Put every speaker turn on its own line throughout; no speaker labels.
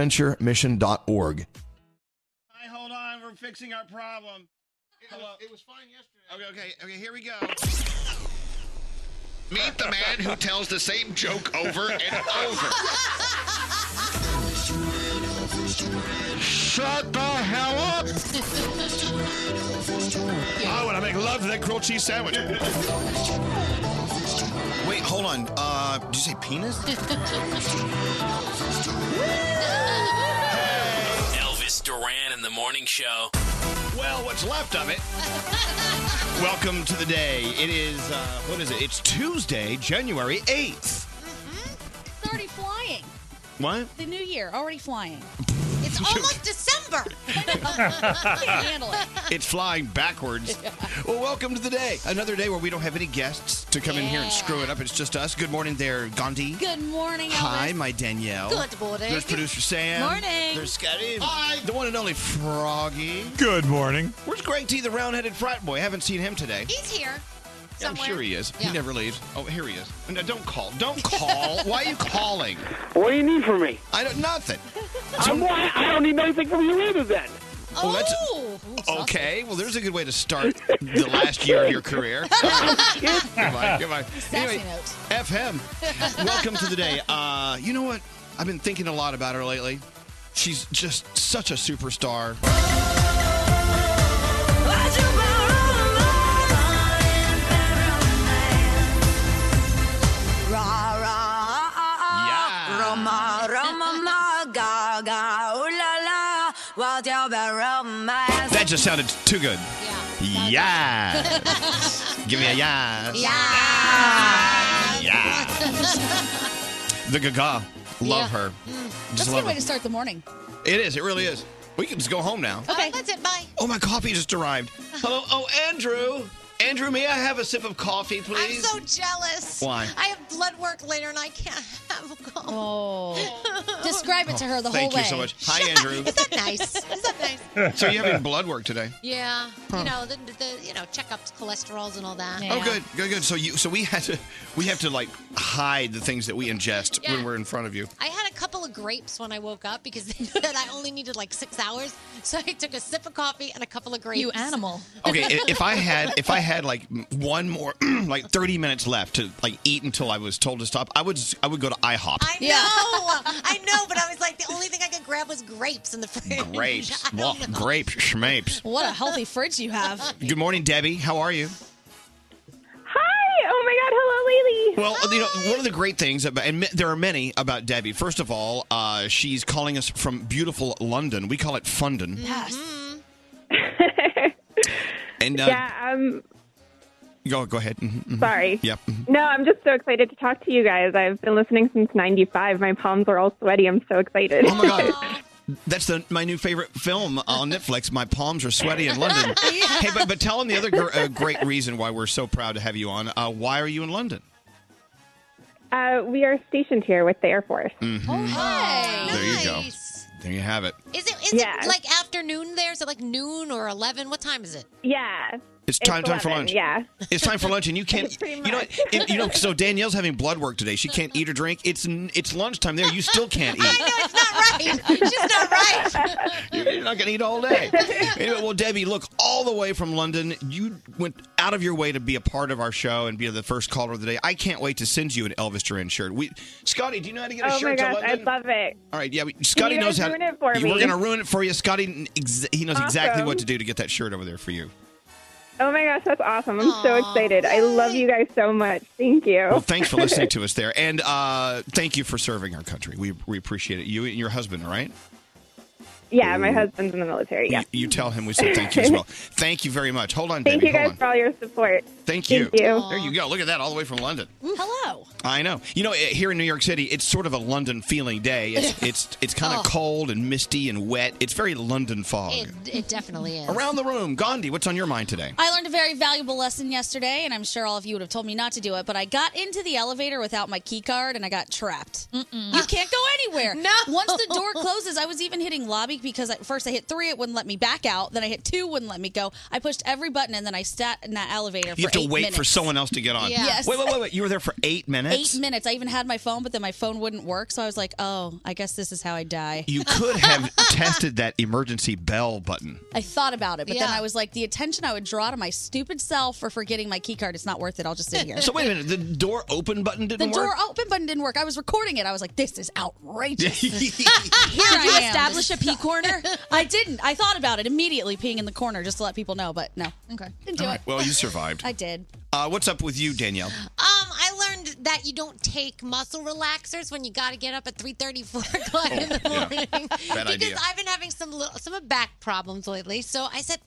adventuremission.org.
I hold on. We're fixing our problem. It, was, it was fine yesterday. Okay, okay, okay. Here we go.
Meet the man who tells the same joke over and over.
Shut the hell up! I want to make love to that grilled cheese sandwich.
Wait, hold on. Uh, did you say penis?
Elvis Duran in the morning show.
Well, what's left of it. Welcome to the day. It is uh, what is it? It's Tuesday, January eighth.
It's already flying.
What?
The new year already flying.
It's almost December.
Can't handle it.
It's flying backwards. Well, welcome to the day. Another day where we don't have any guests to come in here and
Yeah.
screw it up. It's just us. Good morning there, Gandhi.
Good morning, Elvis.
Hi, my Danielle.
Good morning.
There's producer Sam.
Morning.
There's Scotty. Hi. The one and only Froggy.
Good morning.
Where's Greg T, the round-headed frat boy? Haven't seen him today.
He's here.
Yeah, I'm
Somewhere.
sure he is.
Yeah.
He never leaves. Oh, here he is. No, don't call. Don't call. Why are you calling?
What do you need from me?
I don't. Nothing.
I'm, why, I don't need anything from you either. Then
Well, Oh, that's
Oh,
okay. Well, there's a good way to start the last year of your career. goodbye. Goodbye.
Sassy
Anyway,
note.
FM. Welcome to the day. Uh, you know what? I've been thinking a lot about her lately. She's just such a superstar. That just sounded too good. Yeah. Give me a yeah. Yeah. The Gaga. Love
Yeah.
her.
That's
Just
a
love
good way
her.
to start the morning.
It is. It really is. We can just go home now.
Okay.
Oh, That's it. Bye.
Oh, my coffee just arrived. Hello. Oh, Andrew.
Andrew, may I have a sip of coffee,
I'm
please?
so jealous.
Why?
I have blood work later and I can't have a coffee. Oh.
Describe it to her the
Thank
whole
you so
way.
much. Hi, Andrew.
Is that nice? Is that nice?
so you're having blood work today?
Yeah.
Huh.
You know, the, the you know, checkups, cholesterols and all that.
Oh, good, good, good. So you, so we had to, we have to like hide the things that we ingest when
Yeah.
we're in front of you.
I had a couple of grapes when I woke up because they knew that I only needed like six hours. So I took a sip of coffee and a couple of grapes. You animal.
Okay, i- if I had, if I had like one more, like thirty minutes left to like eat until I was told to stop, I would, s- I would go to IHOP.
I know. I know, but I was like, the only thing I could grab was grapes in the fridge.
Grapes, well, grapes, schmapes.
What a healthy fridge you have.
Good morning, Debbie. How are you?
Hi! Oh my God! Hello, Lily.
Well, you know, one of the great things about, and there are many about Debbie. First of all, uh, she's calling us from beautiful London. We call it Fundon.
Yes.
And uh,
Yeah. Um.
go, go ahead. Mhm, mhm.
Sorry.
Yep.
No, I'm just so excited to talk to you guys. I've been listening since '95. My palms are all sweaty. I'm so excited.
Oh my God. That's the, my new favorite film on Netflix. My palms are sweaty in London. Hey, but, but tell them the other gr- uh, great reason why we're so proud to have you on. Uh, why are you in London?
uh, we are stationed here with the Air Force.
Mhm. there you go.
nice.
There you have it.
Is it is
Yeah.
it like afternoon there? Is it like noon or eleven? What time is it?
Yeah.
It's time time for lunch.
Yeah.
It's time for lunch, and you can't. You know, what? It- you know. So Danielle's having blood work today. She can't eat or drink. It's n- it's lunchtime there. You still can't eat. You're not gonna eat all day. Anyway, well, Debbie, look, all the way from London, you went out of your way to be a part of our show and be the first caller of the day. I can't wait to send you an Elvis Duran shirt. We, Scotty, do you know how to get a
oh my
shirt to
gosh!
London?
I love it.
all right, yeah. We, Scotty
You
knows
guys
how.
ruin it for
we're
me.
gonna ruin it for you, Scotty. kn- ex- He knows exactly
Awesome.
what to do to get that shirt over there for you.
Oh my gosh! That's awesome. I'm so excited. I love you guys so much. Thank you.
Well, thanks for listening to us there, and uh, thank you for serving our country. We we appreciate it. You and your husband, all right?
yeah, my husband's in the military. Yeah.
You tell him we said thank you as well. Thank you very much. Hold on,
Thank
Debbie.
you
Hold
guys
on.
for all your support.
Thank you.
Thank you.
There you go. Look at that, all the way from London.
Hello.
I know. You know, eh, here in New York City, it's sort of a London feeling day. It's it's it's kind of
Oh.
cold and misty and wet. It's very London
Oh,
fog.
It, it definitely is.
Around the room, Gandhi, what's on your mind today?
I learned a very valuable lesson yesterday, and I'm sure all of you would have told me not to do it, but I got into the elevator without my key card and I got trapped. You can't go anywhere. no. Once the door closes, I was even hitting lobby because at first I hit three, it wouldn't let me back out. Then I hit two, wouldn't let me go. I pushed every button, and then I sat in that elevator for
You have to
eight
wait
minutes.
for someone else to get on.
Yeah. Yes.
Wait, wait, wait, wait. You were there for eight minutes.
Eight minutes. I even had my phone, but then my phone wouldn't work. So I was like, oh, I guess this is how I die.
You could have tested that emergency bell button.
I thought about it, but then
Yeah.
I was like, the attention I would draw to my stupid self for forgetting my key card, it's not worth it. I'll just sit here.
So wait a minute. The door open button
the
didn't
door
work.
open button didn't work. I was recording it. I was like, this is outrageous. here
Did you
I am.
establish
a pee corner? I didn't. I thought about it immediately, peeing in the corner just to let people know, but no. Okay. Didn't do
All
it.
right, well, you survived.
I did.
Uh, what's up with you, Danielle?
Um, I learned that you don't take muscle relaxers when you got to get up at 3.30, 4 o'clock in the
Oh, yeah.
morning.
Bad
because
idea.
I've been having some little, some back problems lately. So I said,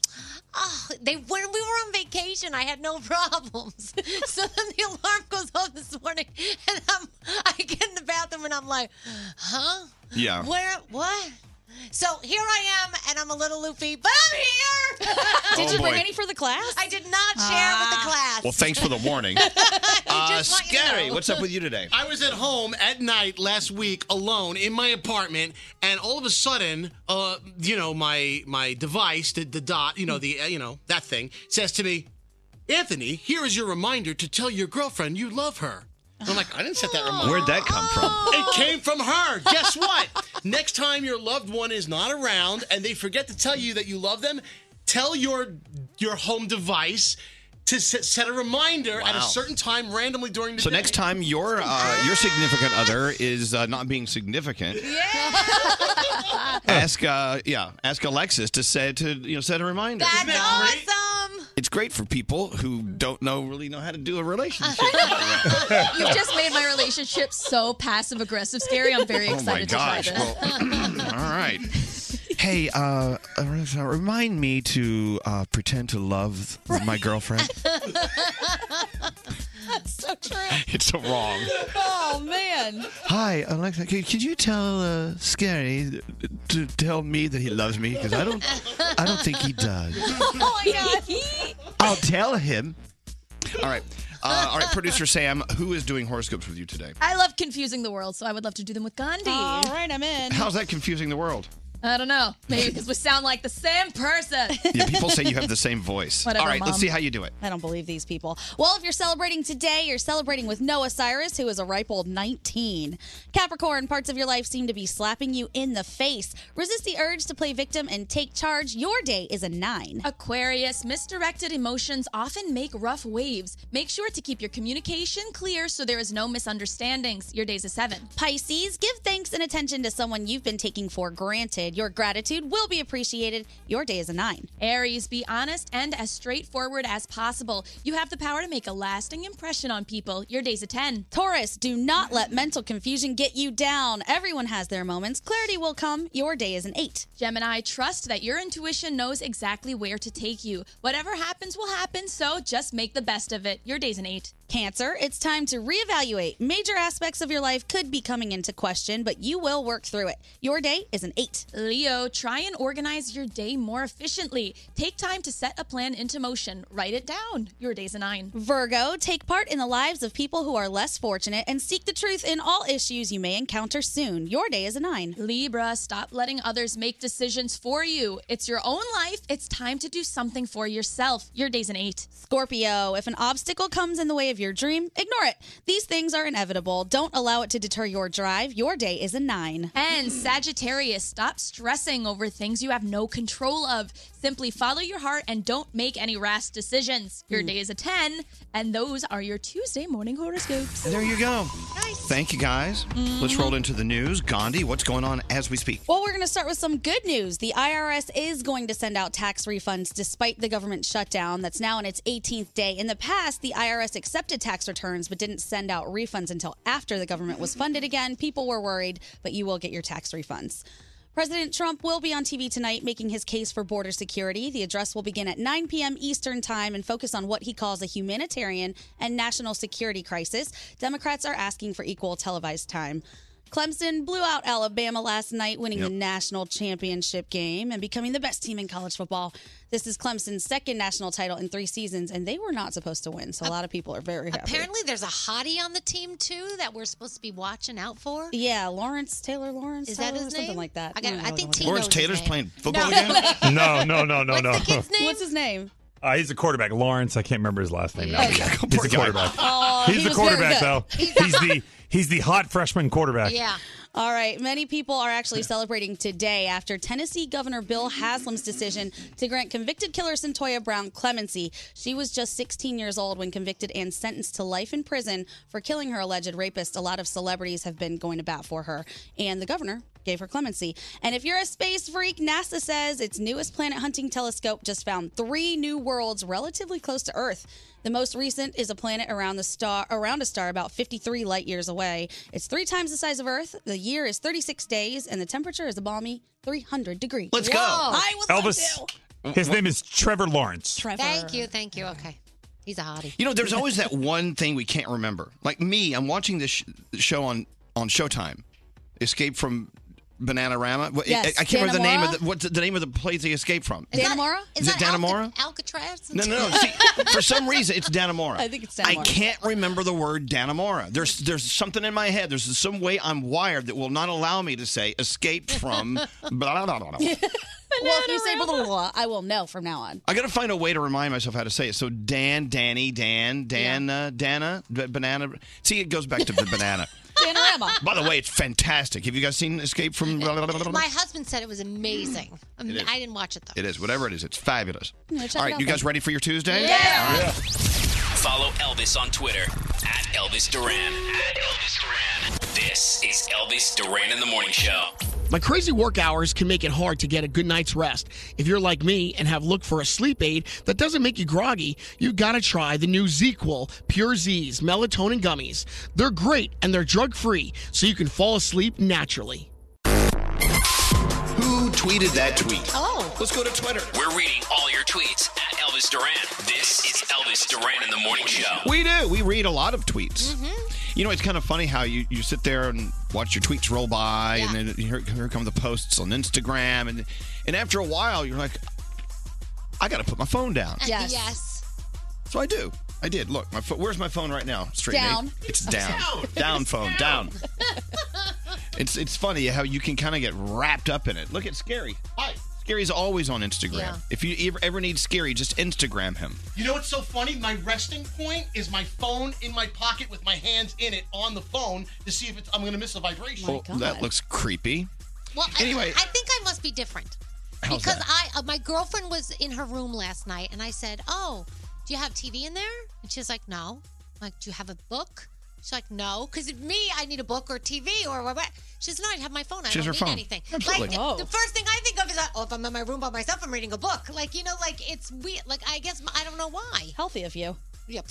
oh, they when we were on vacation, I had no problems. so then the alarm goes off this morning, and I'm, I get in the bathroom and I'm like, huh?
Yeah.
Where? What? So here I am, and I'm a little loopy, but I'm here.
Did you Oh, bring boy. any
for the class?
I did not share with the class.
Well, thanks for the warning. uh, Scary, what's up with you today?
I was at home at night last week alone in my apartment, and all of a sudden, uh, you know, my my device, the, the dot, you know, the uh, you know that thing, says to me, "Anthony, here is your reminder to tell your girlfriend you love her." And I'm like, I didn't set that reminder.
Where'd that come from?
It came from her. Guess what? Next time your loved one is not around and they forget to tell you that you love them, tell your your home device to set, set a reminder at
Wow.
a certain time randomly during the
So
day.
next time your uh, your significant other is uh, not being significant, ask uh, yeah ask Alexis to set to you know set a reminder.
That's awesome.
It's great for people who don't know really know how to do a relationship.
You just made my relationship so passive aggressive, scary. I'm very
Oh
excited
my gosh!
to try this.
Well, all right. Hey, uh, remind me to uh, pretend to love my girlfriend.
That's so true.
It's so wrong.
Oh, man.
Hi, Alexa. Could, could you tell uh, Scary to tell me that he loves me? Because I don't, I don't think he does.
Oh, my God.
I'll tell him. All right. Uh, all right, producer Sam, who is doing horoscopes with you today?
I love confusing the world, so I would love to do them with Gandhi. All
right, I'm in.
How's that confusing the world?
I don't know. Maybe because we sound like the same person.
Yeah, people say you have the same voice.
Whatever,
all right,
Mom.
let's see how you do it.
I don't believe these people. Well, if you're celebrating today, you're celebrating with Noah Cyrus, who is a ripe old 19. Capricorn, parts of your life seem to be slapping you in the face. Resist the urge to play victim and take charge. Your day is a nine.
Aquarius, misdirected emotions often make rough waves. Make sure to keep your communication clear so there is no misunderstandings. Your day's a seven.
Pisces, give thanks and attention to someone you've been taking for granted. Your gratitude will be appreciated. Your day is a nine.
Aries, be honest and as straightforward as possible. You have the power to make a lasting impression on people. Your day's a 10.
Taurus, do not let mental confusion get you down. Everyone has their moments. Clarity will come. Your day is an eight.
Gemini, trust that your intuition knows exactly where to take you. Whatever happens will happen, so just make the best of it. Your day's an 8.
Cancer, it's time to reevaluate. Major aspects of your life could be coming into question, but you will work through it. Your day is an eight.
Leo, try and organize your day more efficiently. Take time to set a plan into motion. Write it down. Your day's a 9.
Virgo, take part in the lives of people who are less fortunate and seek the truth in all issues you may encounter soon. Your day is a nine.
Libra, stop letting others make decisions for you. It's your own life. It's time to do something for yourself. Your day's an 8.
Scorpio, if an obstacle comes in the way of your dream, ignore it. These things are inevitable. Don't allow it to deter your drive. Your day is a nine.
And Sagittarius, stop stressing over things you have no control of. Simply follow your heart and don't make any rash decisions. Your
Mm.
day is a 10, and those are your Tuesday morning horoscopes.
There you go. Thank you, guys. Let's
Mhm.
roll into the news. Gandhi, what's going on as we speak?
Well, we're going to start with some good news. The IRS is going to send out tax refunds despite the government shutdown that's now in its 18th day. In the past, the IRS accepted tax returns but didn't send out refunds until after the government was funded again. People were worried, but you will get your tax refunds. President Trump will be on TV tonight making his case for border security. The address will begin at 9 p.m. Eastern Time and focus on what he calls a humanitarian and national security crisis. Democrats are asking for equal televised time. Clemson blew out Alabama last night, winning
Yep.
the national championship game and becoming the best team in college football. This is Clemson's second national title in three seasons, and they were not supposed to win, so a lot of people are very happy.
Apparently, there's a hottie on the team too that we're supposed to be watching out for.
Yeah, Lawrence Taylor Lawrence.
Is that
Tyler,
his
something
name?
like that.
I got- I
don't
think
know.
T- knows
Lawrence
his
Tayl's
name.
playing football
No.
again? No, no, no, no, no.
What's his name?
Uh, he's a quarterback. Lawrence, I can't remember his last name. now.
Okay.
He's a quarterback.
Oh,
he's
he
the
was very
quarterback,
good.
though. He's the he's the hot freshman quarterback.
Yeah. All right. Many people are actually celebrating today after Tennessee Governor Bill Haslam's decision to grant convicted killer Centoya Brown clemency. She was just 16 years old when convicted and sentenced to life in prison for killing her alleged rapist. A lot of celebrities have been going to bat for her, and the governor gave her clemency. And if you're a space freak, NASA says its newest planet hunting telescope just found three new worlds relatively close to Earth. The most recent is a planet around the star around a star about 53 light years away. It's three times the size of Earth. The year is 36 days, and the temperature is a balmy 300 degrees.
Let's go.
I would love
Elvis.
to.
His name is Trevor Lawrence.
Thank you, thank you. Okay, he's a hottie.
You know, there's always that one thing we can't remember. Like me, I'm watching this sh- show on on Showtime, Escape from Bananarama. What-
Yes,
I, I can't remember the name of
Dannemora?
the, what's the name of the place they escaped from.
Danamora?
Is it Danamora?
Alcatraz?
No, no, no. See, for some reason, it's Danamora.
I think it's
I
Dannemora.
can't remember the word Danamora. There's there's something in my head. There's some way I'm wired that will not allow me to say escape from. blah, blah, blah, blah.
well, if you say blah, blah, blah, I will know from now on.
I got to find a way to remind myself how to say it. So Dan, Danny, Dan, Dana, Dana, b- banana. See, it goes back to the banana.
Panorama.
By the way, it's fantastic. Have you guys seen Escape from?
My husband said it was amazing. Um,
It is.
I didn't watch it though.
It is whatever it is. It's fabulous.
Yeah, check
All
it
right,
out
you guys
then.
ready for your Tuesday?
Yeah.
All right.
Follow Elvis on Twitter at Elvis Duran. At Elvis Duran. This is Elvis Duran in the Morning Show.
My crazy work hours can make it hard to get a good night's rest. If you're like me and have looked for a sleep aid that doesn't make you groggy, you gotta try the new ZQL Pure Z's melatonin gummies. They're great and they're drug free, so you can fall asleep naturally.
Who tweeted that tweet?
Oh.
Let's go to Twitter.
We're reading all your tweets at Elvis Duran. This is Elvis Duran in the Morning Show.
We do. We read a lot of tweets.
Mm-hmm.
You know, it's kind of funny how you, you sit there and watch your tweets roll by, and then here, here come the posts on Instagram, and and after a while, you're like, I got to put my phone down.
Yes. yes.
So I do. I did. Look, my pho- where's my phone right now? Straight Nate?
Down.
It's down.
Down.
Down
It's
phone. Down. it's it's funny how you can kind of get wrapped up in it. Look at Scary. Hi. Scary's always on Instagram.
Yeah.
If you ever, ever need Scary, just Instagram him.
You know what's so funny? My resting point is my phone in my pocket with my hands in it on the phone to see if it's, I'm going to miss a
Oh
vibration.
well, Oh, that looks creepy.
Well,
Anyway.
I, I think I must be different
How's
because
that?
I uh, my girlfriend was in her room last night, and I said, "Oh, do you have TV in there?" And she's like, "No." I'm like, "Do you have a book?" She's like, "No," because me, I need a book or TV or what. She's no, I have my phone. I
She has
don't
her
need
phone.
anything.
Absolutely.
Like
Whoa.
the first thing I think of is, uh, oh, if I'm in my room by myself, I'm reading a book. Like you know, like it's weird. Like I guess I don't know why.
Healthy of you.
Yeah.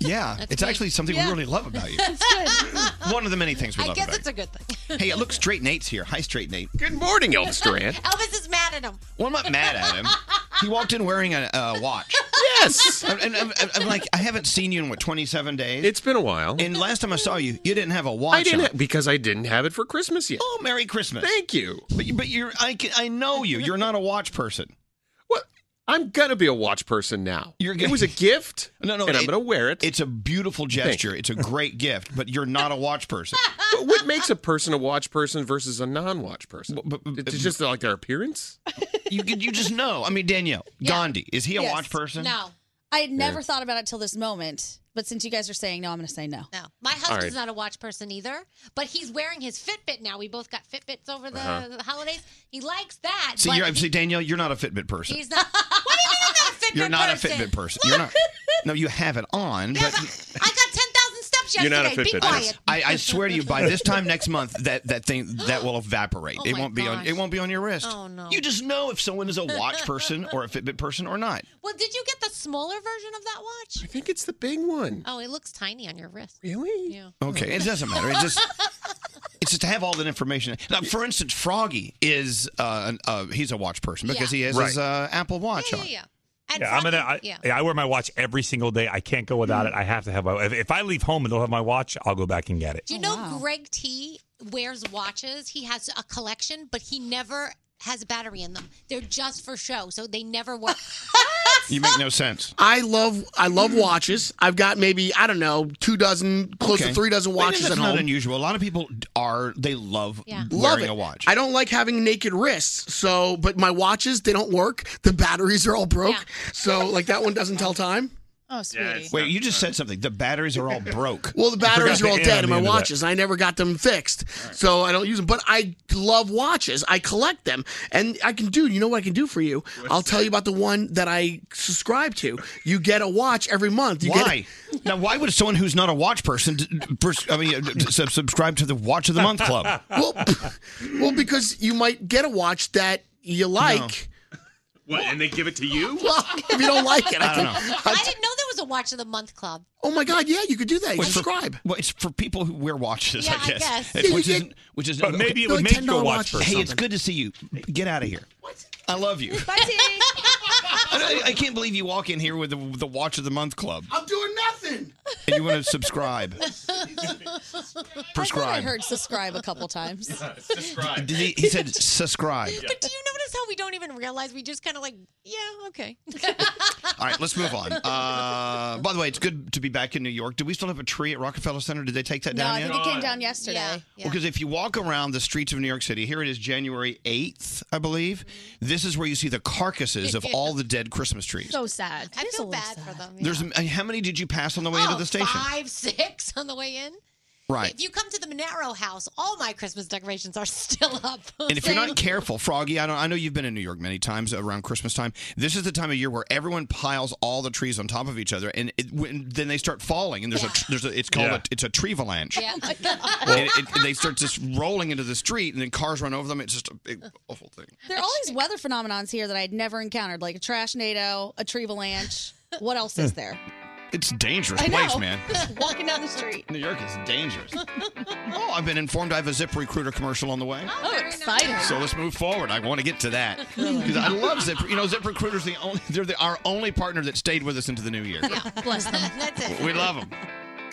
Yeah,
That's
it's
me.
actually something
Yeah.
we really love about you. One of the many things we
I
love
guess
about
it's a good thing.
you. Hey, look, Straight Nate's here. Hi, Straight Nate. Good morning, Elvis Duran.
Elvis is mad at him.
Well, I'm not mad at him. He walked in wearing a uh, watch.
Yes.
And and I'm, I'm like, I haven't seen you in what 27 days. It's been a while. And last time I saw you, you didn't have a watch.
I didn't
on.
ha- because I didn't have it for Christmas yet.
Oh, Merry Christmas!
Thank you.
But you- but you're I can, I know you. You're not a watch person.
I'm gonna be a watch person now.
You're
it was a gift.
No, no,
and I'm
it-
gonna wear it.
It's a beautiful gesture. It's a great gift, but you're not a watch person.
But what makes a person a watch person versus a non-watch person? it's just like their appearance.
You could, you just know. I mean, Danielle Gandhi is he a
Yes.
watch person?
No.
I had never
Yeah.
thought about it till this moment, but since you guys are saying no, I'm going to say no.
No. My
All
husband's
right.
not a watch person either, but he's wearing his Fitbit now. We both got Fitbits over the
Uh-huh.
holidays. He likes that.
See,
but
you're,
he-
see, Danielle, you're not a Fitbit person.
he's not. what do you mean I'm not a Fitbit
You're not
person?
a Fitbit person. You're not. No, you have it on, but
I got 10,000 steps yesterday. Be quiet.
I, I swear to you, by this time next month, that, that thing that will evaporate.
Oh
it
my
won't be on.
gosh.
It won't be on your wrist.
Oh, no.
You just know if someone is a watch person or a Fitbit person or not.
Well, did you get the smaller version of that watch?
I think it's the big one.
Oh, it looks tiny on your wrist.
Really?
Yeah.
Okay, it doesn't matter. It just. It's just to have all that information. Now, for instance, Froggy is uh, an- uh, he's a watch person because
Yeah.
he has
Right.
his uh, Apple Watch on.
Yeah.
Yeah, I'm gonna. I,
yeah.
yeah, I wear my watch every single day. I can't go without it. I have to have my. If, if I leave home and don't have my watch, I'll go back and get it.
Do you know Greg T wears watches? He has a collection, but he never has a battery in them. They're just for show, so they never work.
You make no sense.
I love I love watches. I've got maybe I don't know two dozen, close
Okay.
to three dozen
Maybe
watches
that's
at
not
home.
unusual. A lot of people are they love
Yeah. Love
wearing
it.
a watch.
I don't like having naked wrists, so but my watches they don't work. The batteries are all broke, so like that one doesn't tell time.
Oh, sweetie.
Wait, you just said something. The batteries are all broke.
Well, the batteries are all dead in my
watches.
watches, and I never got them fixed, so I don't use them. But I love watches; I collect them, and I can do. You know what I can do for you? I'll tell you about the one that I subscribe to. You get a watch every month. You
why? now, why would someone who's not a watch person, d- d- pers- I mean, uh, d- d- sub- subscribe to the Watch of the Month Club?
Well, Get, well, because you might get a watch that you like.
What? And they give it to you?
Well, if you don't like it, I,
I don't
can-
know.
I didn't know there was a watch of the month club.
Oh my God! Yeah, you could do that. You
Well, it's for-
subscribe.
well, it's for people who wear watches, I
Yeah, I
guess.
guess.
It's-
Yeah,
which
you
is, which is,
But maybe it would
Like make you a $10 watch watch or
Hey, it's
something.
good to see you. Get out of here. What? I love you. I, I can't believe you walk in here with the, the Watch of the Month Club
I'm doing nothing.
and you want to subscribe.
I thought I
Prescribe.
heard subscribe a couple times.
Did he, he said subscribe.
But do you notice how we don't even realize we just kind of like, yeah, okay.
All right, let's move on. Uh, by the way, it's good to be back in New York. Do we still have a tree at Rockefeller Center? Did they take that
No,
down
I
yet?
think it came down yesterday.
Because if you walk around the streets of New York City, here it is January 8th, I believe. This is where you see the carcasses of all the dead Christmas trees.
So sad. I feel bad
for them.
There's I mean, how many did you pass on the way into the station?
Oh, Five, six on the way in.
Right.
If you come to the Monero house, all my Christmas decorations are still up.
And if you're not careful, Froggy, I, don't, I know you've been in New York many times around Christmas time. This is the time of year where everyone piles all the trees on top of each other, and it, when, then they start falling. And there's a there's a it's called
Yeah.
a, it's a tree avalanche.
Yeah.
and it, it- they start just rolling into the street, and then cars run over them. It's just a big, awful thing.
There are all these weather phenomenons here that I'd never encountered, like a trash nado, a tree avalanche. What else is there?
It's a dangerous
I know.
place, man.
Walking down the street.
New York is dangerous. Oh, I've been informed I have a Zip Recruiter commercial on the way.
Oh, exciting.
So let's move forward. I want to get to that because I love Zip. You know, Zip Recruiter's the only they're the, our only partner that stayed with us into the new year.
Bless them. That's it.
We love them.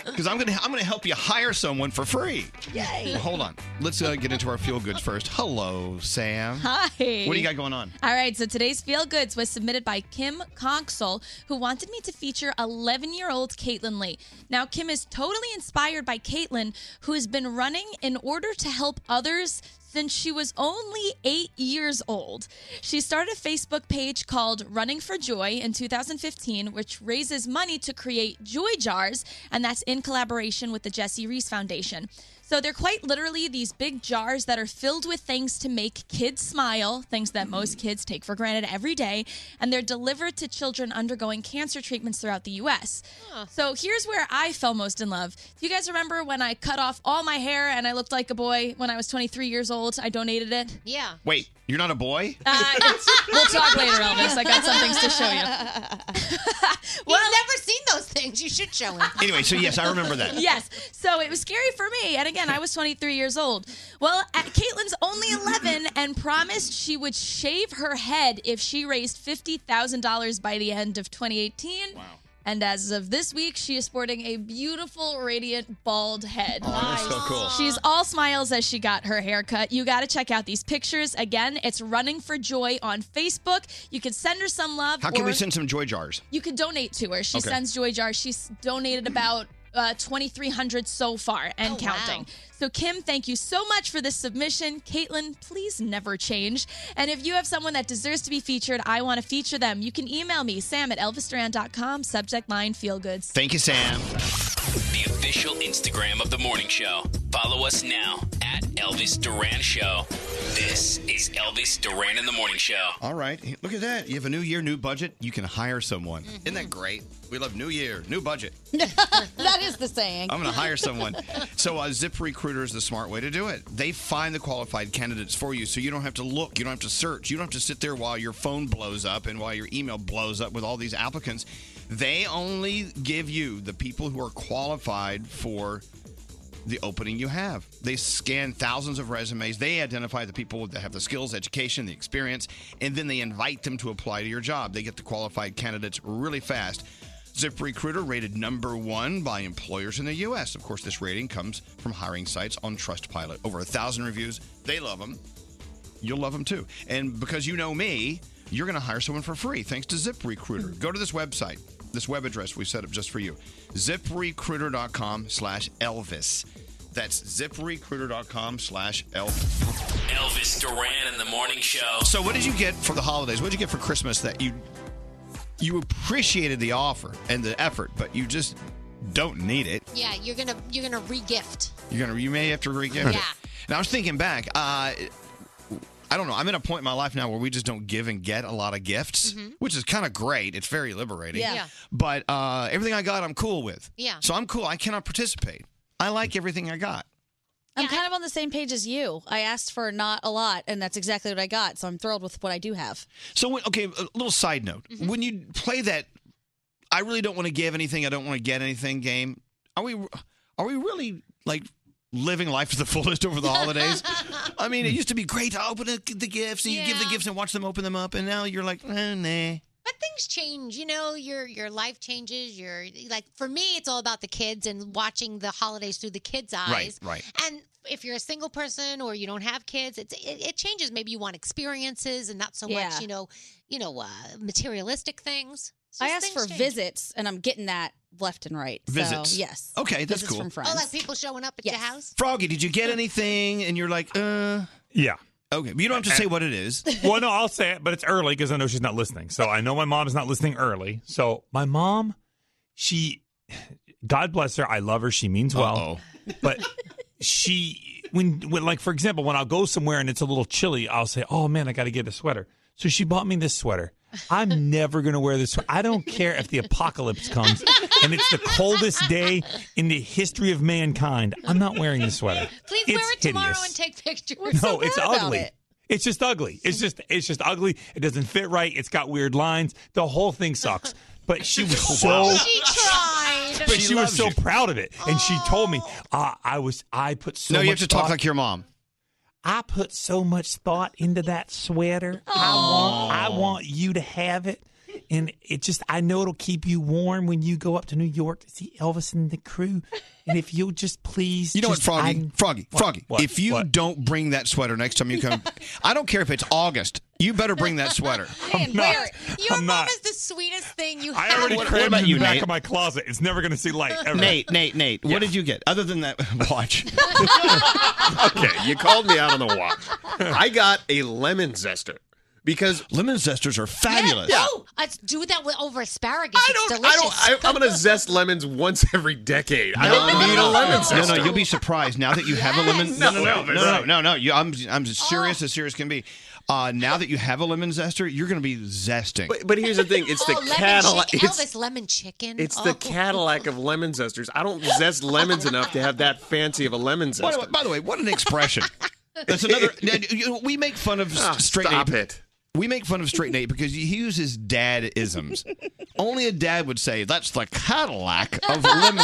because I'm gonna I'm gonna help you hire someone for free.
Yay.
Well, hold on. Let's uh, get into our feel goods first. Hello, Sam.
Hi.
What do you got going on?
All right, so today's Feel Goods was submitted by Kim Conksol, who wanted me to feature 11 year old Caitlin Lee. Now, Kim is totally inspired by Caitlin, who has been running in order to help others since she was only eight years old. She started a Facebook page called Running for Joy in 2015, which raises money to create joy jars, and that's in collaboration with the Jesse Reese Foundation. So they're quite literally these big jars that are filled with things to make kids smile, things that most kids take for granted every day, and they're delivered to children undergoing cancer treatments throughout the US. So here's where I fell most in love. Do you guys remember when I cut off all my hair and I looked like a boy when I was 23 years old? I donated it.
Yeah.
Wait, you're not a boy?
Uh, it's- we'll talk later, Elvis. I got some things to show you.
Well, You've never seen those things. You should show him.
Anyway, so yes, I remember that.
yes. So it was scary for me. And again, I was 23 years old. Well, uh, Caitlin's only 11 and promised she would shave her head if she raised $50,000 by the end of 2018. Wow. And as of this week, she is sporting a beautiful, radiant, bald head.
That's so cool.
She's all smiles as she got her haircut. You got to check out these pictures. Again, it's Running for Joy on Facebook. You can send her some love.
How can
or-
we send some joy jars?
you could donate to her. She
Okay.
sends joy jars. She's donated about uh, 2,300 so far and counting. So, Kim, thank you so much for this submission. Caitlin, please never change. And if you have someone that deserves to be featured, I want to feature them. You can email me, sam at elvisduran.com, subject line feel goods.
Thank you, Sam.
The official Instagram of the morning show. Follow us now at Elvis Duran Show. This is Elvis Duran in the morning show.
All right. Look at that. You have a new year, new budget. You can hire someone. Isn't that great? We love new year, new budget.
that is the saying.
I'm going to hire someone. So, uh, ZipRecruiter is the smart way to do it. They find the qualified candidates for you so you don't have to look, you don't have to search, you don't have to sit there while your phone blows up and while your email blows up with all these applicants. They only give you the people who are qualified for the opening you have. They scan thousands of resumes. They identify the people that have the skills, education, the experience, and then they invite them to apply to your job. They get the qualified candidates really fast. ZipRecruiter rated number one by employers in the U.S. Of course, this rating comes from hiring sites on Trustpilot. Over a thousand reviews. They love them you'll love them too. And because you know me, you're going to hire someone for free thanks to ZipRecruiter. Go to this website, this web address we set up just for you, ziprecruiter.com slash Elvis. That's ziprecruiter.com slash Elvis.
Elvis Duran in the morning show.
So what did you get for the holidays? What did you get for Christmas that you you appreciated the offer and the effort, but you just don't need it?
Yeah, you're gonna you're gonna re-gift.
You're gonna you may have to re-gift
Yeah.
it. Now I was thinking back. Uh, I don't know. I'm at a point in my life now where we just don't give and get a lot of gifts, which is kind of great. It's very liberating.
Mm-hmm. Yeah. Yeah.
But uh, everything I got, I'm cool with.
Yeah.
So I'm cool. I cannot participate. I like everything I got.
I'm kind of on the same page as you. I asked for not a lot, and that's exactly what I got. So I'm thrilled with what I do have.
So when, okay, a little side note.
Mm-hmm.
When you play that, I really don't want to give anything. I don't want to get anything. Game. Are we? Are we really like? Living life to the fullest over the holidays. I mean, it used to be great to open the the gifts and you give the
Yeah.
gifts and watch them open them up, and now you're like, eh, nah.
But things change, you know. Your your life changes. Your like for me, it's all about the kids and watching the holidays through the kids' eyes.
right.
And if you're a single person or you don't have kids, it's, it, it changes. Maybe you want experiences and not so
Yeah.
much, you know, you know, uh, materialistic things. It's
I
just
asked
things
for
change.
visits, and I'm getting that left and right. So,
Visits.
yes.
Okay, that's
visits
cool.
From friends.
Oh, like people showing up at your house.
Froggy, did you get anything? And you're like, uh.
Yeah.
Okay, but you don't have to say what it is.
well, no, I'll say it, but it's early because I know she's not listening. So I know my mom's not listening early. So my mom, she, God bless her, I love her. She means well, but she, when, when, like for example, when I'll go somewhere and it's a little chilly, I'll say, "Oh man, I got to get a sweater." So she bought me this sweater. I'm never gonna wear this. sweater. I don't care if the apocalypse comes and it's the coldest day in the history of mankind. I'm not wearing this sweater.
Please
It's
wear it tomorrow
hideous
and take pictures.
no, it's ugly. It's just ugly. It's just it's just ugly. It doesn't fit right. It's got weird lines. The whole thing sucks. But she was so
she tried.
but she, was so proud of it. And she told me, uh, I was I put so
No,
much
you have to talk
thought-
like your mom.
I put so much thought into that sweater. I want I want you to have it. And it just, I know it'll keep you warm when you go up to New York to see Elvis and the crew. And if you'll just please,
You know
just-
what, Froggy?
I'm-
Froggy,
What?
Froggy.
What?
If you
What?
don't bring that sweater next time you come, I don't care if it's August. You better bring that sweweater.
Man, wear it. Your
I'm
mom
not.
is the sweetest thing you
I
have.
already
What- what
crammed
about
it in
you,
the back
Nate?
of my closet. It's never going to see light ever.
Nate, Nate, Nate. What did you get other than that watch?
okay, you called me out on the watch. I got a lemon zester because
lemon zesters are fabulous.
Yeah.
Oh, let's do that with over asparagus. I don't, it's
I
delicious.
don't. I, I'm gonna zest lemons once every decade. I don't
No,
need a
no,
lemon
No,
zester.
no, you'll be surprised now that you have a lemon.
No,
No, no, no,
Elvis.
no, no, Oh. no. no. You, I'm, I'm as serious as serious can be. Uh, now that you have a lemon zester, you're going to be zesting.
But, but here's the thing: it's
oh,
the
lemon
Cadillac.
chicken.
It's,
Elvis lemon chicken.
it's
oh.
the Cadillac of lemon zesters. I don't zest lemons enough to have that fancy of a lemon
By the
zester.
way- by the way, what an expression! That's another. you know, we make fun of
Ah,
straight
stop
Nate.
it.
We make fun of straight Nate because he uses dad isms. Only a dad would say that's the Cadillac of lemon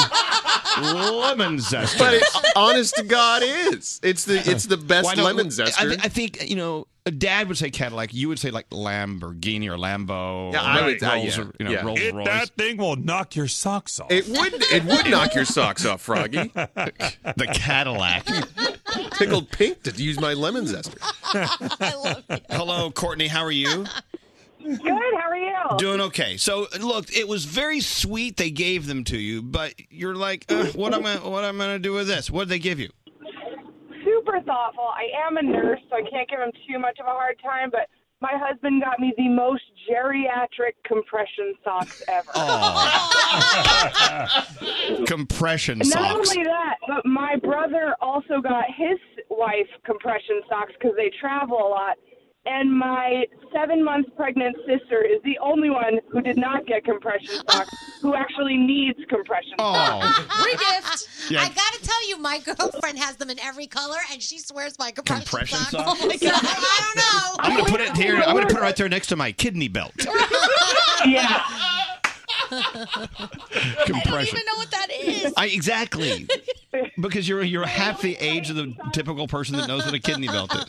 lemon zest.
But it, honest to God, is it's the it's the best
Why not-
lemon
I
zester.
thi- I, think you know. A dad would say Cadillac. You would say like Lamborghini or Lambo.
Yeah,
or
I would-
Rolls,
uh, yeah,
or, you know,
yeah.
Rolls
It-
Royce.
that
thing will knock your socks off.
It would it would knock your socks off, Froggy.
the Cadillac.
Pickled pink to use my lemon zester.
Hello, Courtney. How are you?
Good. How are you?
Doing okay. So look, it was very sweet they gave them to you, but you're like, uh, what am I? What am I gonna do with this? What did they give you?
Super thoughtful. I am a nurse, so I can't give him too much of a hard time, but my husband got me the most geriatric compression socks ever.
Oh, Compression
And Not
socks.
only that, but my brother also got his wife compression socks because they travel a lot. And my seven months pregnant sister is the only one who did not get compression socks, who actually needs compression
Oh.
socks.
Regift.
Yeah.
I gotta tell you, my girlfriend has them in every color, and she swears by compression,
Compression
socks.
socks?
Oh my god! I
I'm gonna put it here. I'm gonna put it right there next to my kidney belt.
don't know.
yeah.
Compression.
I don't even know what that is.
I exactly because you're you're half the age of the typical person that knows what a kidney belt is.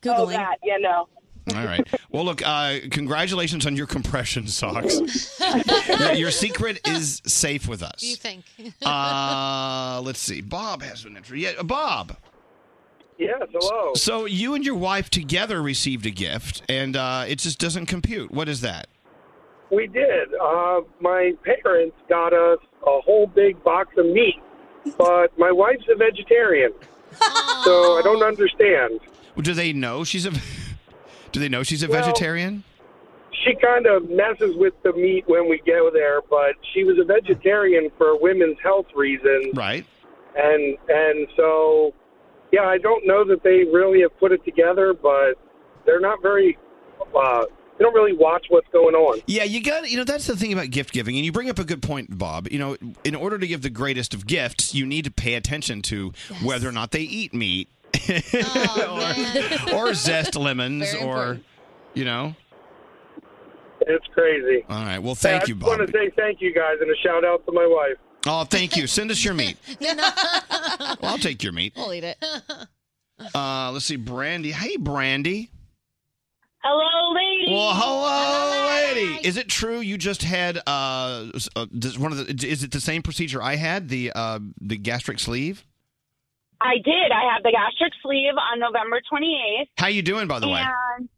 Googling. Oh, that. Yeah, no.
All right. Well, look. Uh, congratulations on your compression socks. Your- your secret is safe with us.
You think?
Uh, let's see. Bob has an entry. Yeah, Bob.
Yes, hello.
So you and your wife together received a gift, and uh, it just doesn't compute. What is that?
We did. Uh, my parents got us a whole big box of meat, but my wife's a vegetarian, so I don't understand.
Do they know she's a? Do they know she's a
Well-
vegetarian?
She kind of messes with the meat when we go there, but she was a vegetarian for women's health reasons.
Right.
And and so, yeah, I don't know that they really have put it together, but they're not very. Uh, they don't really watch what's going on.
Yeah, you got you know that's the thing about gift giving, and you bring up a good point, Bob. You know, in order to give the greatest of gifts, you need to pay attention to whether or not they eat meat, or, or zest lemons, or
Very important.
you know.
It's crazy.
All right. Well, thank
I
you,
just want
Bob.
to say thank you guys and a shout out to my wife.
Oh, thank you. Send us your meat.
No.
Well, I'll take your meat.
We'll eat it.
Uh, let's see, Brandy. Hey, Brandy.
Hello, lady.
Well, hello, lady. Is it true you just had uh, s- uh this- one of the? Is it the same procedure I had? The uh, the gastric sleeve.
I did. I had the gastric sleeve on November 28th.
How you doing, by the way?
And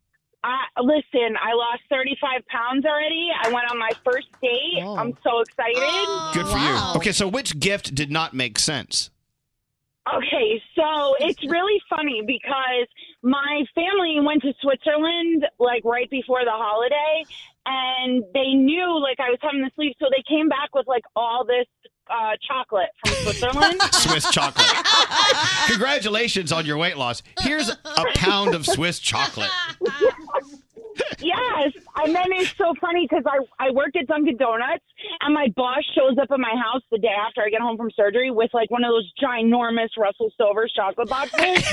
I, listen, I lost 35 pounds already. I went on my first date.
Oh.
I'm so excited.
Good for you. Okay, so which gift did not make sense?
Okay, so it's really funny because my family went to Switzerland like right before the holiday and they knew like I was having the sleep, so they came back with like all this uh, chocolate from Switzerland.
Swiss chocolate. Congratulations on your weight loss. Here's a pound of Swiss chocolate.
yes. And then it's so funny because I, I work at Dunkin' Donuts, and my boss shows up at my house the day after I get home from surgery with like one of those ginormous Russell Silver chocolate boxes.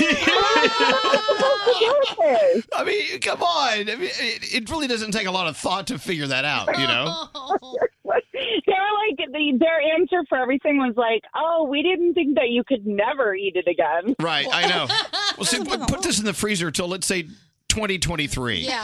I mean, come on. I mean, it, it really doesn't take a lot of thought to figure that out, you know?
they were like the, their answer for everything was like, "Oh, we didn't think that you could never eat it again."
Right, I know. Well, see, put, put this in the freezer till let's say 2023.
Yeah.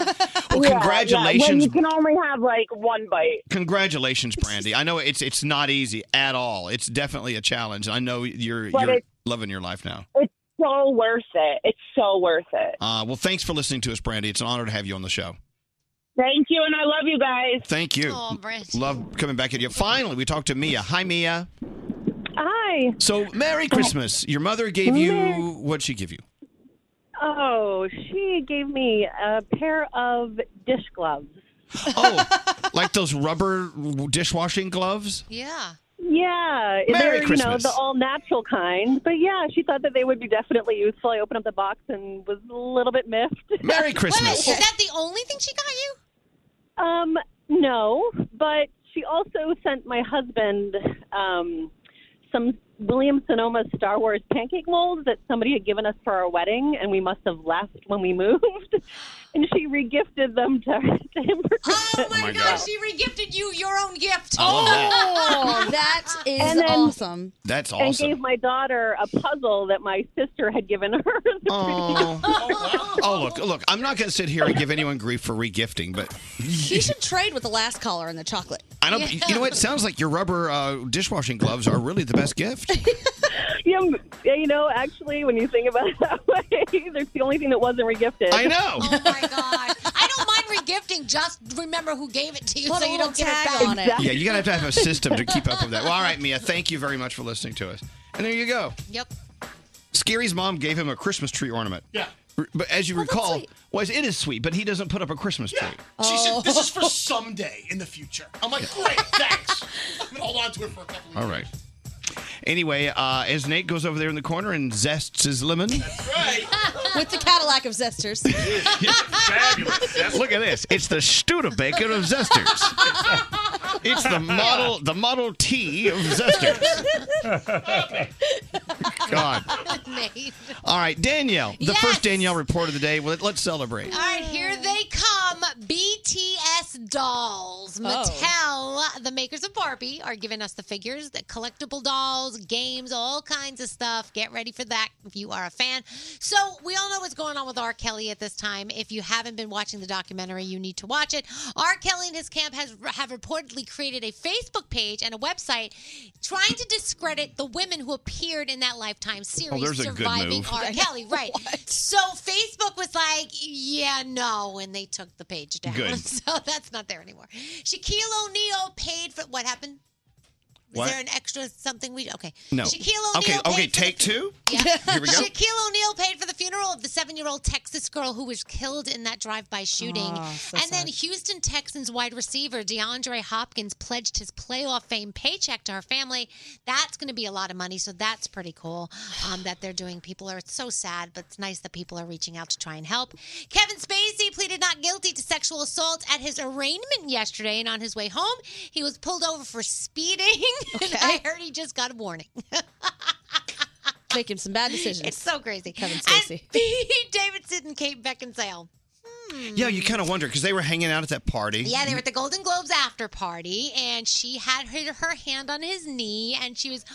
Well,
When
congratulations.
you can only have like one bite.
Congratulations, Brandy. I know it's it's not easy at all. It's definitely a challenge. I know you're
But
you're
it's-
loving your life now.
It's so worth it. It's so worth it.
Uh, well, thanks for listening to us, Brandy. It's an honor to have you on the show.
Thank you, and I love you guys.
Thank you.
Aw, Oh, Brandy.
Love coming back at you. Finally, we talked to Mia. Hi, Mia.
Hi.
So, Merry Christmas. Your mother gave you what'd she give you?
Oh, she gave me a pair of dish gloves.
like those rubber dishwashing gloves?
Yeah. Yeah.
Merry
They're, you know,
Christmas.
the all natural kind. But yeah, she thought that they would be definitely useful. I opened up the box and was a little bit miffed.
Merry Oh
Wait, is that the only thing she got you?
Um, no, but she also sent my husband um, some William Sonoma Star Wars pancake molds that somebody had given us for our wedding, and we must have left when we moved. and she regifted them to, to him for
Oh
Christmas.
my gosh, she regifted you your own gift.
I love
that.
that
Oh,
is
And then-
awesome.
That's
And
awesome.
gave my daughter a puzzle that my sister had given her.
Oh. Oh, look, look, I'm not going to sit here and give anyone grief for regifting, but
You should trade with the last caller and the chocolate.
I don't. You know what? It sounds like your rubber uh, dishwashing gloves are really the best gift.
yeah, m- yeah, you know, actually, when you think about it that way, that's the only thing that wasn't regifted.
I know.
I don't mind regifting. Just remember who gave it to you,
Put
so
a
you
little
don't get it
tag
back
on it.
Yeah, you gotta have to have a system to keep up with that. Well, all right, Mia, thank you very much for listening to us. And there you go.
Yep.
Scary's mom gave him a Christmas tree ornament. Yeah. But as you recall, was it is sweet, but he doesn't put up a Christmas tree.
She said, "This is for
Oh.
someday in the future." I'm like, "Great, thanks." I'm gonna hold on to it for a couple.
All right. Anyway, uh, as Nate goes over there in the corner and zests his lemon,
With the Cadillac of Zesters.
look at this. It's the Studebaker of zesters. It's the model, the Model T of zesters. God.
Nate.
All right, Danielle. The first Danielle report of the day. Well, let's celebrate.
All right, here they come. BTS dolls. Mattel, the makers of Barbie, are giving us the figures, the collectible dolls, games, all kinds of stuff. Get ready for that if you are a fan. So, we all know what's going on with R. Kelly at this time. If you haven't been watching the documentary, you need to watch it. R. Kelly and his camp has have reportedly created a Facebook page and a website trying to discredit the women who appeared in that Lifetime series
Oh, there's a good
surviving
move.
R. Kelly, right. So Facebook was like, yeah, no, and they took the page down.
Good.
So that's not there anymore. Shaquille O'Neal paid for what happened? Is
What?
there an extra something we okay?
No.
Shaquille O'Neal.
Okay,
paid
okay,
for
take
the, fu-
two?
Yeah.
Here we go.
Shaquille O'Neal paid for the funeral of the seven-year-old Texas girl who was killed in that drive-by shooting.
Oh, so
and then Houston Texans wide receiver DeAndre Hopkins pledged his playoff fame paycheck to her family. That's going to be a lot of money, so that's pretty cool um, that they're doing. People are it's so sad, but it's nice that people are reaching out to try and help. Kevin Spacey pleaded not guilty to sexual assault at his arraignment yesterday, and on his way home, he was pulled over for speeding. and I heard he just got a warning.
Making some bad decisions.
It's so crazy.
Kevin Spacey.
And Pete Davidson and Kate Beckinsale. Hmm.
Yeah, you kind of wonder because they were hanging out at that party.
Yeah, they were at the Golden Globes after party, and she had her, her hand on his knee, and she was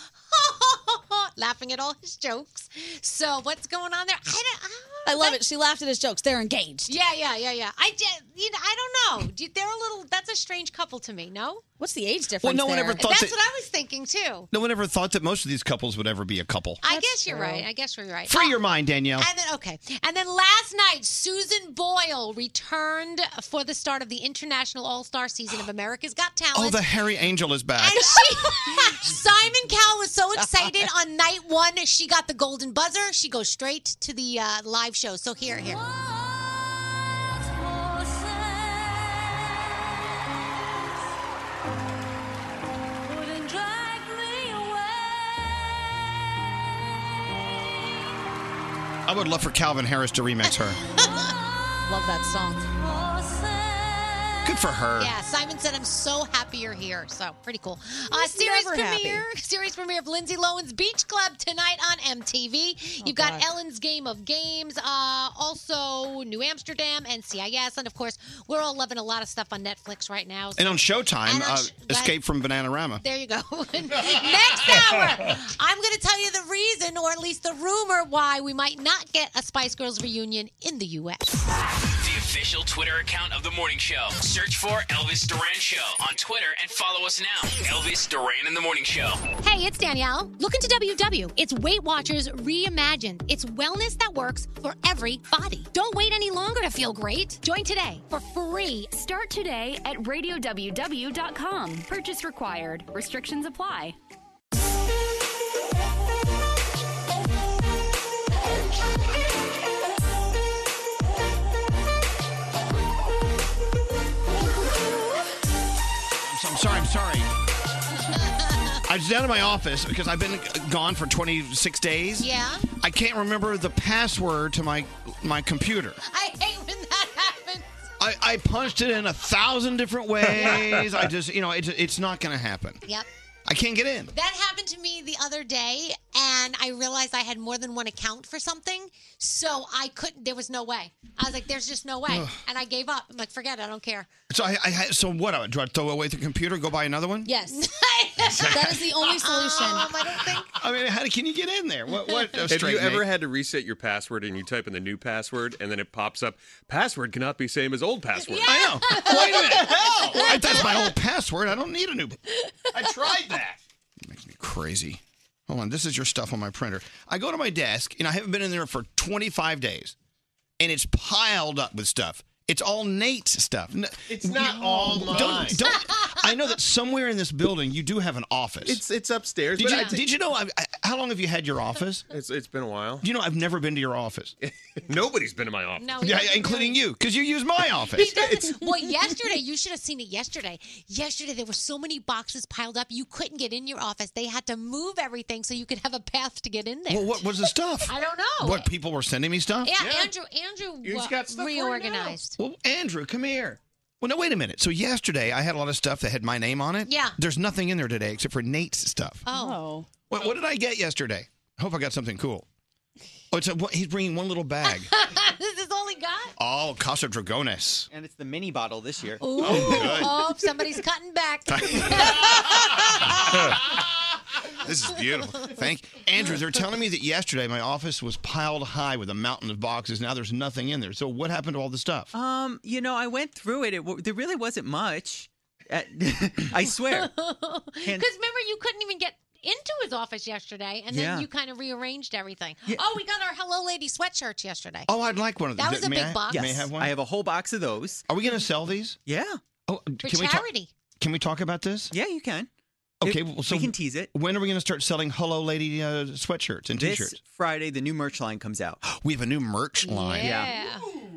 laughing at all his jokes. So what's going on there? I don't.
I love it. She laughed at his jokes. They're engaged.
Yeah, yeah, yeah, yeah. I ju- you know, I don't know. Do- They're a little. That's a strange couple to me. No.
What's the age difference?
Well, no one there? ever thought
That's
that-
what I was thinking too.
No one ever thought that most of these couples would ever be a couple.
I guess you're right. I guess you're right.
Free your mind, Danielle.
And then okay. And then last night, Susan Boyle returned for the start of the international All Star season of America's Got Talent.
Oh, the hairy angel is back.
And she, Simon Cowell was so excited on night one, she got the golden buzzer. She goes straight to the uh, live show. So here, here.
I would love for Calvin Harris to remix her.
Love that song.
Good for her.
Yeah, Simon said, I'm so happy you're here. So, pretty cool. Uh,
He's
series
never happy.
premiere, series premiere of Lindsay Lohan's Beach Club tonight on MTV.
Oh,
You've got Ellen's Game of Games, uh, also New Amsterdam and CIS. And of course, we're all loving a lot of stuff on Netflix right now. So
And on Showtime,
And on
uh,
Sh- go ahead.
Escape from Bananarama.
There you go. Next hour, I'm going to tell you the reason, or at least the rumor, why we might not get a Spice Girls reunion in the U.S.
The official Twitter account of the morning show. Search for Elvis Duran Show on Twitter and follow us now. Elvis Duran in the Morning Show.
Hey, it's Danielle. Look into WW. It's Weight Watchers reimagined. It's wellness that works for every body. Don't wait any longer to feel great. Join today for free.
Start today at radioww.com. Purchase required. Restrictions apply.
I'm, so- I'm sorry, I'm sorry. I was down in my office because I've been gone for 26 days.
Yeah.
I can't remember the password to my my computer.
I hate when that happens.
I, I punched it in a thousand different ways. I just, you know, it's, it's not going to happen.
Yep.
I can't get in.
That happened to me the other day, and I realized I had more than one account for something, so I couldn't. There was no way. I was like, "There's just no way,"
Ugh.
and I gave up. I'm like, "Forget it. I don't care."
So I, I had- so what? Do I throw away the computer? Go buy another one?
Yes,
That is
the only solution. Um, I don't think.
I mean, how can you get in there? What? What?
Have you ever had to reset your password and you type in the new password and then it pops up? Password cannot be same as old password.
I know. Wait a minute. Well, that's my old password. I don't need a new. I tried that. Crazy. Hold on. This is your stuff on my printer. I go to my desk and I haven't been in there for 25 days, and it's piled up with stuff. It's all Nate's stuff. N-
It's not all
don't,
mine.
Don't. I know that somewhere in this building you do have an office.
It's it's upstairs.
Did
but
you,
I think-
did you know? I, I- how long have you had your office?
It's it's been a while.
Do you know I've never been to your office?
Nobody's been to my office.
No, he
yeah,
doesn't
including you, because you use my
He
office.
doesn't. Well, yesterday you should have seen it. Yesterday, yesterday there were so many boxes piled up, you couldn't get in your office. They had to move everything so you could have a path to get in there.
Well, what was the stuff?
I don't know.
What people were sending me stuff?
Yeah, Andrew. Andrew
He's
wa-
got stuff right now.
reorganized.
Well, Andrew, come here. Well, no, wait a minute. So yesterday I had a lot of stuff that had my name on it.
Yeah.
There's nothing in there today except for Nate's stuff.
Oh.
What, what did I get yesterday? I hope I got something cool. Oh, it's a, what, he's bringing one little bag.
this is all he got.
oh, Casa Dragones.
And it's the mini bottle this year.
Ooh. Oh, somebody's cutting back.
This is beautiful. Thank Andrew. They're telling me that yesterday my office was piled high with a mountain of boxes. Now there's nothing in there. So what happened to all the stuff?
Um, you know, I went through it. It w- there really wasn't much. Uh, I swear.
Because remember, you couldn't even get into his office yesterday, and then
Yeah.
you kind of rearranged everything. Oh, we got our Hello Lady sweatshirts yesterday.
Oh, I'd like one of those.
That was a
May
big
I-
box.
May I have one? I have
a whole box of those.
Are we going to sell these?
Yeah.
Oh,
for
can we talk?
charity.
Can we talk about this?
Yeah, you can.
Okay, well, so
we can tease it.
When are we going to start selling Hello Lady uh, sweatshirts and
This
t-shirts?
Friday, the new merch line comes out.
We have a new merch line.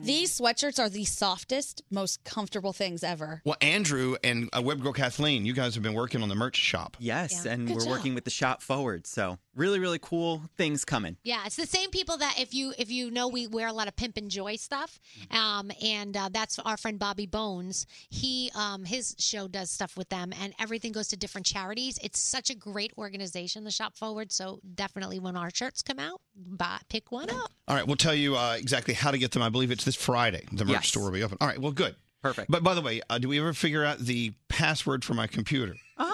These sweatshirts are the softest, most comfortable things ever.
Well, Andrew and uh, Web Girl Kathleen, you guys have been working on the merch shop.
Yes,
Yeah.
and
Good
we're
job.
working with the shop forward. So really, really cool things coming.
Yeah, it's the same people that if you if you know we wear a lot of pimp and joy stuff,
Mm-hmm.
um, and uh, that's our friend Bobby Bones. He um, his show does stuff with them, and everything goes to different charities. It's such a great organization, the Shop Forward. So definitely, when our shirts come out, buy, pick one up.
All right, we'll tell you uh, exactly how to get them. I believe it's this Friday. The merch
Yes.
store will be open. All right, well, good.
Perfect.
But by the way, uh, do we ever figure out the password for my computer?
Um,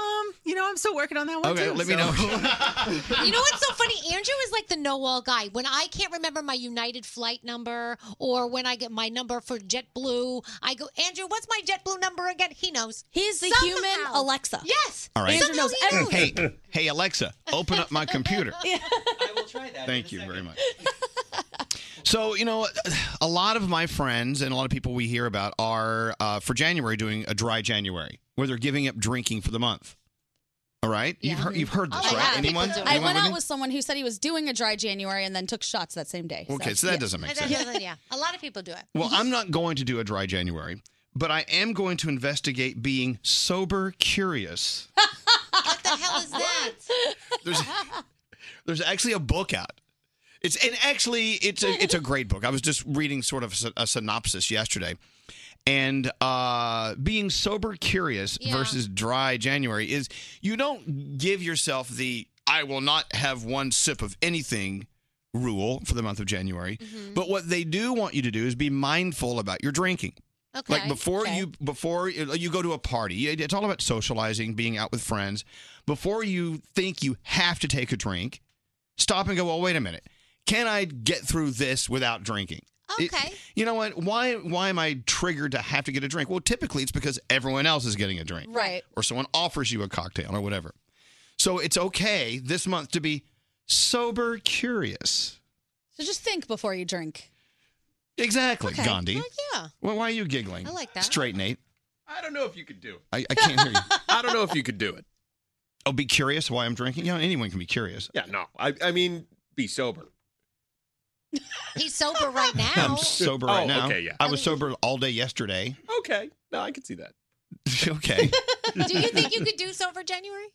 you know, I'm still working on that
Oh,
one
Okay,
too.
let me
so-
know.
you know what's so funny? Andrew is like the know all guy. When I can't remember my United flight number or when I get my number for JetBlue, I go, Andrew, what's my JetBlue number again? He knows.
He's the human Alexa.
Yes.
All right.
Somehow he knows.
hey, hey, Alexa, open up my computer.
I will try that.
Thank you very much. So, you know, a lot of my friends and a lot of people we hear about are uh, for January doing a dry January where they're giving up drinking for the month. All right? You've, heard, you've heard this,
Oh, my
right?
God.
Anyone?
I
Anyone
went
with
out
me?
with someone who said he was doing a dry January and then took shots that same day.
Okay, so that doesn't make sense.
Yeah. yeah. A lot of people do it.
Well, I'm not going to do a dry January, but I am going to investigate being sober curious.
What the hell is that?
There's there's actually a book out. It's and actually it's a it's a great book. I was just reading sort of a, synopsis yesterday, And uh, being sober curious versus dry January is you don't give yourself the I will not have one sip of anything rule for the month of January.
Mm-hmm.
But what they do want you to do is be mindful about your drinking.
Okay,
Like before you before you you go to a party, it- it's all about socializing, being out with friends. Before you think you have to take a drink, stop and go. Well, wait a minute. Can I get through this without drinking? It- you know what? Why why am I triggered to have to get a drink? Well, typically it's because everyone else is getting a drink
Right.
or someone offers you a cocktail or whatever. So it's okay this month to be sober curious.
So just think before you drink.
Exactly,
Okay.
Gandhi.
Well, yeah.
Well, why are you giggling?
I like that.
Straight Nate.
I don't know if you could do it.
I, I can't hear you.
I don't know if you could do it.
Oh, be curious why I'm drinking. You know, anyone can be curious.
Yeah, no. I, I mean, be sober.
He's sober right now.
I'm sober right
Oh,
now.
okay, yeah.
I was sober all day yesterday.
Okay. No, I could see that.
okay.
Do you think you could do sober January?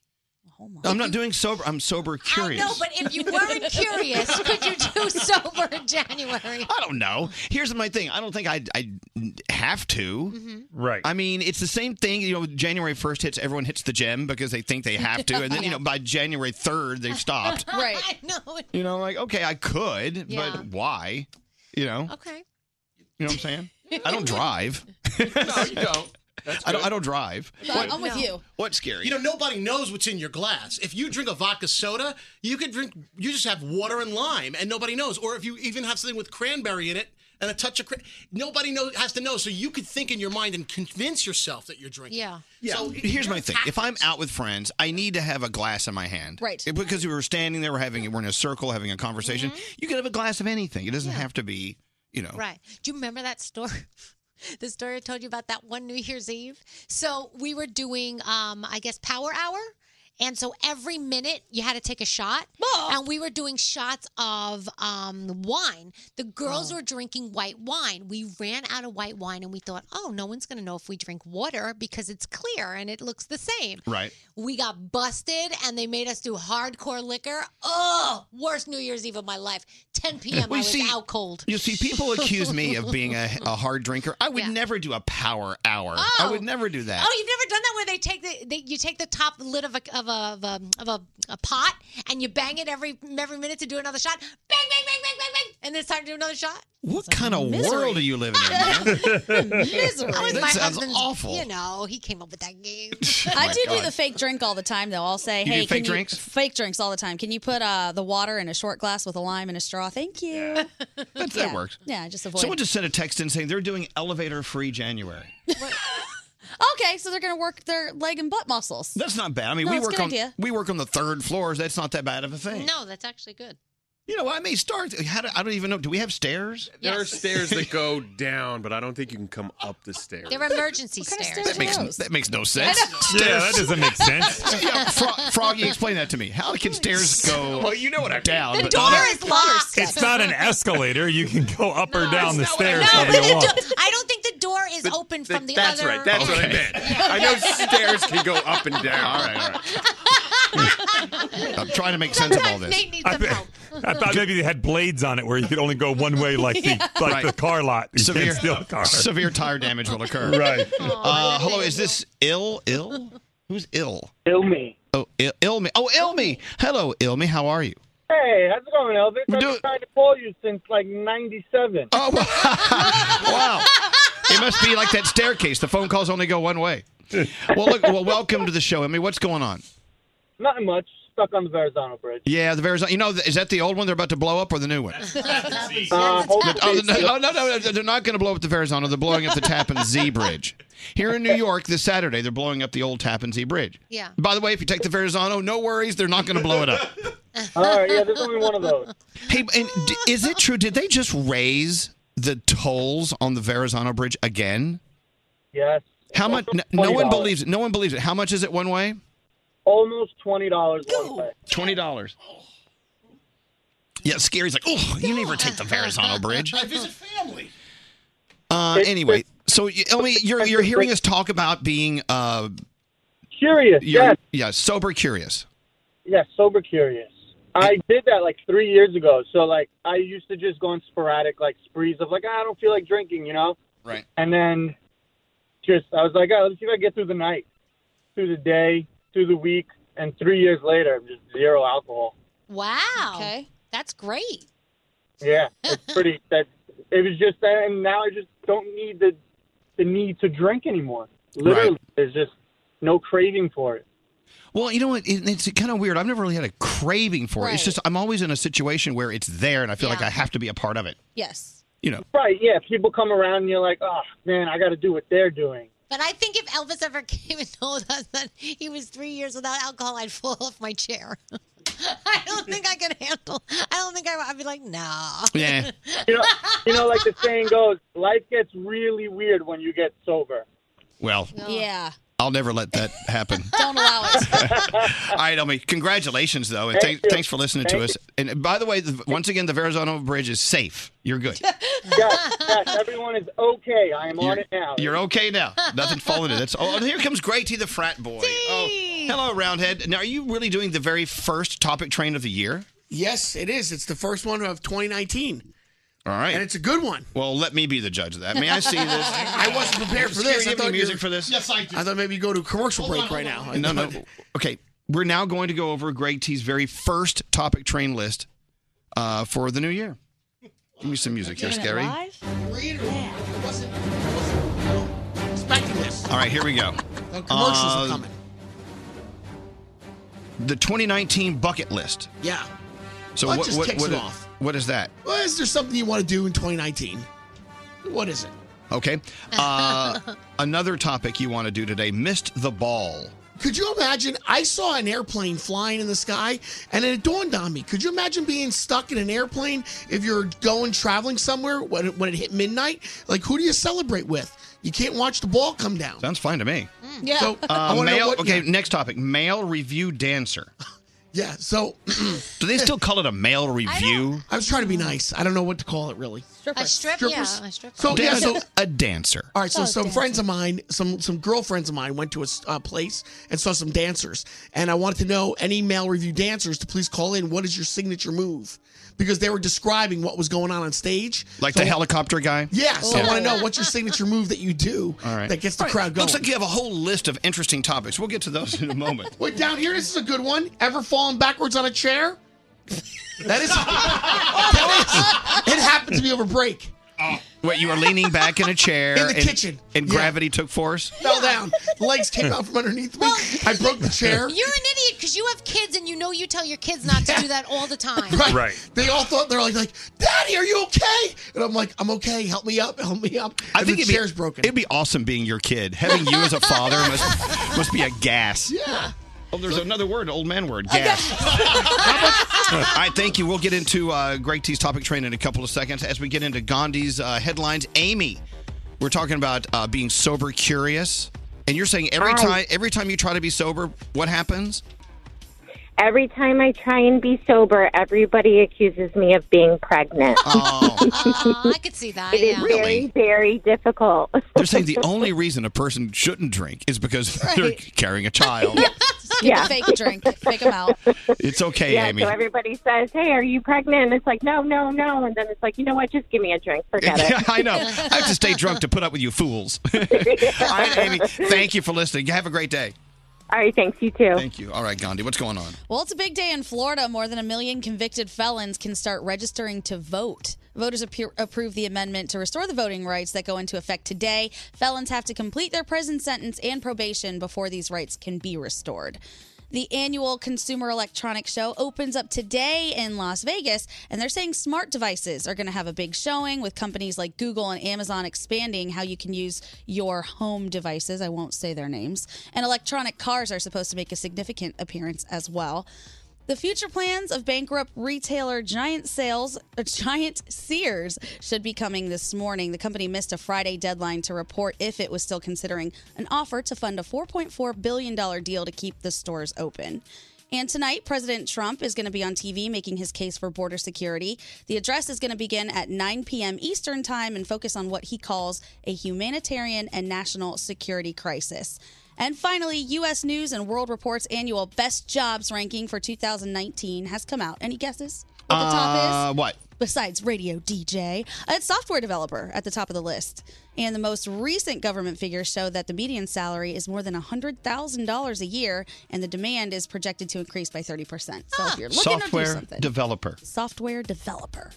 I'm not doing sober. I'm sober curious.
No, but if you weren't curious, could you do sober January?
I don't know. Here's my thing. I don't think I I have to.
Right.
I mean, it's the same thing. You know, January 1st hits. Everyone hits the gym because they think they have to, and then you know by January 3rd they've stopped.
Right. I know.
You know, like okay, I could,
Yeah.
but why? You know,
Okay.
you know what I'm saying? I don't drive.
No, you don't.
I don't. I don't drive.
I'm with you.
What's scary?
You know, nobody knows what's in your glass. If you drink a vodka soda, you could drink. You just have water and lime, and nobody knows. Or if you even have something with cranberry in it and a touch of cran, nobody knows has to know. So you could think in your mind and convince yourself that you're drinking.
Yeah.
So
Here's my thing. If I'm out with friends, I need to have a glass in my hand.
Right.
It- Because we were standing there, we're having we're in a circle having a conversation. You can have a glass of anything. It doesn't have to be, you know.
Right. Do you remember that story? The story I told you about that one New Year's Eve. So we were doing, um, I guess, Power Hour, and so every minute you had to take a shot, and we were doing shots of um, wine. The girls were drinking white wine. We ran out of white wine, and we thought, oh, no one's going to know if we drink water because it's clear and it looks the same.
Right.
We got busted and they made us do hardcore liquor. Oh, worst New Year's Eve of my life. 10 p.m.
Well,
I
you
was
see-
out cold.
You see, people accuse me of being a, a hard drinker. I would never do a power hour. I
Oh.
would never do that.
Oh, you've never done that where they take the they, you take the top lid of a of a of, a, of a, a pot and you bang it every every minute to do another shot. Bang bang bang bang bang bang, and then it's time to do another shot.
what kind of
misery.
world are you living in? man?
That was
That
my
sounds
husband's-
awful.
You know, he came up with that game.
my
I do do
God.
the fake drink all the time, though. I'll say,
You do
"Hey,
fake
can you-
drinks?
fake drinks all the time. Can you put uh, the water in a short glass with a lime and a straw? Thank you." Yeah,
That, that works.
Yeah, just avoid.
Someone just sent a text in saying they're doing elevator free January.
okay, so they're gonna work their leg and butt muscles.
That's not bad. I mean,
No,
we
it's a
work
good
on
idea.
we work on the third floors. That's not that bad of a thing.
No, that's actually good.
You know, I may start. How do, I don't even know. Do we have stairs?
There are
Yes.
stairs that go down, but I don't think you can come up the stairs.
They're emergency stairs.
That makes that makes no sense.
I know.
Yeah, that doesn't make
sense.
Yeah, Fro- Froggy, explain that to me. How can stairs go?
Well, you know what I mean.
down.
The
but-
door is locked.
It's not an escalator. You can go up or down the
No,
stairs
but
however you
the
want.
do- I don't think the door is open from the
That's
other.
right. That's what I meant. I know stairs can go up and down. All right, all right.
I'm trying to make sense of all this.
Nate needs some help.
I thought maybe they had blades on it where you could only go one way, like the
Yeah.
like
Right.
the car lot. You
Severe-
can't steal a car.
severe tire damage will occur.
Right.
Uh, hello, is this ill? Ill? Who's ill?
Ill me.
Oh, ill, ill me. Oh, ill me. Hello, ill me. How are you?
Hey, how's it going, Elvis?
We're
I've
doing-
been trying to call you since like '97.
Oh, Wow. It must be like that staircase. The phone calls only go one way. Well, look. Well, welcome to the show. I mean, what's going on?
nothing much. Stuck on the Verrazano Bridge.
Yeah, the Verrazano. You know, is that the old one they're about to blow up or the new one?
Uh, hope
The- oh, the- no, no, no, no, they're not going to blow up the Verrazano. They're blowing up the Tappan Zee Bridge. Here in New York, this Saturday, they're blowing up the old Tappan Zee Bridge.
Yeah.
By the way, if you take the Verrazano, no worries, they're not going to blow it up.
All right. Yeah, there's only one of those.
Hey, and d- is it true? Did they just raise the tolls on the Verrazano Bridge again?
Yes.
How much? n- No, one
$20.
believes it. No one believes it. How much is it one way?
Almost twenty dollars one way.
Twenty dollars. Yeah, scary's like, oh, you never take the Verrazano Bridge.
I visit family.
Uh, anyway, so you- Elmi, you're you're hearing us talk about being uh,
curious.
Yeah, yeah, sober curious.
Yeah, sober curious. I did that like three years ago. So like I "Ah, used to just go on sporadic like sprees of like I don't feel like drinking, you know.
Right.
And then just I was like, oh, let's see if I can get through the night, through the day, through the week, and three years later, I'm just zero alcohol.
Wow. Okay. That's great.
Yeah, it's pretty. that it was just that, and now I just don't need the the need to drink anymore. Literally, there's just no craving for it.
Well, you know what? It, it's kind of weird. I've never really had a craving for it. It's just I'm always in a situation where it's there, and I feel like I have to be a part of it.
Yes.
You know.
Right? Yeah. People come around, and you're like, oh man, I got to do what they're doing.
But I think if Elvis ever came and told us that he was three years without alcohol, I'd fall off my chair. I don't think I could handle. I don't think I. I'd be like, nah.
Yeah.
you know, you know, like the saying goes, life gets really weird when you get sober.
Well,
Yeah.
I'll never let that happen.
Don't allow it.
All right, Elmy. Congratulations, though, and
Thank
thank
you.
thanks for listening to
Thank
us. And by the way, the, once again, the Verrazano Bridge is safe. You're good.
yes, yes, everyone is okay. I am on
You're,
it now.
you're okay now. Nothing's falling in. That's oh, and here comes Grady the frat boy. Oh, hello, Roundhead. Now, are you really doing the very first topic train of the year?
Yes, it is. It's the first one of 2019.
All right, and
it's a good one.
Well, let me be the judge of that. May I see this?
I wasn't prepared for
Scary,
this. I
do you have any
thought
music
you-
for this? Yes, I do.
I thought maybe you go to a commercial break right now. I
No, no.
thought-
Okay, we're now going to go over Greg T's very first topic train list uh, for the new year. Give me some music here, Scary. All
Expecting this.
right, here we go.
The Oh, commercials are
Uh,
coming.
The 2019 bucket list.
Yeah.
So
Well, it
what?
just
what,
kicks
what-
it off.
what is that?
Well, is there something you want to do in 2019? What is it?
Okay. Uh, another topic you want to do today: missed the ball.
Could you imagine? I saw an airplane flying in the sky, and it dawned on me. Could you imagine being stuck in an airplane if you're going traveling somewhere when it, when it hit midnight? Like, who do you celebrate with? You can't watch the ball come down.
Sounds fine to me.
Hmm.
Yeah. So, I
Uh,
wanna know
male.
what-
okay. Next topic: male review dancer.
Yeah. So,
do they still call it a male review?
I was trying to be nice. I don't know what to call it really.
A strip,
Strippers?
yeah, a stripper.
So yeah, so
a dancer.
All right, so
Oh,
some
dancing.
friends of mine, some some girlfriends of mine, went to a s- uh, place and saw some dancers, and I wanted to know any male review dancers to please call in. What is your signature move? Because they were describing what was going on on stage,
Like
So-
the helicopter guy?
Yeah, so I want to know what's your signature move that you do
All right.
that gets the
Oh. All right,
crowd going.
Looks like you have a whole list of interesting topics. We'll get to those in a moment.
Wait, down here, this is a good one. Ever fallen backwards on a chair? That is. that is- it happened to me over break.
Oh. Wait, you were leaning back in a chair
In the
and-
kitchen.
and
Yeah.
gravity took force.
Fell down. Legs came out from underneath me. I broke the chair.
You're an idiot because you have kids and you know you tell your kids not to do that all the time.
Right. They all thought they're like, like, Daddy, are you okay? And I'm like, I'm okay. Help me up. Help me up.
I
And
think
the
it'd be,
chair's broken.
It'd be awesome being your kid. Having you as a father must must be a gas.
Yeah.
Oh, there's another word, old man word, gas. All right, thank you. We'll get into uh, Greg T's topic train in a couple of seconds as we get into Gandhi's uh, headlines. Amy, we're talking about uh, being sober curious, and you're saying every
Hi.
time every time you try to be sober, what happens?
Every time I try and be sober, everybody accuses me of being pregnant.
I could see that.
it is
yeah.
very, very difficult.
They're saying the only reason a person shouldn't drink is because they're
Right.
carrying a child.
yeah.
Fake drink. Fake them out.
It's okay,
yeah,
Amy.
so everybody says, "Hey, are you pregnant?" And it's like, "No, no, no," and then it's like, "You know what? Just give me a drink. Forget it."
Yeah, I know. I have to stay drunk to put up with you fools. All right, Amy. Thank you for listening. Have a great day.
All right, thanks. You too.
Thank you. All right, Gandhi. What's going on?
Well, it's a big day in Florida. More than a million convicted felons can start registering to vote. Voters appro- approve the amendment to restore the voting rights that go into effect today. Felons have to complete their prison sentence and probation before these rights can be restored. The annual Consumer Electronics Show opens up today in Las Vegas, and they're saying smart devices are going to have a big showing with companies like Google and Amazon expanding how you can use your home devices. I won't say their names. And electronic cars are supposed to make a significant appearance as well. The future plans of bankrupt retailer Giant Sales, or Giant Sears, should be coming this morning. The company missed a Friday deadline to report if it was still considering an offer to fund a $4.4 billion deal to keep the stores open. And tonight, President Trump is going to be on TV making his case for border security. The address is going to begin at 9 p.m. Eastern Time and focus on what he calls a humanitarian and national security crisis. And finally, U.S. News and World Report's annual Best Jobs ranking for 2019 has come out. Any guesses? What the top
Uh,
is?
what?
Besides radio DJ, a software developer at the top of the list. And the most recent government figures show that the median salary is more than $100,000 a year, and the demand is projected to increase by 30%. So
Ah.
if you're looking to do
Software
something,
developer.
software developer.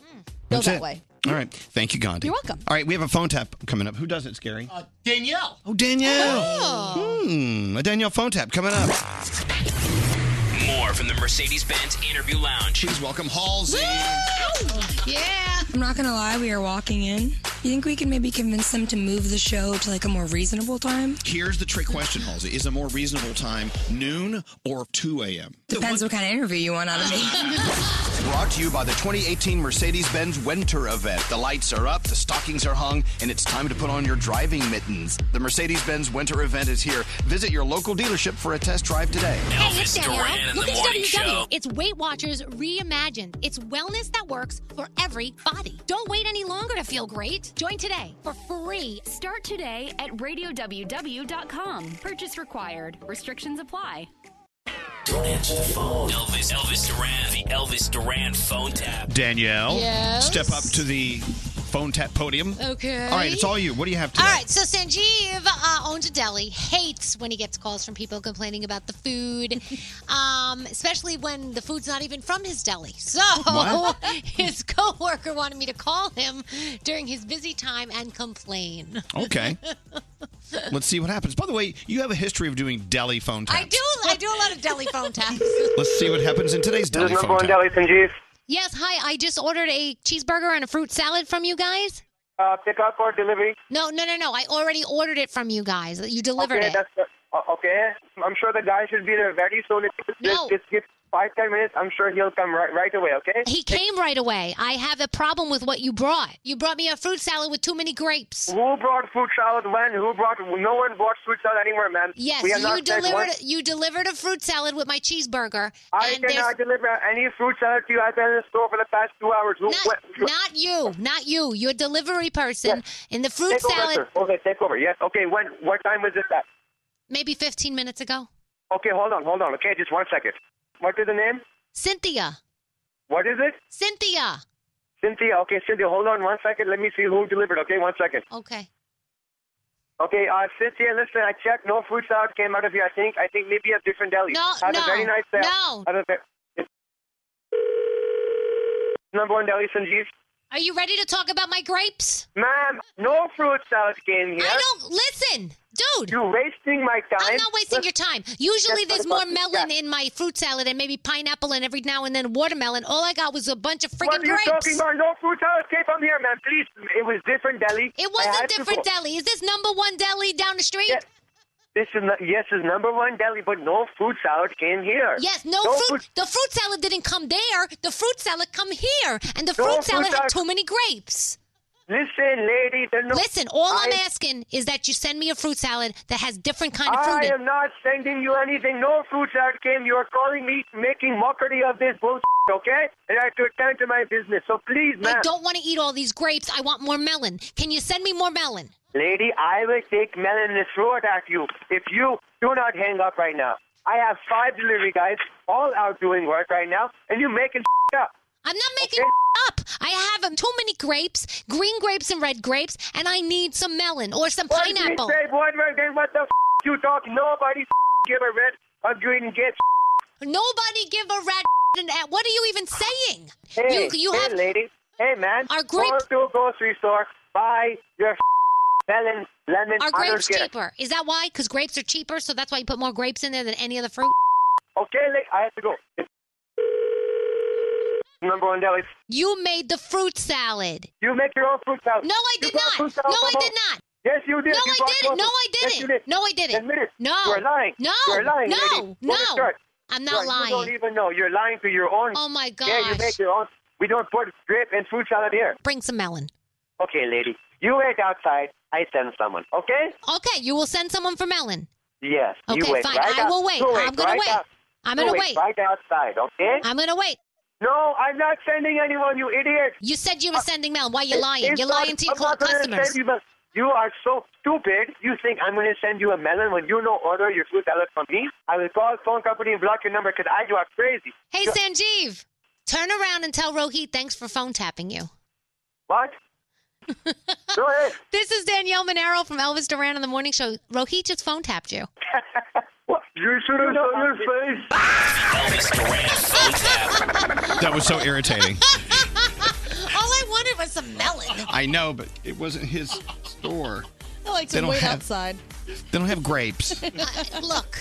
Go
That's
that
it.
way.
All right. Thank you, Gandhi.
You're welcome. Uh,
All right, we have a phone tap coming up. Who does it, Scary?
Danielle.
Oh, Danielle.
Oh.
Hmm, a Danielle phone tap coming up.
More from the Mercedes Benz Interview Lounge.
Please welcome Halsey.
Yeah. I'm not gonna lie, we are walking in. You think we can maybe convince them to move the show to like a more reasonable time?
Here's the trick question, Halsey. Is a more reasonable time noon or 2 a.m.?
Depends what kind of interview you want out of me.
Brought to you by the 2018 Mercedes Benz Winter Event. The lights are up, the stockings are hung, and it's time to put on your driving mittens. The Mercedes Benz Winter Event is here. Visit your local dealership for a test drive today.
Hey, it's Danielle. Duran in
Look
the
at
morning
WW.
show.
It's Weight Watchers reimagined. It's wellness that works for every body. Don't wait any longer to feel great. Join today.
For free. Start today at radioww.com. Purchase required. Restrictions apply.
Don't answer the phone. Elvis, Elvis Duran, the Elvis Duran phone tap.
Danielle.
Yes?
Step up to the phone tap podium.
Okay.
All right, it's all you. What do you have today?
All right, so Sanjeev uh, owns a deli, hates when he gets calls from people complaining about the food, um, especially when the food's not even from his deli. So
What?
his coworker wanted me to call him during his busy time and complain.
Okay. Let's see what happens. By the way, you have a history of doing deli phone taps.
I do I do a lot of deli phone taps.
Let's see what happens in today's deli phone tap.
Sanjeev.
Yes, hi. I just ordered a cheeseburger and a fruit salad from you guys.
Uh, pick up or delivery?
No, no, no, no. I already ordered it from you guys. You delivered
okay,
it.
That's, uh, okay. I'm sure the guy should be there very soon. If you
No.
just, just give five, ten minutes, I'm sure he'll come right, right away, okay?
He came right away. I have a problem with what you brought. You brought me a fruit salad with too many grapes.
Who brought food salad when? Who brought? No one brought food salad anywhere, man.
Yes,
we have
you
not sent
delivered
one-
you delivered a fruit salad with my cheeseburger.
I
and there's
cannot deliver any fruit salad to you. I've been in the store for the past two hours. Who, what,
not you, not you. You're a delivery person. And the fruit
take
salad
over, sir. Okay, take over. Yes. Okay. When? What time was this at?
maybe 15 minutes ago.
Okay, hold on, hold on. Okay, just one second. What is the name?
Cynthia.
What is it?
Cynthia.
Cynthia. Okay, Cynthia. Hold on one second. Let me see who delivered. Okay, one second.
Okay.
Okay, uh, Cynthia, listen, I checked. No fruit salad came out of here. I think, I think maybe a different deli.
No,
Have
no,
a very nice day.
no.
Have a ve- Number one deli, Sanjeev.
Are you ready to talk about my grapes?
Ma'am, no fruit salad came here.
I don't listen. Dude.
You're wasting my time.
I'm not wasting your time. Usually
Yes,
there's
motherfucker.
more melon
Yes.
in my fruit salad and maybe pineapple and every now and then watermelon. All I got was a bunch of
What
freaking
are you
grapes.
talking about? No fruit salad came from here, ma'am. Please, it was different deli.
It
I
was a
had to
different
go.
deli. Is this number one deli down the street?
This is not, yes, is number one deli, but no fruit salad came here.
Yes, no, fruit. The fruit salad didn't come there. The fruit salad come here, and the
No
fruit
fruit
salad had
salad-
too many grapes.
Listen, lady, the no,
Listen, all I, am
I-
asking is that you send me a fruit salad that has different kind of fruit.
I
in
am not sending you anything. No fruit salad came. You're calling me, making mockery of this bullshit, okay? And I have to attend to my business. So please,
it. I
ma'am.
don't want to eat all these grapes. I want more melon. Can you send me more melon?
Lady, I will take melon and throw it at you if you do not hang up right now. I have five delivery guys all out doing work right now, and you're making up.
I'm not making up. I have um, too many grapes, green grapes and red grapes, and I need some melon or some
What
pineapple.
Did you say one word, then what the f- you talk? Nobody f- give a red or green gift.
Nobody give a rat. an a- What are you even saying?
Hey,
you, you
hey,
have
lady. Hey, man.
Our grape-
Go to a grocery store, buy your f- melon, lemon,
Are
other
grapes
gift.
cheaper? Is that why? Because grapes are cheaper, so that's why you put more grapes in there than any other fruit.
Okay, lady, I have to go. Number one deli.
You made the fruit salad.
You make your own fruit salad.
No, I did not. No, I did not.
Yes, you did.
No,
You
I
bought
didn't.
both
No,
of-
I
Yes,
didn't.
you did.
No, I didn't.
Admit it.
No.
You're lying.
No.
You're lying,
No.
lady. Go to
No.
church.
I'm not
Right, You
lying.
don't even know. You're lying to your own.
Oh, my
Yeah, you
gosh.
make your own. We don't put grape and fruit salad here.
Bring some melon.
Okay, lady. You wait outside. I send someone. Okay?
Okay, you will send someone for melon.
Yes.
Okay,
you wait.
fine.
Right
I
out-
will wait.
you
I'm gonna
right
wait.
out-
I'm
you
gonna wait.
Right outside. Okay.
I'm gonna wait.
No, I'm not sending anyone. You idiot. Uh,
You said you were sending melon. Why are you
It-
lying?
it's
You're
not-
lying to your
I'm not gonna
customers.
send you mel- You are so stupid. You think I'm going to send you a melon when you no order your fruit salad from me? I will call phone company and block your number because I you are crazy.
Hey, Sanjeev. Turn around and tell Rohit thanks for phone tapping you.
What? Go ahead.
This is Danielle Monero from Elvis Duran on the Morning Show. Rohit just phone tapped you.
You should have known your face.
That was so irritating.
All I wanted was some melon.
I know, but it wasn't his store.
Oh, I like
to They don't wait have-
outside.
They don't have grapes.
Uh, Look.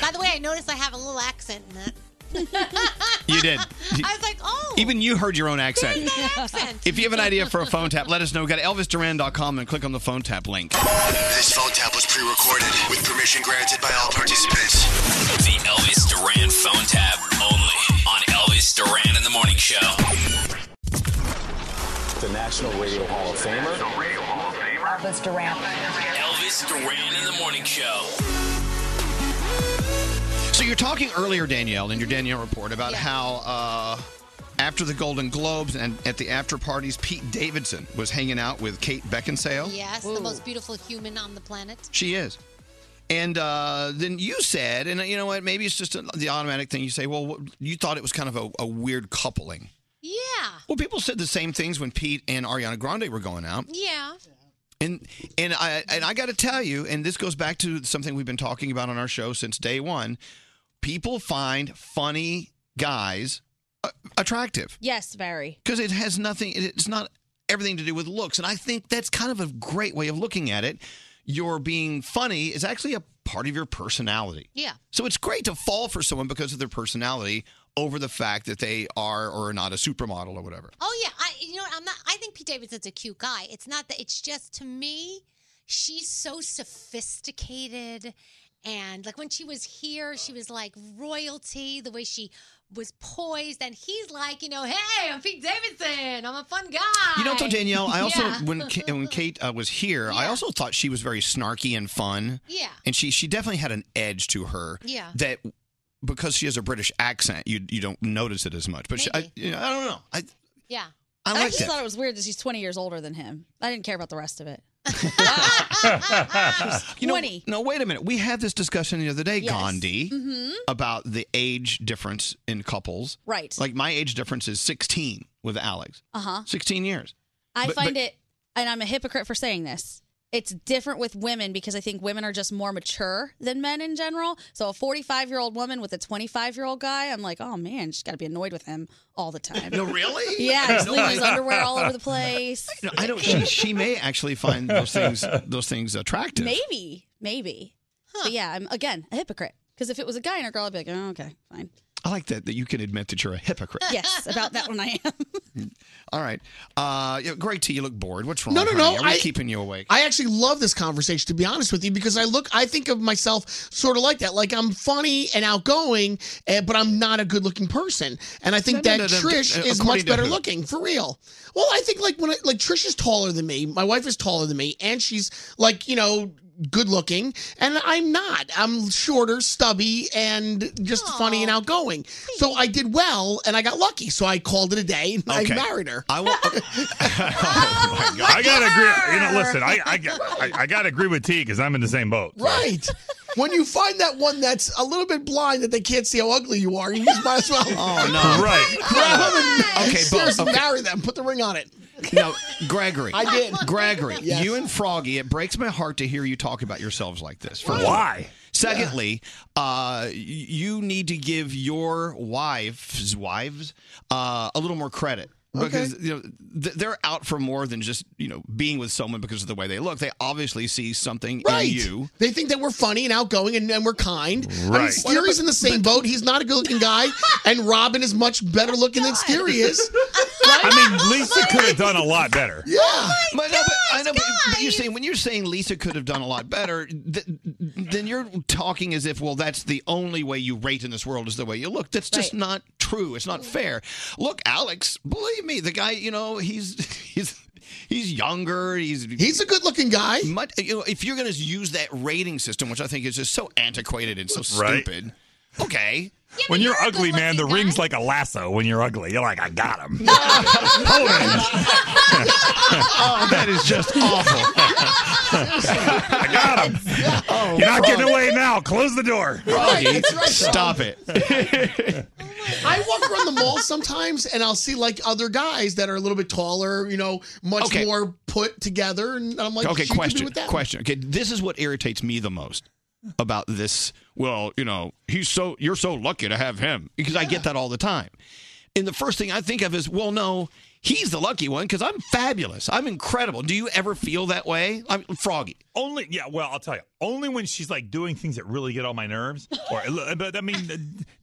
By the way, I noticed I have a little accent in that. I
You did.
was like, oh.
Even you heard your own
there's
accent.
that accent.
If you have an idea for a phone tap, let us know. Go to elvisduran.com and click on the phone tap link.
This phone tap was pre-recorded with permission granted by all participants.
The Elvis Duran phone tab only on Elvis Duran in the Morning Show.
The National Radio Hall of Famer.
Elvis Duran. Elvis Duran in the Morning Show.
So you're talking earlier, Danielle, in your Danielle report about how uh, after the Golden Globes and at the after parties, Pete Davidson was hanging out with Kate Beckinsale.
Yes, the most beautiful human on the planet.
She is. And uh, then you said, and uh, you know what? Maybe it's just the automatic thing you say. Well, what- you thought it was kind of a, a weird coupling.
Yeah.
Well, people said the same things when Pete and Ariana Grande were going out.
Yeah.
And and I and I got to tell you, and this goes back to something we've been talking about on our show since day one. People find funny guys uh, attractive
Yes, very.
because it has nothing. it- It's not everything to do with looks, and I think that's kind of a great way of looking at it. Your being funny is actually a part of your personality.
Yeah.
So it's great to fall for someone because of their personality over the fact that they are or are not a supermodel or whatever.
Oh yeah, I you know what, I'm not. I think Pete Davidson's a cute guy. It's not that. It's just to me, she's so sophisticated, and like when she was here, she was like royalty. The way she was poised, and he's like, you know, hey, I'm Pete Davidson. I'm a fun guy.
You know, though, Danielle, I also
Yeah.
when Ka- when Kate uh, was here, I also thought she was very snarky and fun.
Yeah.
and she she definitely had an edge to her.
Yeah.
that because she has a British accent, you you don't notice it as much. But she, I, you know, I don't know. I
Yeah.
I like
just
that.
thought it was weird that she's 20 years older than him. I didn't care about the rest of it.
you know,
20.
No, wait a minute. We had this discussion the other day,
Yes.
Gandhi,
Mhm.
about the age difference in couples.
Right.
Like my age difference is 16 with Alex.
Uh-huh.
16 years.
I
But-
find
but-
it, and I'm a hypocrite for saying this. It's different with women because I think women are just more mature than men in general. So a 45 year old woman with a 25 year old guy, I'm like, oh man, she's got to be annoyed with him all the time.
No, really?
Yeah, he's
No,
leaving
I-
his underwear all over the place.
No, I don't. She, she may actually find those things those things attractive.
Maybe, maybe. But yeah, I'm again a hypocrite because if it was a guy and a girl, I'd be like, oh, okay, fine.
I like that that you can admit that you're a hypocrite.
Yes, about that one I am.
All right. Uh, yeah, Greg T, you look bored. What's wrong?
No, no,
honey?
no,
Are we
I-
keeping you awake?
I actually love this conversation, to be honest with you, because I look, I think of myself sort of like that. Like I'm funny and outgoing, eh, but I'm not a good looking person. And I think
No,
that
no, no, no,
Trish
uh,
is
according
much
to
better
who?
looking, for real. Well, I think like when I, like Trish is taller than me, my wife is taller than me, and she's like, you know, good looking, and I'm not. I'm shorter, stubby, and just funny and outgoing. So I did well and I got lucky. So I called it a day and I married her.
I
I gotta agree. You know, listen, I I, I, I gotta agree with T because I'm in the same boat.
Right. when you find that one that's a little bit blind that they can't see how ugly you are, you just might as well.
Oh no!
Right.
Grab them and
Okay, but-
seriously
okay.
marry them. Put the ring on it.
No, Gregory.
I did.
Gregory,
Yes.
you and Froggy, it breaks my heart to hear you talk about yourselves like this. First of all.
Why?
Secondly, uh, y- you need to give your wives wives uh, a little more credit because you know th- they're out for more than just you know being with someone because of the way they look. They obviously see something
Right.
in you.
They think that we're funny and outgoing and, and we're kind. I mean,
Right.
Scary's in the same boat. He's not a good looking guy. and Robin is much
Oh,
better looking than Scary is.
I mean, Lisa could have done a lot better.
Yeah.
but, no, but- I know, but, but you're saying when you're saying Lisa could have done a lot better, th- then you're talking as if well that's the only way you rate in this world is the way you look. That's just not true. It's not fair. Look, Alex, believe me, the guy, you know, he's he's he's younger. He's he's
a good looking guy.
Much, you know, if you're going to use that rating system, which I think is just so antiquated and so
Right.
stupid. Okay.
when you're, ugly, man, the ring's like a lasso. When you're ugly, you're like, I got him.
oh,
that is just awful. I got him. you're not getting away now. Close the door.
Oh. Right, that's right,
Stop it.
I walk around the mall sometimes and I'll see like other guys that are a little bit taller, you know, much
Okay.
more put together. And I'm like,
okay,
she could be
question.
with that.
Question. Okay, this is what irritates me the most about this. Well, you know, he's so you're so lucky to have him because I get that all the time. And the first thing I think of is, well, no, he's the lucky one because I'm fabulous. I'm incredible. Do you ever feel that way? I'm froggy.
Only, yeah, well, I'll tell you. Only when she's like doing things that really get on my nerves. Or, but I mean, uh,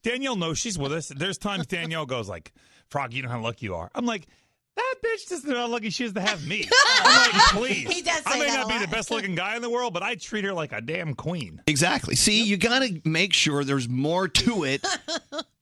Danielle knows she's with us. There's times Danielle goes like, "Frog, you know how lucky you are." I'm like, that bitch doesn't know how lucky she is to have me. I'm like, please.
He does
I
say
may
that
not
a
be the
lot.
best looking guy in the world, but I treat her like a damn queen.
Exactly. See, you got to make sure there's more to it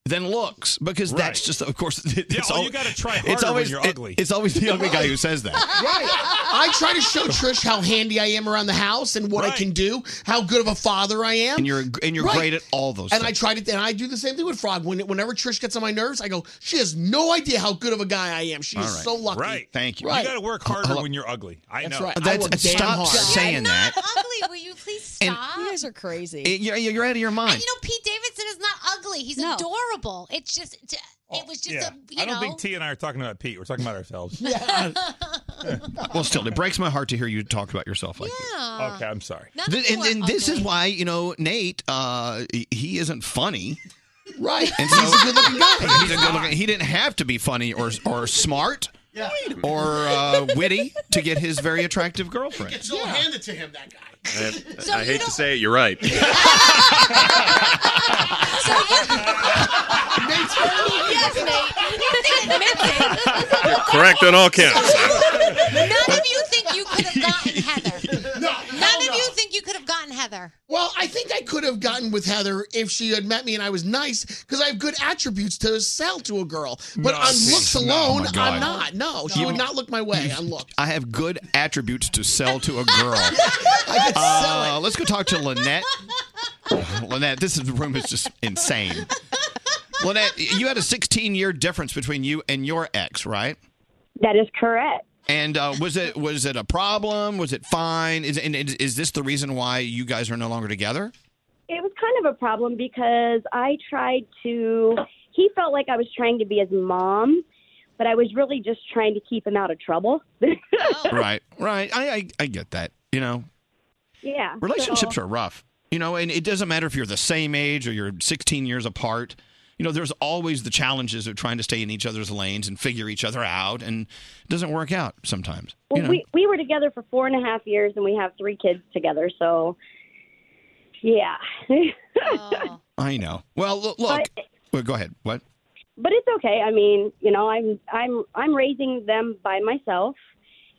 than looks because that's just, of course, it-
Yeah,
it's
all
al-
you gotta try
it's
harder when
always-
you're
it-
ugly.
it's always the ugly guy who says that.
Right. I try to show Trish how handy I am around the house and what I can do, how good of a father I am.
And you're and you're
Right.
great at all those.
and
things.
I tried it, and I do the same thing with Frog. When, whenever Trish gets on my nerves, I go, "She has no idea how good of a guy I am. She is
All right.
so lucky."
Right.
Thank you.
Right.
You got to work harder
Hello.
when you're ugly. I
That's
know.
right. That's- I work damn stop hard. saying Yeah, I'm not that.
ugly. Will you please stop?
you guys are crazy.
It- you're, you're out of your mind.
And you know, Pete Davidson is not ugly. He's adorable. It's just,
Oh,
it was just
Yeah.
a, you
I don't
know.
think T and I are talking about Pete. We're talking about ourselves.
well, still, it breaks my heart to hear you talk about yourself like this.
Yeah.
Okay, I'm sorry.
None of
and
you
and
are
this is
ugly.
why you know Nate. Uh, he- he isn't funny.
Right.
And
He's a good-looking guy.
He's a good looking. He didn't have to be funny or or smart or uh, witty to get his very attractive girlfriend.
It's all handed to him. That guy.
I,
So
I
you
hate to
don't-
say it, you're right.
yes, Nate. You think admit it.
Correct on all counts.
None of you think you could have gotten Heather. None of you think you could have gotten Heather.
Well, I think I could have gotten with Heather if she had met me and I was nice because I have good attributes to sell to a girl. But
No,
on
see,
looks
no,
alone,
my God.
I'm not. No, she
You-
would not look my way on look.
I have good attributes to sell to a girl. Uh, let's go talk to Lynette. Lynette, this is, room is just insane. Lynette, you had a 16 year difference between you and your ex, right?
That is correct.
And uh, was it was it a problem? Was it fine? Is and is, is this the reason why you guys are no longer together?
It was kind of a problem because I tried to, he felt like I was trying to be his mom, but I was really just trying to keep him out of trouble. Oh.
Right, right. I, I I get that. You know,
yeah.
relationships
so-
are rough. You know, and it doesn't matter if you're the same age or you're 16 years apart. You know, there's always the challenges of trying to stay in each other's lanes and figure each other out, and it doesn't work out sometimes.
Well, we, we were together for four and a half years and we have three kids together. So, yeah.
I know. Well, look. look.
But-
Well, go ahead. What?
but it's okay. I mean, you know, I'm I'm I'm raising them by myself,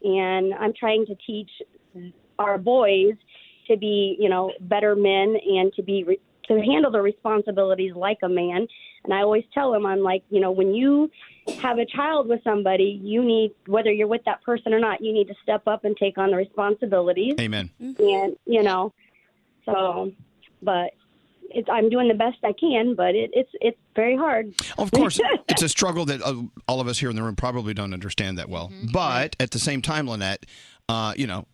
and I'm trying to teach our boys to be, you know, better men and to be re- to handle their responsibilities like a man. And I always tell them, I'm like, you know, when you have a child with somebody, you need whether you're with that person or not, you need to step up and take on the responsibilities.
Amen.
And you know, so, but. It's, I'm doing the best I can, but it, it's it's very hard.
Of course, it's a struggle that uh, all of us here in the room probably don't understand that well.
Mm-hmm.
But at the same time, Lynette, uh, you know,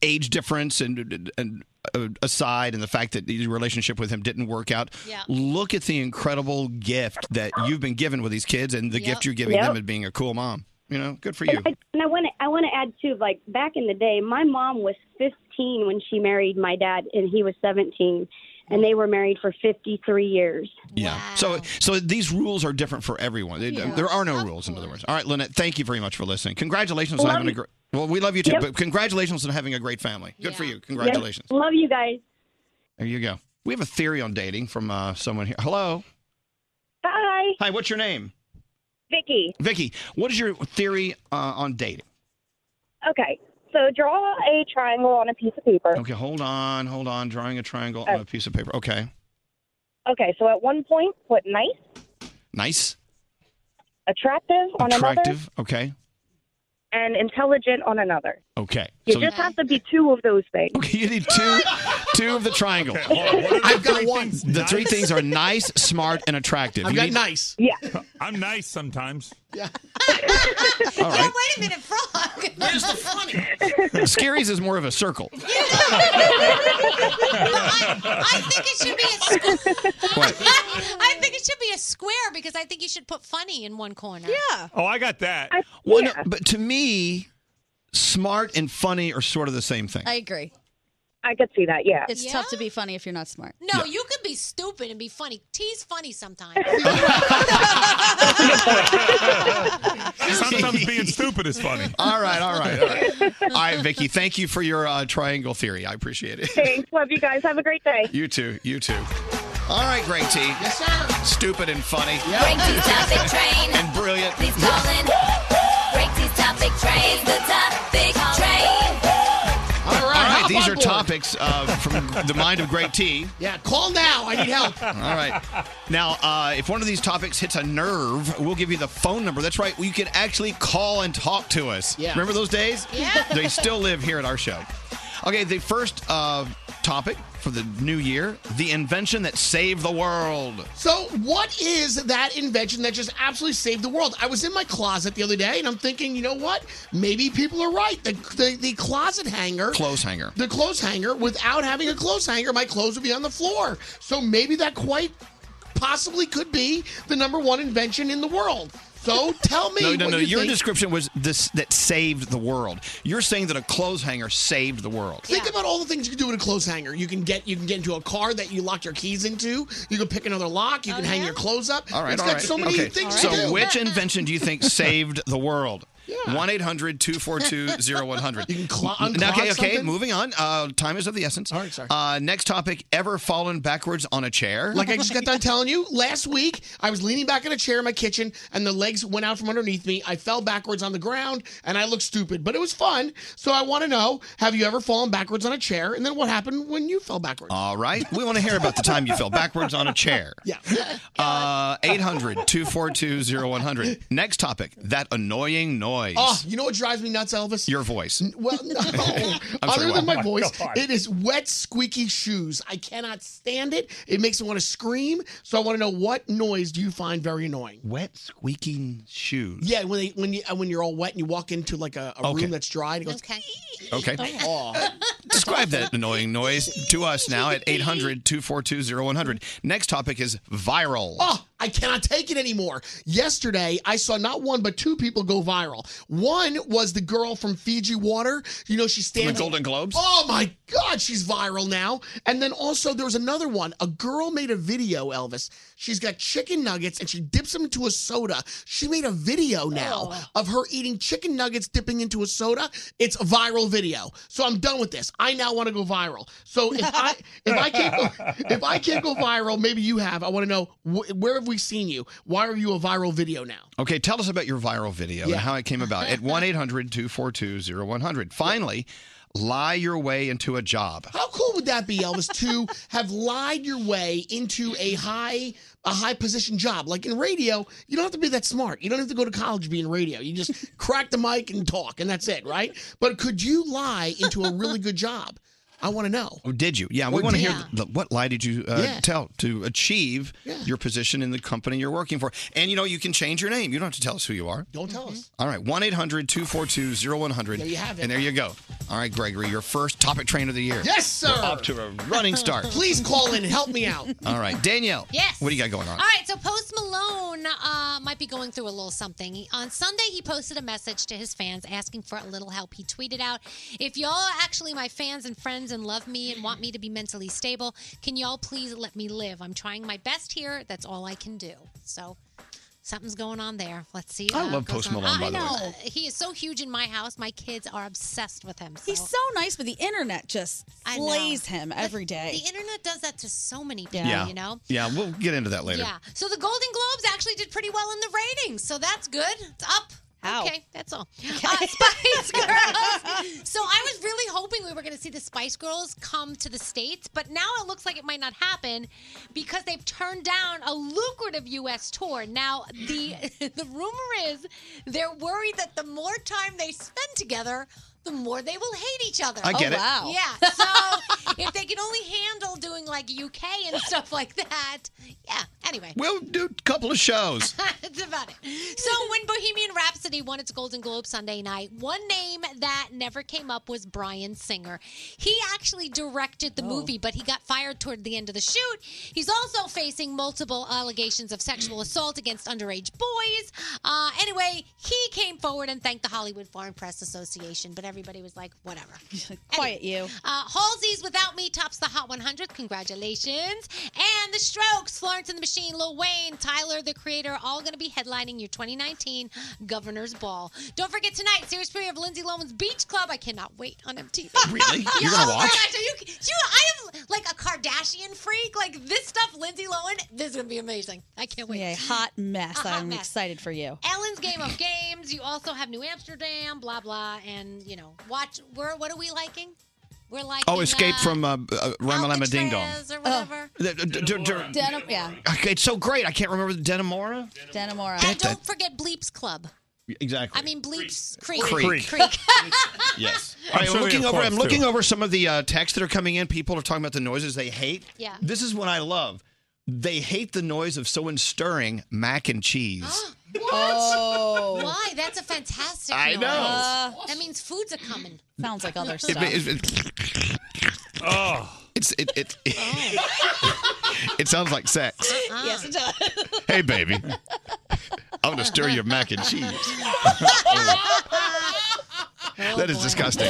age difference and and uh, aside, and the fact that your relationship with him didn't work out,
Yeah.
look at the incredible gift that you've been given with these kids, and the gift you're giving
Yep.
them of being a cool mom. You know, good for you.
And I, and I want to I want to add too, like back in the day, my mom was 15 when she married my dad, and he was 17, and they were married for 53 years.
Yeah. So so these rules are different for everyone. They-
Yeah.
There are no rules, in other words. All right, Lynette, thank you very much for listening. Congratulations on
Love
having a
you.
great. Well, we love you too,
Yep.
but congratulations on having a great family. Good for you. Congratulations.
Yep. Love you guys.
There you go. We have a theory on dating from uh, someone here. Hello.
Hi.
Hi. What's your name?
Vicky.
Vicky. What is your theory uh, on dating?
Okay, so draw a triangle on a piece of paper.
Okay, hold on, hold on. Drawing a triangle on a piece of paper. Okay,
Okay, so at one point, put nice,
nice,
attractive on
attractive. Okay,
another, and intelligent on another.
okay.
You just have to be two of those things.
Okay, you need two. Two of the triangle.
Okay, hold on. What are the
I've got
three
one.
things?
The three
Nice?
things are nice, smart, and attractive. You need-
Yeah. I'm nice sometimes.
All right.
Wait a minute, frog. Where's the funny?
Scaries is more of a circle.
I think it should be a square.
What?
I think it should be a square because I think you should put funny in one corner. Yeah.
Oh, I got that.
Well, no, but to me, smart and funny are sort of the same thing.
I agree.
I could see that. Yeah.
It's tough to be funny if you're not smart.
No, you could be stupid and be funny. Tease funny sometimes.
Sometimes being stupid is funny.
All right, all right, all right. All right, Vicky, thank you for your uh, triangle theory. I appreciate it.
Thanks. Love you guys. Have a great day.
You too, you too. All right, Great T. Yes, sir. Stupid and funny.
Great T's topic train.
And brilliant.
Please call in. Break these topic trains. The topic train.
All right, these
hop on
are
board.
topics uh, from the mind of Great T.
Yeah, call now. I need help.
All right. Now, uh, if one of these topics hits a nerve, we'll give you the phone number. That's right. You can actually call and talk to us.
Yeah.
Remember those days?
Yeah.
They still live here at our show. Okay, the first uh, topic for the new year the invention that saved the world.
So, what is that invention that just absolutely saved the world? I was in my closet the other day and I'm thinking, you know what? Maybe people are right. The, the, the closet hanger,
Clothes hanger.
the clothes hanger, without having a clothes hanger, my clothes would be on the floor. So, maybe that quite possibly could be the number one invention in the world. So, tell me.
No, no,
what
no.
you
Your
think.
description was this that saved the world. You're saying that a clothes hanger saved the world.
Think about all the things you can do with a clothes hanger. You can get you can get into a car that you locked your keys into. You can pick another lock. You can hang your clothes up.
All right,
It's
Oh, all
got
right.
so many
okay.
things
So,
to do.
which invention do you think saved the world? 1 800 242 0100. You can
clo-
Okay, okay,
unclog something?
moving on. Uh, time is of the essence. All right, sorry. Uh, next topic ever fallen backwards on a chair?
Like I just got done telling you, last week I was leaning back in a chair in my kitchen and the legs went out from underneath me. I fell backwards on the ground and I looked stupid, but it was fun. So I want to know have you ever fallen backwards on a chair? And then what happened when you fell backwards?
All right. We want to hear about the time you fell backwards on a chair. Uh, Yeah. 800 242 0100. Next topic that annoying noise.
Oh, you know what drives me nuts, Elvis?
Your voice.
Well, no.
I'm sorry,
Other than
what?
my
Oh my
voice,
God.
it is wet, squeaky shoes. I cannot stand it. It makes me want to scream. So I want to know what noise do you find very annoying?
Wet, squeaking shoes.
Yeah, when they when you uh, when you're all wet and you walk into like a, a
Okay.
room that's dry and it goes. Okay.
Okay.
Oh.
Describe that annoying noise to us now at 800 242 0100. Next topic is viral.
Oh, I cannot take it anymore. Yesterday, I saw not one but two people go viral. One was the girl from Fiji Water. You know, she stands
The Golden Globes?
Oh my God, she's viral now. And then also there was another one. A girl made a video, Elvis. She's got chicken nuggets and she dips them into a soda. She made a video now of her eating chicken nuggets dipping into a soda. It's a viral video. So I'm done with this. I now want to go viral. So if I if I can't go, if I can't go viral, maybe you have. I want to know wh- where have we seen you? Why are you a viral video now?
Okay, tell us about your viral video
Yeah.
and how it came about at 1 800 242 0100. Finally, lie your way into a job.
How cool would that be, Elvis, to have lied your way into a high a high position job? Like in radio, you don't have to be that smart. You don't have to go to college to be in radio. You just crack the mic and talk, and that's it, right? But could you lie into a really good job? I want to know.
Oh, did you? Yeah, we
Or
want to
did-
hear the, what lie did you uh,
Yeah.
tell to achieve
Yeah.
your position in the company you're working for? And you know, you can change your name. You don't have to tell us who you are.
Don't tell us.
All right, 1 800 242 0100.
There you have it.
And there you go. All right, Gregory, your first topic train of the year.
Yes, sir.
We're off to a running start.
Please call in and help me out.
All right, Danielle.
Yes.
What do you got going
All
on?
right, so Post Malone uh, might be going through a little something. He- on Sunday, he posted a message to his fans asking for a little help. He tweeted out, If y'all are actually my fans and friends and love me and want me to be mentally stable, can y'all please let me live? I'm trying my best here. That's all I can do. So. Something's going on there. Let's see.
I
uh,
love
goes
Post
on.
Malone,
I
by the way.
know. He is so huge in my house. My kids are obsessed with him.
He's so nice, but the internet just
I know.
slays him every
The
day.
internet does that to so many people,
yeah.
you know?
Yeah, we'll get into that later.
Yeah. So the Golden Globes actually did pretty well in the ratings, so that's good. It's up. Okay, that's all. Uh, Spice Girls. so I was really hoping we were going to see the Spice Girls come to the states, but now it looks like it might not happen because they've turned down a lucrative U.S. tour. Now the the rumor is they're worried that the more time they spend together, the more they will hate each other.
I get Oh, it. wow.
Yeah. So if they can only handle doing like UK and stuff like that, yeah. Anyway.
We'll do a couple of shows.
That's about it. So when Bohemian Rhapsody won its Golden Globe Sunday night, one name that never came up was Brian Singer. He actually directed the movie, but he got fired toward the end of the shoot. He's also facing multiple allegations of sexual assault against underage boys. Uh, anyway, he came forward and thanked the Hollywood Foreign Press Association, but everybody was like, whatever. Quiet
you.
Uh, Halsey's Without Me tops the Hot 100. Congratulations. And The Strokes, Florence and the Machine, Lil Wayne, Tyler, the creator, all going to be headlining your 2019 Governor's Ball. Don't forget tonight, series premiere of Lindsay Lohan's Beach Club. I cannot wait on MTV.
Really?
Yeah,
You're gonna
oh my
watch?
gosh, are you, you, I am like a Kardashian freak. Like this stuff, Lindsay Lohan, this is going to be amazing. I can't wait.
A hot mess.
A hot
I'm
mess.
excited for you.
Ellen's Game of Games. You also have New Amsterdam, blah, blah. And, you know, watch. We're, what are we liking? We're liking.
Oh, escape
uh,
from uh, uh, Ramalama Ding Dong.
Alcatraz Or whatever.
The- the- the- the-
Denim, yeah.
Okay, it's so great. I can't remember the Denimora.
Denimora.
Get that-
And don't forget Bleeps Club.
Exactly.
I mean Bleeps Creek.
Creek. Creek. yes. All right,
I'm
I'm
sure they
looking
have
over. I'm
clubs,
looking
too.
over some of the uh, texts that are coming in. People are talking about the noises they hate.
Yeah.
This is what I love. They hate the noise of someone stirring mac and cheese.
what? Oh. Why? That's a fantastic.
I
noise.
know. Uh,
that means foods are coming.
Sounds like other
It- it- it- It's it it it, it sounds like sex.
Yes, it does.
Hey baby, I'm gonna stir your mac and cheese.
Oh,
that is disgusting.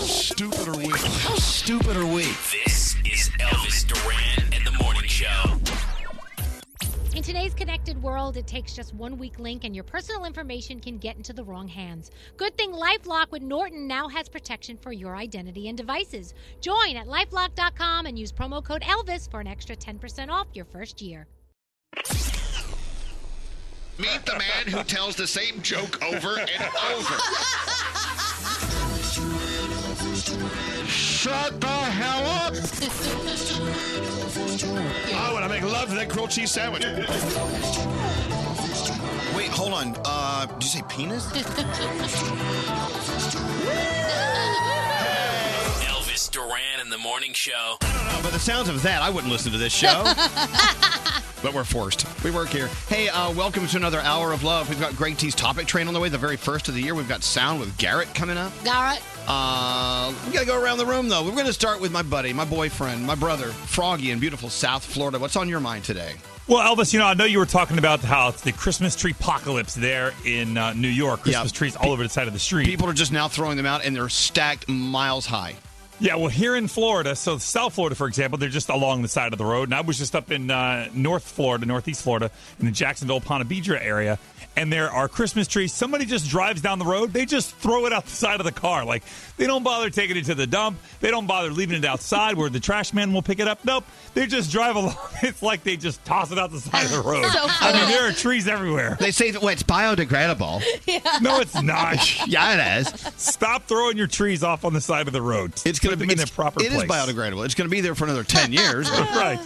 Stupid or weak? How stupid are we?
This is Elvis Duran and the Morning Show.
In today's connected world, it takes just one weak link and your personal information can get into the wrong hands. Good thing Lifelock with Norton now has protection for your identity and devices. Join at lifelock.com and use promo code Elvis for an extra 10% off your first year.
Meet the man who tells the same joke over and over. Shut the hell up! I want to make love to that grilled cheese sandwich. Wait, hold on. Uh, did you say penis?
Elvis Duran and the Morning Show.
Oh, by the sounds of that, I wouldn't listen to this show. But we're forced. We work here. Hey, uh, welcome to another hour of love. We've got Greg T's topic train on the way, the very first of the year. We've got sound with Garrett coming up.
Garrett.
Uh, we gotta go around the room though. We're gonna start with my buddy, my boyfriend, my brother, Froggy in beautiful South Florida. What's on your mind today?
Well, Elvis, you know, I know you were talking about how it's the Christmas tree apocalypse there in uh, New York. Christmas trees all over the side of the street.
People are just now throwing them out, and they're stacked miles high.
Yeah, well, here in Florida, so South Florida, for example, they're just along the side of the road. And I was just up in uh, North Florida, Northeast Florida, in the Jacksonville, Ponte Vedra area, and there are Christmas trees. Somebody just drives down the road, they just throw it out the side of the car. Like they don't bother taking it to the dump, they don't bother leaving it outside where the trash man will pick it up. Nope, they just drive along. It's like they just toss it out the side of the road.
So
I mean, there are trees everywhere.
They say that well, it's biodegradable.
No, it's not.
yeah, it is.
Stop throwing your trees off on the side of the road. It's going to be in their proper
It is
place.
biodegradable. It's going to be there for another 10 years. but-
Right.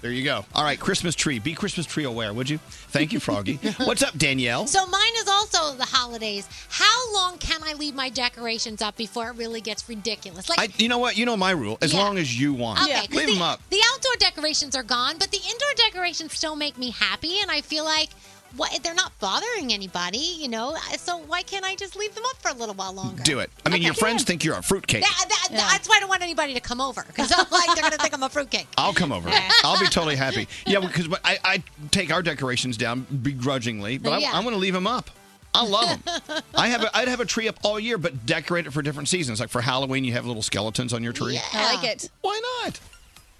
There you go. All right, Christmas tree. Be Christmas tree aware, would you? Thank you, Froggy. What's up, Danielle?
So mine is also the holidays. How long can I leave my decorations up before it really gets ridiculous? Like
I, you know what? You know my rule. As
Yeah.
long as you want,
Okay, 'cause
leave
the,
them up.
The outdoor decorations are gone, but the indoor decorations still make me happy, and I feel like what they're not bothering anybody, you know. Uh, So why can't I just leave them up for a little while longer?
Do it. I mean,
Okay.
your friends think you're a fruitcake.
That- that- That's why I don't want anybody to come over because I'm like they're gonna think I'm a fruitcake.
I'll come over. I'll be totally happy. Yeah, because but I, I take our decorations down begrudgingly, but I,
Yeah.
I'm going to leave them up. I love them. I have a, I'd have a tree up all year, but decorate it for different seasons. Like for Halloween, you have little skeletons on your tree.
I like it.
Why not?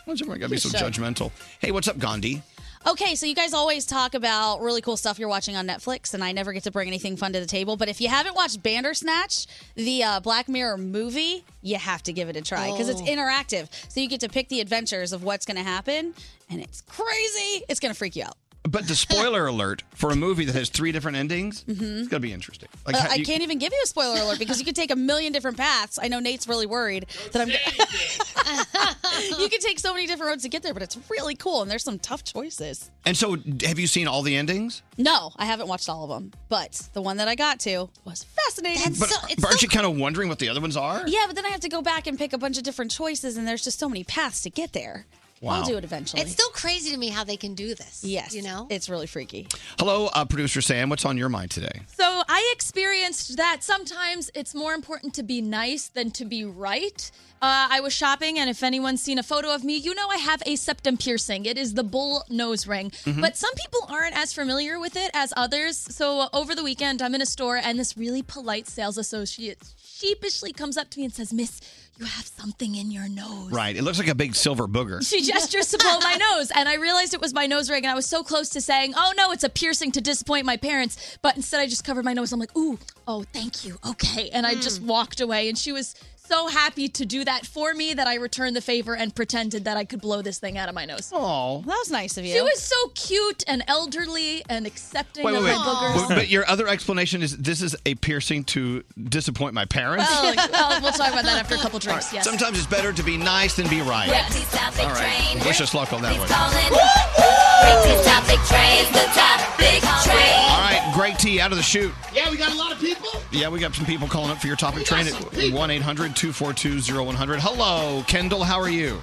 Why am I going to be so judgmental? Hey, what's up, Gandhi?
Okay, so you guys always talk about really cool stuff you're watching on Netflix, and I never get to bring anything fun to the table. But if you haven't watched Bandersnatch, the uh, Black Mirror movie, you have to give it a try because it's
Oh.
interactive. So you get to pick the adventures of what's going to happen, and it's crazy. It's going to freak you out.
But the spoiler alert for a movie that has three different endings,
Mhm.
it's gonna be interesting.
Uh,
how
I
you-
can't even give you a spoiler alert because you could take a million different paths. I know Nate's really worried that I'm. you can take so many different roads to get there, but it's really cool, and there's some tough choices.
And so, have you seen all the endings?
No, I haven't watched all of them, but the one that I got to was fascinating.
but, but aren't you kind of wondering what the other ones are?
yeah, but then I have to go back and pick a bunch of different choices, and there's just so many paths to get there.
Wow.
I'll do it eventually.
It's still crazy to me how they can do this.
Yes, you know, it's really freaky.
Hello, uh, producer Sam. What's on your mind today?
So I experienced that sometimes it's more important to be nice than to be right. Uh, I was shopping, and if anyone's seen a photo of me, you know I have a septum piercing. It is the bull nose ring.
Mhm.
But some people aren't as familiar with it as others. So uh, over the weekend, I'm in a store, and this really polite sales associate sheepishly comes up to me and says, Miss, you have something in your nose.
Right. It looks like a big silver booger.
She gestures to blow my nose, and I realized it was my nose ring, and I was so close to saying, "Oh no, it's a piercing to disappoint my parents," but instead I just covered my nose. I'm like, "Ooh, oh, thank you, okay," and I
Hmm.
just walked away. And she was so happy to do that for me that I returned the favor and pretended that I could blow this thing out of my nose.
Oh,
that
was nice of
She was so cute and elderly and accepting
Wait, wait,
of
wait.
my boogers.
But, but your other explanation is this is a piercing to disappoint my parents.
Well, well, we'll talk about that after a couple
All
drinks.
right.
Yes.
Sometimes it's better to be nice than be right.
Yes.
All right. Let's just lock on that one.
Break topic trains, the topic train.
All right, Greg T, out of the chute.
Yeah, we got a lot of people.
Yeah, we got some people calling up for your topic train at
some
1 800 242 0100. Hello, Kendall. How are you?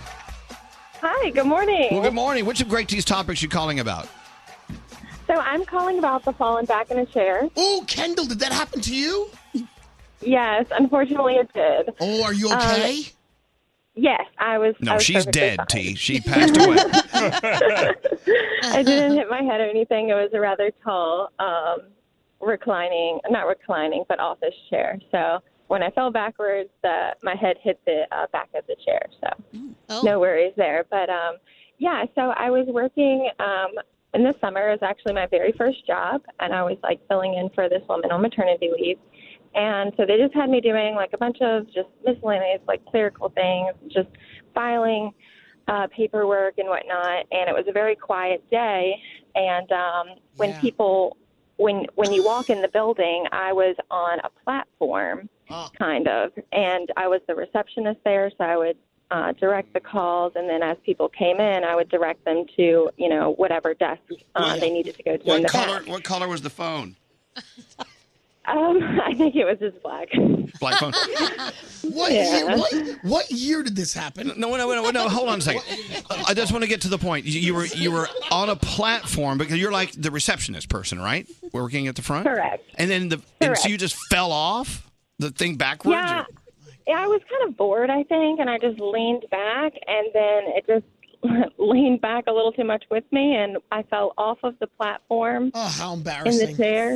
Hi, good morning.
Well, good morning. Which of Greg T's topics you calling about?
So I'm calling about the falling back in a chair.
Oh, Kendall, did that happen to you?
Yes, unfortunately it did.
Oh, are you
Um,
okay?
yes, I was. I
No,
was
she's
perfectly
dead,
fine.
T. She passed away.
I didn't hit my head or anything. It was a rather tall, um, reclining, not reclining, but office chair. So when I fell backwards, the, my head hit the uh, back of the chair. So no worries there. But um, yeah, so I was working um, in the summer. It was actually my very first job, and I was like filling in for this woman on maternity leave. And so they just had me doing like a bunch of just miscellaneous, like clerical things, just filing uh, paperwork and whatnot. And it was a very quiet day. And um, when people, when when you walk in the building, I was on a platform,
Ah.
kind of, and I was the receptionist there, so I would. Uh, direct the calls, and then as people came in, I would direct them to you know whatever desk uh, they needed to go to in
What
the back.
color, what color was the phone?
Um, I think it was just black.
Black phone.
What
Yeah.
year? What, what year did this happen?
No, no, no, no. Hold on a second. I just want to get to the point. You, you were you were on a platform because you're like the receptionist person, right? Working at the front.
Correct.
And then the and so
Correct.
you just fell off the thing backwards.
Yeah. Yeah, I was kind of bored, I think, and I just leaned back, and then it just leaned back a little too much with me, and I fell off of the platform.
Oh, how
In
embarrassing.
the chair,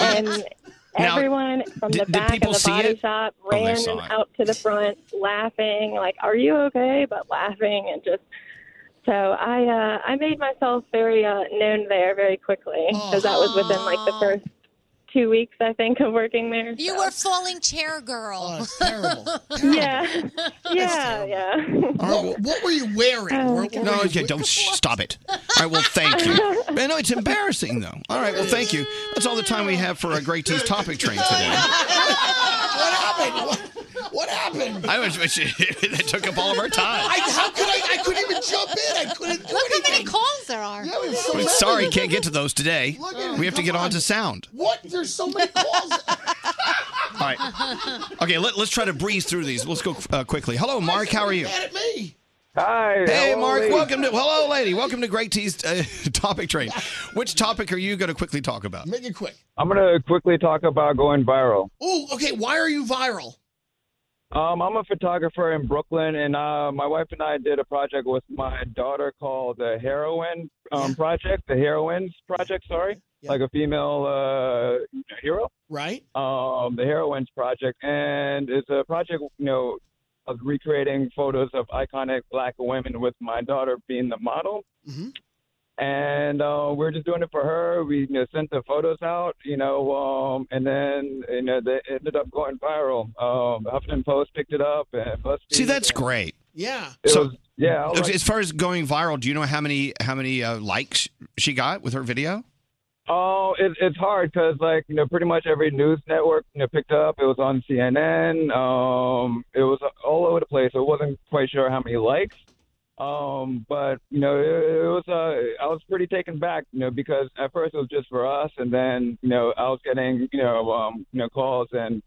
and
Now,
everyone from the
did- did
back of
people
the
see
body
it?
shop
Oh, they
ran
saw it.
out to the front, laughing, like, "Are you okay?" But laughing and just. So I uh, I made myself very uh, known there very quickly
Oh.
because that was within like the first two weeks I think of working there.
You
so.
were falling chair girl. Oh,
it's terrible.
yeah, yeah, yeah.
What, what were you wearing? Where- what
no,
were you-
okay, don't shh, stop it. All right, well, thank you. Man, no, it's embarrassing though. All right, well, thank you. That's all the time we have for a great T's topic train today.
what happened? What, what happened?
I was that took up all of our time.
I, how could I? I couldn't even jump in. I couldn't do
Look how many
anything.
calls there are.
Yeah, we have so
Well,
many.
sorry, can't get to those today.
Look at it,
We have to
come
get on
on.
to sound.
What? There's so many calls.
All right. Okay, let, us try to breeze through these. Let's go uh, quickly. Hello, Mark. How are you?
Mad at me.
Hi. Hey,
hello,
Mark.
lady.
Welcome to hello, lady. Welcome to Great T's uh, topic train. Which topic are you going to quickly talk about?
Make it quick.
I'm going to quickly talk about going viral.
Oh, okay. Why are you viral?
Um, I'm a photographer in Brooklyn, and uh, my wife and I did a project with my daughter called the Heroin um, Project, the Heroines Project, sorry, like a female uh, hero.
Right.
Um, the Heroines Project, and it's a project, you know, of recreating photos of iconic black women with my daughter being the model. and uh, we we're just doing it for her. We you know, sent the photos out, you know, um, and then you know they ended up going viral. Um, Huffington Post picked it up, and BuzzFeed.
See, that's great.
Yeah.
so
yeah, I was
as far as going viral, do you know how many how many uh, likes she got with her video?
Oh, it, it's hard because, like, you know, pretty much every news network you know, picked up. It was on CNN. Um, it was all over the place. I wasn't quite sure how many likes. Um, but you know, it, it was. Uh, I was pretty taken back, you know, because at first it was just for us, and then you know, I was getting you know, um, you know, calls and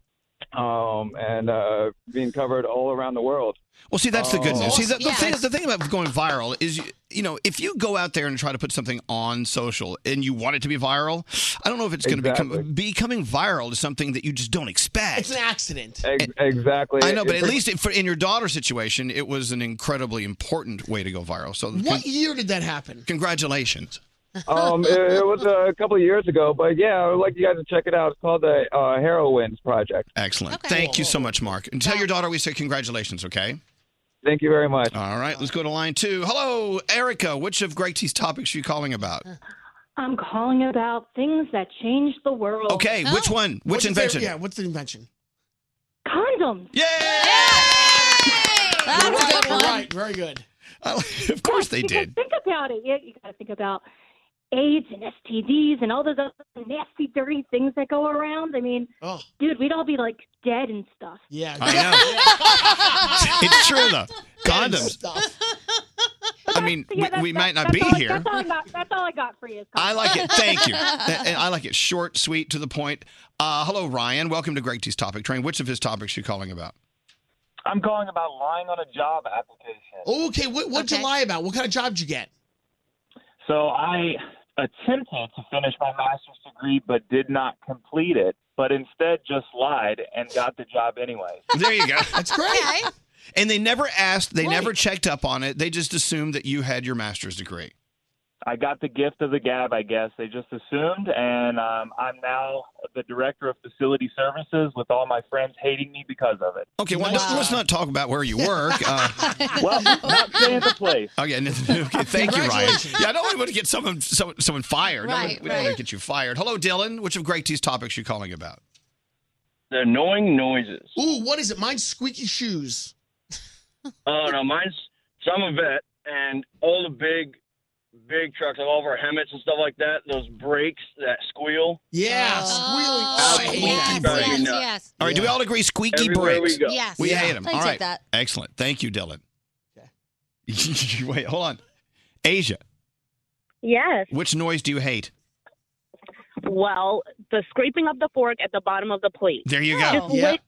um and uh being covered all around the world.
Well, see, that's the good
Um,
news. See, the, the thing the thing about going viral is, you, you know, if you go out there and try to put something on social and you want it to be viral, I don't know if it's going to become becoming viral is something that you just don't expect.
It's an accident.
Ex- exactly.
I know, but
It-
at least it, for, in your daughter's situation, it was an incredibly important way to go viral. So,
What year did that happen?
Congratulations.
um, it, it was a couple of years ago, but yeah, I would like you guys to check it out. It's called the uh, Heroines Project.
Excellent. Thank you so much, Mark. And tell your daughter we say congratulations, okay?
Thank you very much.
All right, let's go to line two. Hello, Erica. Which of Gracie's topics are you calling about?
I'm calling about things that change the world.
Okay, which one?
What's
Which
your favorite-
invention?
yeah, what's the invention?
Condoms.
Yeah.
That's you're right, you're right. Very good.
Uh, of course they did.
Think about it. Yeah, you got to think about AIDS and STDs and all those other nasty, dirty things that go around. I mean, dude, we'd all be like dead and stuff.
Yeah.
I know. it's true, though. Condoms. I mean,
Yeah, that's-
we, we might
that's-
not
that's
be
all I-
here.
That's all I got, that's all I got for you. is
I like it.
condoms.
Thank you. That- and I like it short, sweet, to the point. Uh, hello, Ryan. Welcome to Greg T's Topic Train. Which of his topics are you calling about?
I'm calling about lying on a job application.
Oh, okay. What, what'd you lie about? What kind of job did you get?
So I attempted to finish my master's degree, but did not complete it, but instead just lied and got the job anyway.
There you go. That's great. And they never asked, they never checked up on it. They just assumed that you had your master's degree.
I got the gift of the gab, I guess. They just assumed, and um, I'm now the director of facility services with all my friends hating me because of it.
Okay, well, let's- let's not talk about where you work. Uh,
well, not saying the place.
Okay, n- okay thank you, Ryan.
Congratulations.
Yeah, I don't want to get someone someone, someone fired. No, we-
Right,
we don't want
right.
to get you fired. Hello, Dylan. Which of Greg T's topics are you calling about?
The annoying noises.
Ooh, what is it? Mine's squeaky shoes.
Oh no, mine's so I'm a vet, and all the big, big trucks, like all of our Hemmets and stuff like that, those brakes that squeal.
Yeah, squealing. Oh, I hate
Yes,
Brakes.
yes, yes.
All right, do we all agree squeaky
Everywhere we
brakes?
go. Yes.
We
Yeah.
hate them.
I
all
take
right.
that.
Excellent. Thank you, Dylan. Okay. Wait, hold on. Asia,
Yes.
which noise do you hate?
Well, the scraping of the fork at the bottom of the plate.
There you go.
Just
Yeah.
lick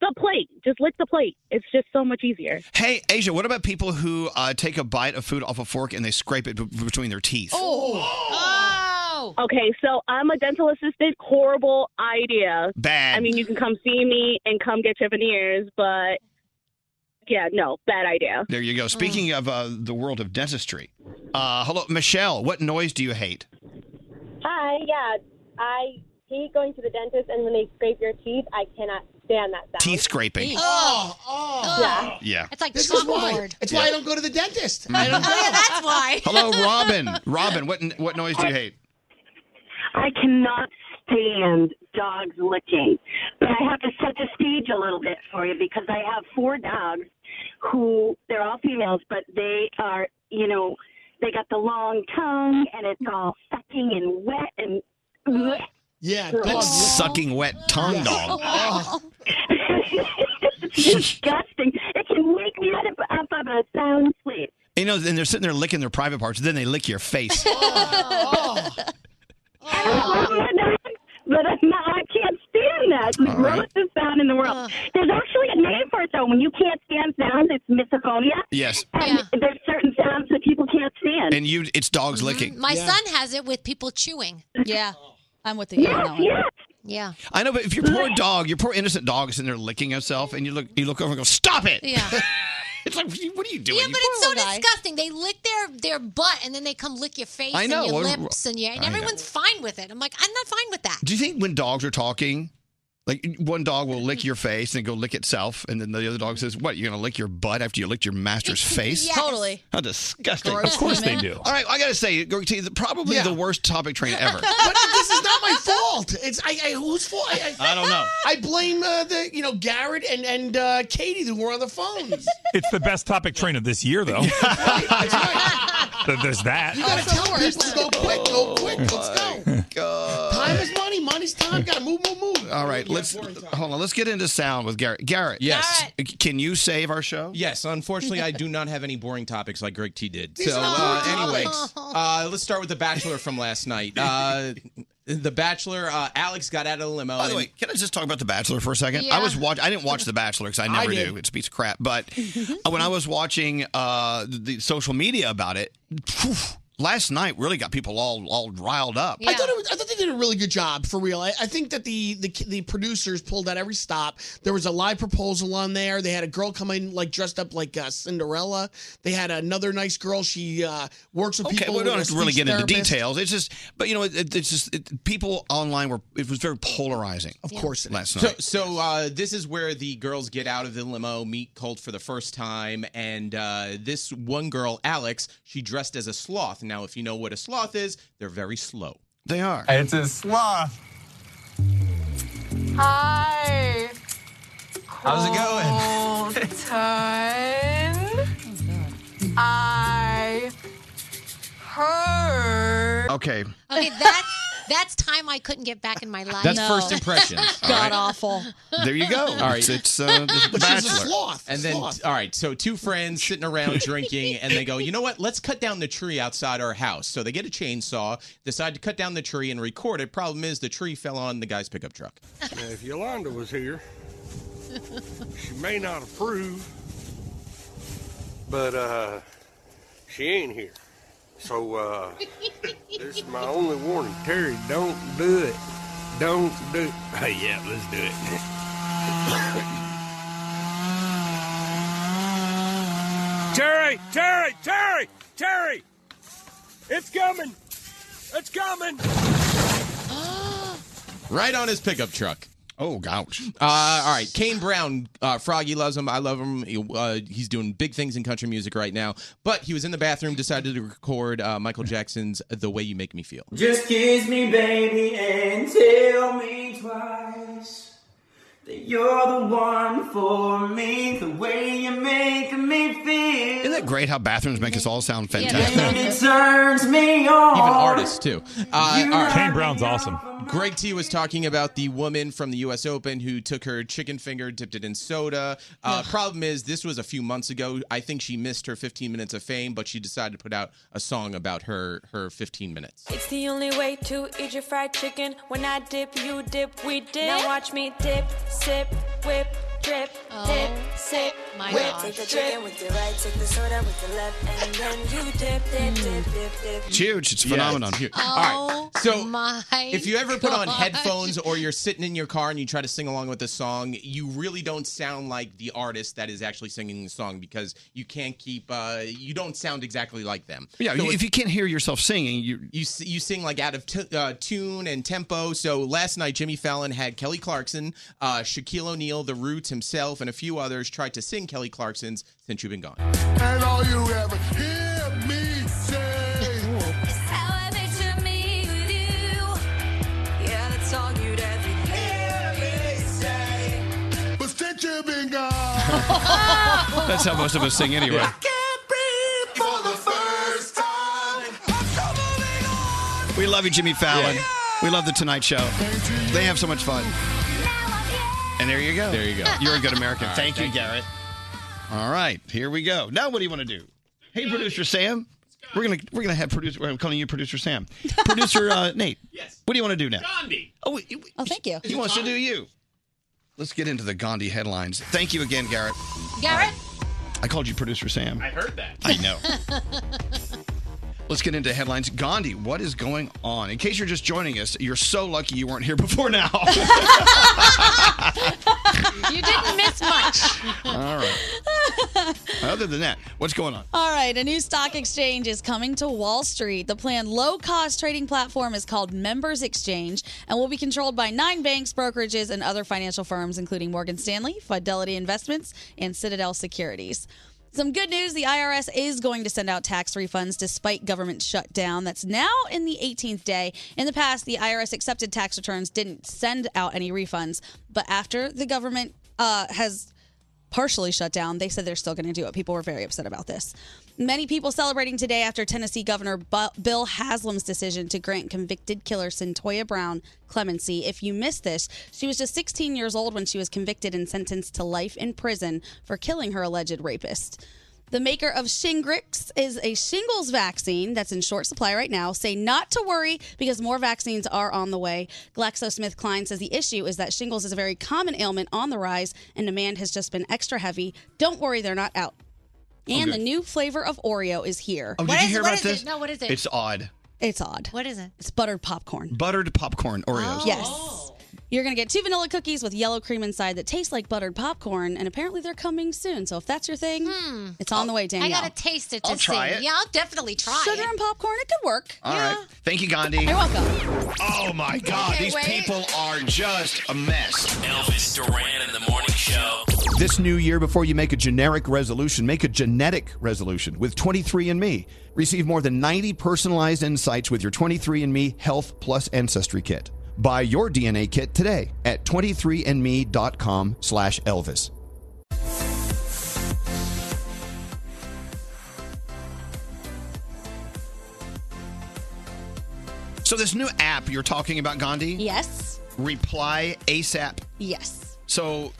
the plate. Just lick the plate. It's just so much easier.
Hey, Asia, what about people who uh, take a bite of food off a fork and they scrape it b- between their teeth?
Oh. Okay, so I'm a dental assistant. Horrible idea.
Bad.
I mean, you can come see me and come get your veneers, but yeah, no, bad idea.
There you go. Speaking of uh, the world of dentistry, uh, hello, Michelle, what noise do you hate?
Hi, yeah. I hate going to the dentist and when they scrape your teeth, I cannot stand that sound.
Teeth scraping.
Oh, oh.
Yeah.
Yeah.
It's like this is why. It's why I don't go to the dentist. I don't
Mhm.
go.
Oh, yeah,
that's why.
Hello, Robin. Robin, what what noise do you hate?
I cannot stand dogs licking. But I have to set the stage a little bit for you because I have four dogs who they're all females, but they are, you know, they got the long tongue and it's all sucking and wet and.
Yeah,
Sucking wet tongue dog.
disgusting. It can wake me up, up of a sound sleep.
You know, and they're sitting there licking their private parts, then they lick your face.
But I'm not, I can't stand that. It's the grossest sound in the world. There's actually a name for it, though. When you can't stand sounds, it's misophonia.
yes.
And there's certain sounds that people can't stand.
And you, it's dogs licking.
Mm-hmm. My son has it with people chewing.
Yeah.
Oh.
I'm with
you on
Yes,
that one.
yes.
Yeah.
I know, but if your poor dog, your poor innocent dog is in there licking himself, and you look, you look over and go, "Stop it!"
Yeah.
It's like, what are you doing?
Yeah, but it's so disgusting. They lick their, their butt and then they come lick your face
I know.
and your
Well,
lips and your, and
I know.
everyone's fine with it. I'm like, I'm not fine with that.
Do you think when dogs are talking, Like one dog will lick your face and go lick itself, and then the other dog says, "What? You're gonna lick your butt after you licked your master's face?"
Totally.
How disgusting!
Gross Of course they
human. do.
All right, I gotta say, go to the- probably the worst topic train ever.
but this is not my fault. It's I, I whose fault? I,
I don't know.
I blame uh, the you know Garrett and and uh, Katie who were on the phones.
It's the best topic train of this year, though. Th- There's that.
You gotta tell people to go quick, go quick. Let's go. Time is money. Money's time. Gotta move, move, move.
All right, let's hold on. Let's get into sound with Garrett. Garrett,
Yes.
can you save our show?
Yes, unfortunately, I do not have any boring topics like Greg T did.
These
so,
are
uh,
boring
anyway,
topics.
uh, let's start with The Bachelor from last night. Uh, the Bachelor, uh, Alex got out of the limo.
By the way, can I just talk about The Bachelor for a second?
Yeah.
I was watch. I didn't watch The Bachelor because I
I
never
did.
do. It's a piece of crap. But when I was watching uh, the social media about it, phew, last night really got people all all riled up.
I thought it was, I thought they did a really good job for real. I, I think that the, the the producers pulled out every stop. There was a live proposal on there. They had a girl come in like dressed up like uh, Cinderella. They had another nice girl. She uh, works with
Okay,
people.
we don't have
with
to
a
really
speech
get into
therapist.
details. It's just, but you know, it, it- it's just it, people online were. It was very polarizing. Of
course, it
last
So,
night.
so uh, this is where the girls get out of the limo, meet Colt for the first time, and uh, this one girl, Alex, she dressed as a sloth. Now, if you know what a sloth is, they're very slow.
They are.
It's a sloth.
Hi.
How's it going?
Cold
Oh,
Ton. I heard.
Okay.
Okay, that that's time I couldn't get back in my life.
That's No. first impressions, all
God
right?
awful.
There you go.
All right.
It's, it's uh, the
But she's a
Bachelor.
sloth, And then, all right, so two friends sitting around drinking, and they go, you know what? Let's cut down the tree outside our house. So they get a chainsaw, decide to cut down the tree and record it. Problem is, the tree fell on the guy's pickup truck.
Now, if Yolanda was here, she may not approve, but uh, she ain't here. So uh, this is my only warning, Terry. Don't do it. Don't do. yeah, let's do it.
Terry, Terry, Terry, Terry! It's coming! It's coming!
Right on his pickup truck.
Oh, gosh.
Uh, all right. Kane Brown, uh, Froggy loves him. I love him. He, uh, he's doing big things in country music right now. But he was in the bathroom, decided to record uh, Michael Jackson's The Way You Make Me Feel.
Just kiss me, baby, and tell me twice that you're the one for me, the way you make me feel.
Isn't that great how bathrooms make us all sound fantastic?
And it turns me on.
Even artists too. Uh,
You
all right.
Kane Brown's awesome.
Greg T was talking about the woman from the U.S. Open who took her chicken finger, dipped it in soda. Uh, problem is, this was a few months ago. I think she missed her 15 minutes of fame, but she decided to put out a song about her her 15 minutes.
It's the only way to eat your fried chicken. When I dip, you dip, we dip. Now watch me dip, sip, whip, drip, dip, sip,
my
whip,
gosh.
Take the chicken with your right, take the soda with your left, and then you dip, dip, dip, dip, dip.
It's huge. It's a
Yeah,
phenomenon.
it's huge. All right. So
my
if you ever put on
gosh.
headphones or you're sitting in your car and you try to sing along with the song, you really don't sound like the artist that is actually singing the song because you can't keep uh, you don't sound exactly like them.
Yeah,
So
you-
it's-
if you can't hear yourself singing, you
you s- you sing like out of t- uh, tune and tempo. So last night, Jimmy Fallon had Kelly Clarkson, uh, Shaquille O'Neal, The Roots himself, and a few others tried to sing Kelly Clarkson's "Since You've Been Gone."
And all you ever hear me say
It's how I picture me with you. Yeah, that's all you'd ever hear me say. But since you've been gone.
that's how most of us sing anyway.
for the first time.
We love you, Jimmy Fallon. We love the Tonight Show. They have so much fun. And there you go. There
you
go. You're a good American.
All right,
thank,
thank
you,
you.
Garrett. All right, here we go. Now, what do you want to do? Hey, producer Sam. We're gonna we're gonna have producer. I'm calling you producer Sam. Producer uh, Nate. Yes. What do you want to do now?
Gandhi.
Oh,
oh, thank you.
He wants to do you. Let's get into the Gandhi headlines. Thank you again, Garrett.
Garrett?
I called you producer Sam. I
heard that.
I know. Let's get into headlines. Gandhi, what is going on? In case you're just joining us, you're so lucky you weren't here before now.
You didn't miss much.
All right. Other than that, what's going on?
All right, a new stock exchange is coming to Wall Street. The planned low cost trading platform is called Members Exchange and will be controlled by nine banks, brokerages, and other financial firms, including Morgan Stanley, Fidelity Investments, and Citadel Securities. Some good news the IRS is going to send out tax refunds despite government shutdown. That's now in the 18th day. In the past, the IRS accepted tax returns, didn't send out any refunds. But after the government uh, has partially shut down. They said they're still going to do it. People were very upset about this. Many people celebrating today after Tennessee Governor Bu- Bill Haslam's decision to grant convicted killer Centoya Brown clemency. If you missed this, she was just 16 years old when she was convicted and sentenced to life in prison for killing her alleged rapist. The maker of Shingrix is a shingles vaccine that's in short supply right now. Say not to worry because more vaccines are on the way. GlaxoSmithKline says the issue is that shingles is a very common ailment on the rise and demand has just been extra heavy. Don't worry, they're not out. And
Okay.
the new flavor of Oreo is here.
Oh, did you hear about this? It's odd.
It's odd. What is it? It's buttered popcorn. Oh.
Buttered popcorn Oreos.
Oh.
Yes. You're going to get two vanilla cookies with yellow cream inside that taste like buttered popcorn, and apparently they're coming soon. So if that's your thing, it's on the way, Danielle.
Hmm. Oh, I gotta taste it to
I'll try
see.
it.
Yeah, I'll definitely try
Sugar
it.
and popcorn, it could work.
All right. Thank you, Gandhi.
You're welcome.
Oh my God,
Okay,
these
wait.
people are just a mess.
Elvis Duran in the morning show.
This new year, before you make a generic resolution, make a genetic resolution with 23andMe. Receive more than 90 personalized insights with your 23andMe Health Plus Ancestry Kit. Buy your DNA kit today at 23andme.com slash Elvis. So this new app you're talking about, Gandhi?
Yes.
Reply ASAP.
Yes.
So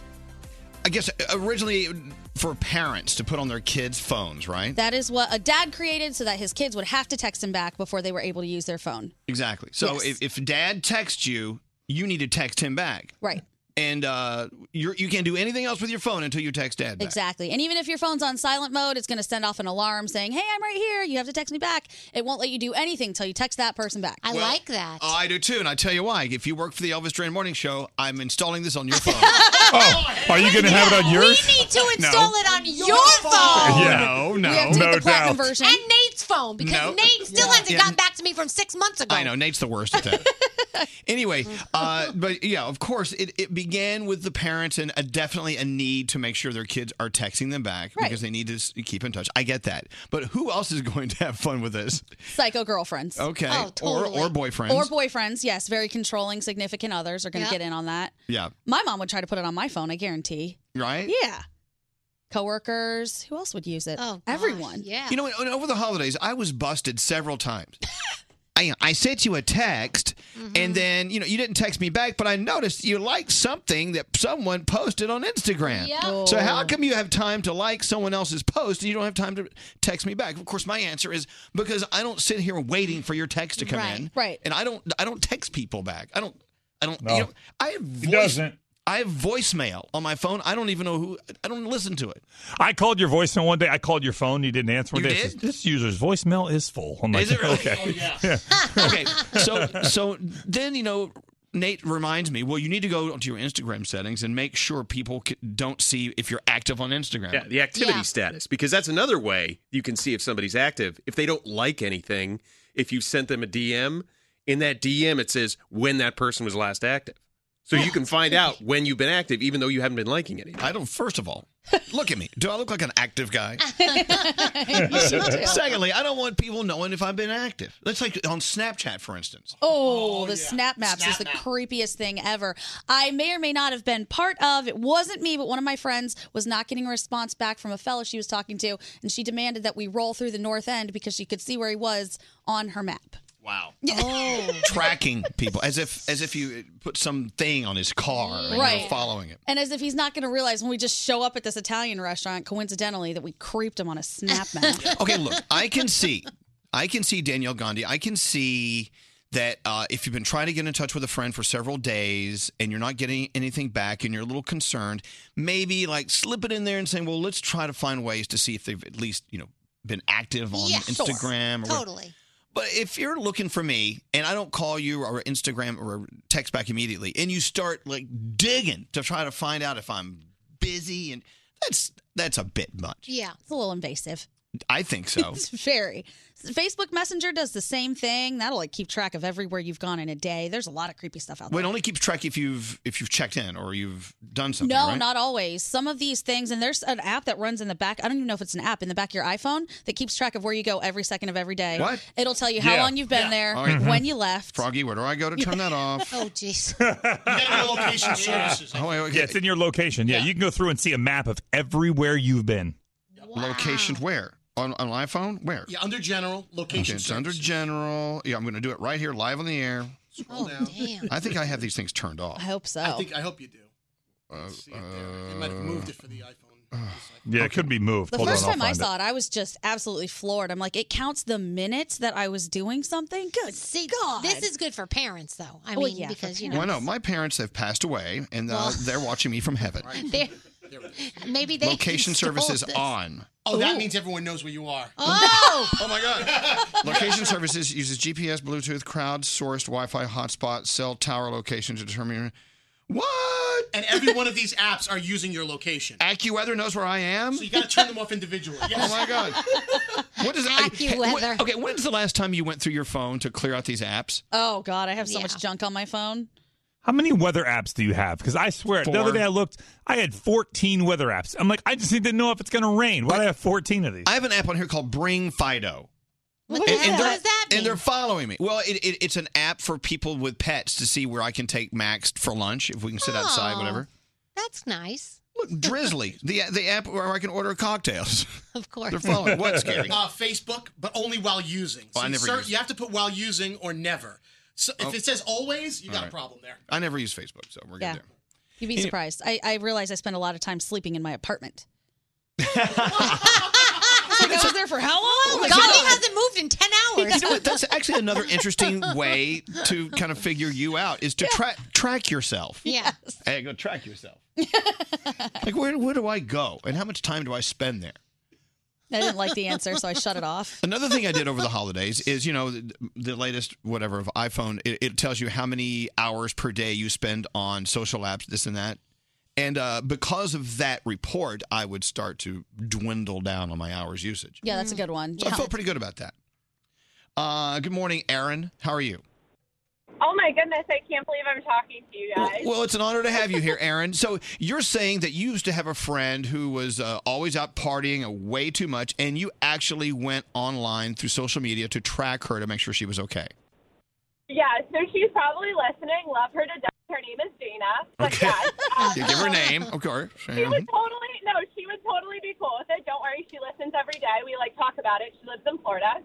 I guess uh, originally for parents to put on their kids' phones, right?
That is what a dad created so that his kids would have to text him back before they were able to use their phone.
exactly. So if, if dad texts you, you need to text him back.
Right.
And uh, you're, you can't do anything else with your phone until you text dad. Back.
Exactly. And even if your phone's on silent mode, it's going to send off an alarm saying, hey, I'm right here. You have to text me back. It won't let you do anything until you text that person back. I
Well, like
that.
Oh, I do too, and I tell you why. If you work for the Elvis Duran Morning Show, I'm installing this on your phone.
oh, are you going to have it on yours?
We need to
No.
install it on your phone.
Yeah.
No,
We
no,
have to get No the platinum doubt.
And Nate's phone because
No.
Nate still hasn't
Yeah.
gotten back to me from six months ago.
I know Nate's the worst at that. anyway, uh, but yeah, of course, it, it began with the parents and a, definitely a need to make sure their kids are texting them back
Right.
because they need to s- keep in touch. I get that, but who else is going to have fun with this?
Psycho girlfriends.
Okay. Oh, totally. Or- or boyfriends.
Or boyfriends, yes. Very controlling, significant others are going to
Yeah.
get in on that.
Yeah,
My mom would try to put it on my phone, I guarantee.
right.
Yeah. Coworkers. Who else would use it? Oh, everyone. Yeah.
You know, and- and over the holidays, I was busted several times. I, I sent you a text,
Mm-hmm.
and then you know you didn't text me back, but I noticed you liked something that someone posted on Instagram.
Yeah.
So how
Oh.
come you have time to like someone else's post and you don't have time to text me back? Of course, my answer is because I don't sit here waiting for your text to come
Right,
in.
right.
And I don't I don't text people back. I don't I don't.
No.
You know, I have voice, doesn't. I have voicemail on my phone. I don't even know who. I don't listen to it.
I called your voicemail one day. I called your phone. You didn't answer. One day. It says, This user's voicemail is full. I'm like,
Is it really? Oh,
okay.
okay. So so then you know Nate reminds me. Well, you need to go to your Instagram settings and make sure people c- don't see if you're active on Instagram.
Yeah, the activity status, because that's another way you can see if somebody's active. If they don't like anything, if you sent them a DM, in that DM it says when that person was last active. So you can find out when you've been active, even though you haven't been liking anything.
I don't. First of all, look at me. Do I look like an active guy?
do.
Secondly, I don't want people knowing if I've been active. That's like on Snapchat, for instance.
Oh, the snap maps is the creepiest thing ever. I may or may not have been part of. It wasn't me, but one of my friends was not getting a response back from a fella she was talking to, and she demanded that we roll through the north end because she could see where he was on her map.
Wow. Oh. Tracking people as if as if you put something on his car and
Right.
you're following it.
And as if he's not going to realize when we just show up at this Italian restaurant coincidentally that we creeped him on a snap map.
Okay, look, I can see, I can see Danielle Gandhi. I can see that uh, if you've been trying to get in touch with a friend for several days and you're not getting anything back and you're a little concerned, maybe like slip it in there and saying, well, let's try to find ways to see if they've at least you know been active on
Yeah, sure.
Instagram. Or
Totally.
But if you're looking for me and I don't call you or Instagram or text back immediately, and you start like digging to try to find out if I'm busy and That's that's a bit much.
Yeah. It's a little invasive.
I think so.
It's very. Facebook Messenger does the same thing. That'll like keep track of everywhere you've gone in a day. There's a lot of creepy stuff out
Well,
there.
it only keeps track if you've if you've checked in or you've done something.
no,
right?
not always. Some of these things, and there's an app that runs in the back. I don't even know if it's an app in the back of your iPhone that keeps track of where you go every second of every day.
What?
It'll tell you how
Yeah.
long you've been
Yeah.
there,
All right.
when you left.
Froggy, where do I go to turn that off?
Oh, jeez.
location services. Oh, wait, wait,
Yeah, it's in your location. Yeah, you can go through and see a map of everywhere you've been.
Location where? On, on iPhone? Where?
Yeah, under general
Okay,
location.
it's under general. Yeah, I'm going to do it right here, live on the air.
Oh,
Scroll down.
I think I have these things turned off.
hope so.
I think I hope you do.
Uh,
They might
uh,
have moved it for the iPhone.
Yeah, it could be moved.
The
Hold
first
on, I'll
time I
find
saw it. I was just absolutely floored. I'm like, it counts the minutes that I was doing something. Good
See,
God.
this is good for parents, though. I
Well,
mean,
Oh, yeah, for
because, you know.
Well, no, my parents have passed away, and uh,
Well-
they're watching me from heaven.
They're- Maybe they
Location
stole
services
this.
on.
Oh, that
Ooh.
means everyone knows where you are.
Ah.
Oh!
oh my God.
Location services uses GPS, Bluetooth, crowd-sourced Wi-Fi hotspot, cell tower location to determine. What?
And every one of these apps are using your location.
AccuWeather knows where I am.
So you got to turn them off individually.
Oh my God. What is
AccuWeather.
Okay, when's the last time you went through your phone to clear out these apps?
Oh God, I have so much junk on my phone.
How many weather apps do you have? Because I swear, the other
Four.
day I looked, I had 14 weather apps. I'm like, I just need to know if it's going to rain. Why do I have 14 of these?
I have an app on here called Bring Fido.
What the
they're-
hell does that mean?
And they're following me. Well, it, it, it's an app for people with pets to see where I can take Max for lunch if we can sit outside,
Oh.
whatever.
That's nice.
Look, Drizzly, the the app where I can order cocktails.
Of course.
They're following. What's scary?
Uh, Facebook, but only while using.
Oh, I
See,
never
cer-
use
You have to put while using or never. So if
Oh.
it says always, you
All
got a
right.
problem there.
I never use Facebook, so we're good
Yeah.
there.
You'd be
Any-
surprised. I, I realized I spend a lot of time sleeping in my apartment. I was like, I was there for how long? Like,
Oh, God,
you
he
know-
hasn't moved in 10 hours.
You know what? That's actually another interesting way to kind of figure you out is to tra- track yourself.
yeah.
Hey, go track yourself. like where where do I go and how much time do I spend there?
I didn't like the answer, so I shut it off.
Another thing I did over the holidays is, you know, the, the latest whatever of iPhone, it, it tells you how many hours per day you spend on social apps, this and that. And uh, because of that report, I would start to dwindle down on my hours usage.
Yeah, that's a good one.
So I felt pretty good about that. Uh, good morning, Aaron. How are you?
Oh my goodness, I can't believe I'm talking to you guys.
Well, it's an honor to have you here, Aaron. So you're saying that you used to have a friend who was uh, always out partying way too much, and you actually went online through social media to track her to make sure she was okay.
Yeah, so she's probably listening. Love her to death. Her name is Dana. But
Okay.
yes, um,
You give her a name, of course.
She would
Mm-hmm.
totally no. She would totally be cool with it. Don't worry. She listens every day. We like talk about it. She lives in Florida.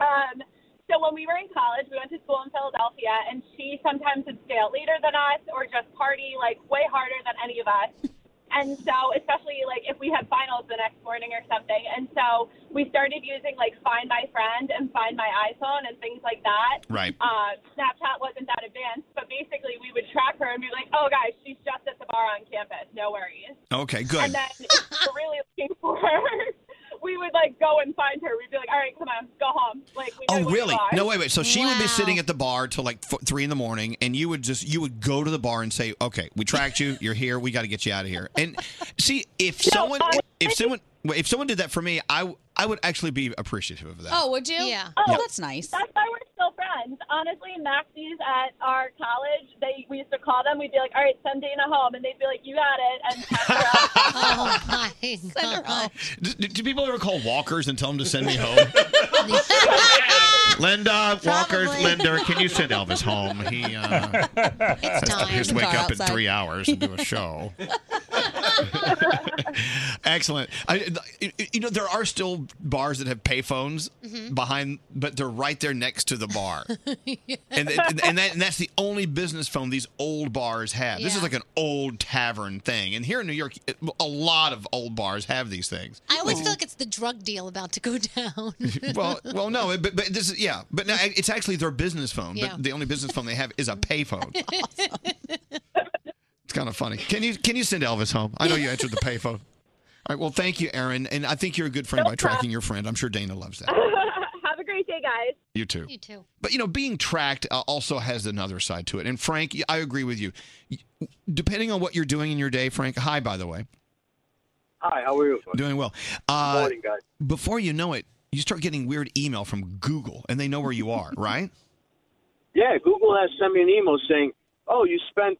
Um, so when we were in college, we went to school in Philadelphia, and she sometimes would stay out later than us, or just party like way harder than any of us. And so, especially like if we had finals the next morning or something, and so we started using like Find My Friend and Find My iPhone and things like that.
Right.
Uh, Snapchat wasn't that advanced, but basically we would track her and be like, "Oh, guys, she's just at the bar on campus. No worries."
Okay, good.
And then if we we're really looking for her. We would like go and find her. We'd be like, "All right, come on, go home." Like we.
Oh,
know where you
really?
are.
No, wait, wait. So she would be sitting at the bar till like f- three in the morning, and you would just you would go to the bar and say, "Okay, we tracked you. You're here. We got to get you out of here." And see if someone if someone if someone did that for me, I I would actually be appreciative of that.
Oh, would you? Yeah.
Oh,
Yeah.
that's nice.
That's why we're still friends. Honestly, Maxie's at our college. They we used to call them. We'd be like, "All right, send Dana home," and they'd be like, "You got it." And
oh my god!
Do, do- do people ever call walkers and tell them to send me home? Linda, walkers, Linda, can you send Elvis home? He uh, has to- he has to
Car
wake up
outside.
in three hours and do a show. Excellent. I, you know, there are still bars that have payphones
Mhm.
behind, but they're right there next to the bar.
Yeah.
And, and, and, that, and that's the only business phone these old bars have. This is
Yeah.
like an old tavern thing. And here in New York, a lot of old bars have these things.
I always feel like it's the drug deal about to go down.
well, well, no, but, but this is yeah, but no, it's actually their business phone.
Yeah.
But the only business phone they have is a payphone. It's kind of funny. Can you can you send Elvis home? I know you answered the payphone. All right. Well, thank you, Aaron, and I think you're a good friend by tracking your friend. I'm sure Dana loves that.
Have a great day, guys.
You too.
You too.
But you know, being tracked uh, also has another side to it. And Frank, I agree with you. Depending on what you're doing in your day, Frank. Hi, by the way.
Hi, how are you?
Doing well. Uh,
morning, guys.
Before you know it, you start getting weird email from Google, and they know where you are, right?
Yeah, Google has sent me an email saying, "Oh, you spent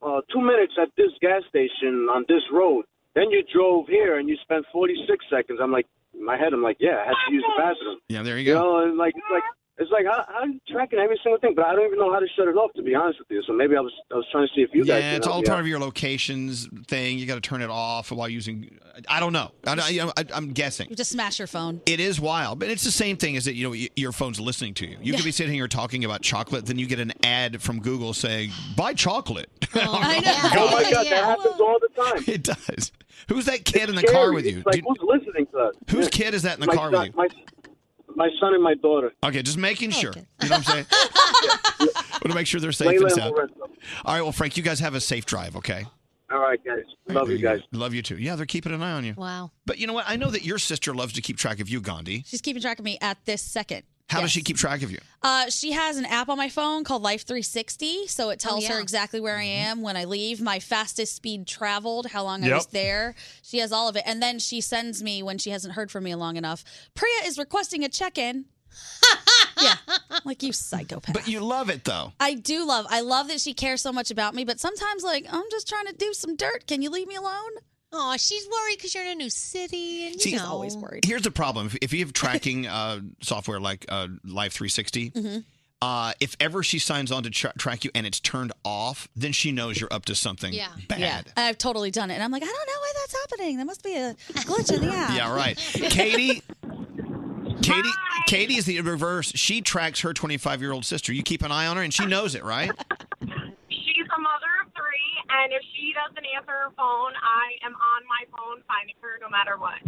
uh, two minutes at this gas station on this road. Then you drove here and you spent 46 seconds." I'm like, in my head, I'm like, "Yeah, I had to use the bathroom."
Yeah, there
You know, and like, it's like, it's like how, how I'm tracking every single thing, but I don't even know how to shut it off. To be honest with you, so maybe I was I was trying to see if you guys.
yeah,
can
it's
help
all
me
part
out.
of your locations thing. You got to turn it off while using. I don't know. I, I, I'm guessing.
You just smash your phone.
It is wild, but it's the same thing as that. You know, y- your phone's listening to you. You could be sitting here talking about chocolate, then you get an ad from Google saying, "Buy chocolate."
Oh my god, that happens all the time.
It does. Who's that kid in the
Scary.
car with you?
It's like,
Dude,
who's listening to us?
whose kid is that in the
My
car
son-
with you?
My, my son and my daughter.
Okay, just making sure. You know what I'm saying? Want to make sure they're safe and
Layla and
sound.
Marissa.
All right, well, Frank, you guys have a safe drive, okay?
All right, guys. Love you guys.
Love you too. Yeah, they're keeping an eye on you.
Wow.
But you know what? I know that your sister loves to keep track of you, Gandhi.
She's keeping track of me at this second.
How does she keep track of you?
Uh, she has an app on my phone called Life 360, so it tells her exactly where I am when I leave, my fastest speed traveled, how long I was
Yep.
there. She has all of it, and then she sends me when she hasn't heard from me long enough. Priya is requesting a check-in. yeah, like you psychopath.
But you love it though.
I do love. I love that she cares so much about me, but sometimes like I'm just trying to do some dirt. Can you leave me alone?
Oh, she's worried because you're in a new city, and you know.
Here's the problem: if, if you have tracking uh, software like uh, Live 360,
Mhm.
uh, if ever she signs on to tra- track you and it's turned off, then she knows you're up to something
yeah,
bad.
yeah. I've totally done it, and I'm like, I don't know why that's happening. There must be a glitch in the app.
Yeah, right. Katie. Katie. Katie is the reverse. She tracks her 25 year old sister. You keep an eye on her, and she knows it, right?
She's a mother of three, and if she doesn't answer her phone, I am on my phone finding her no matter what.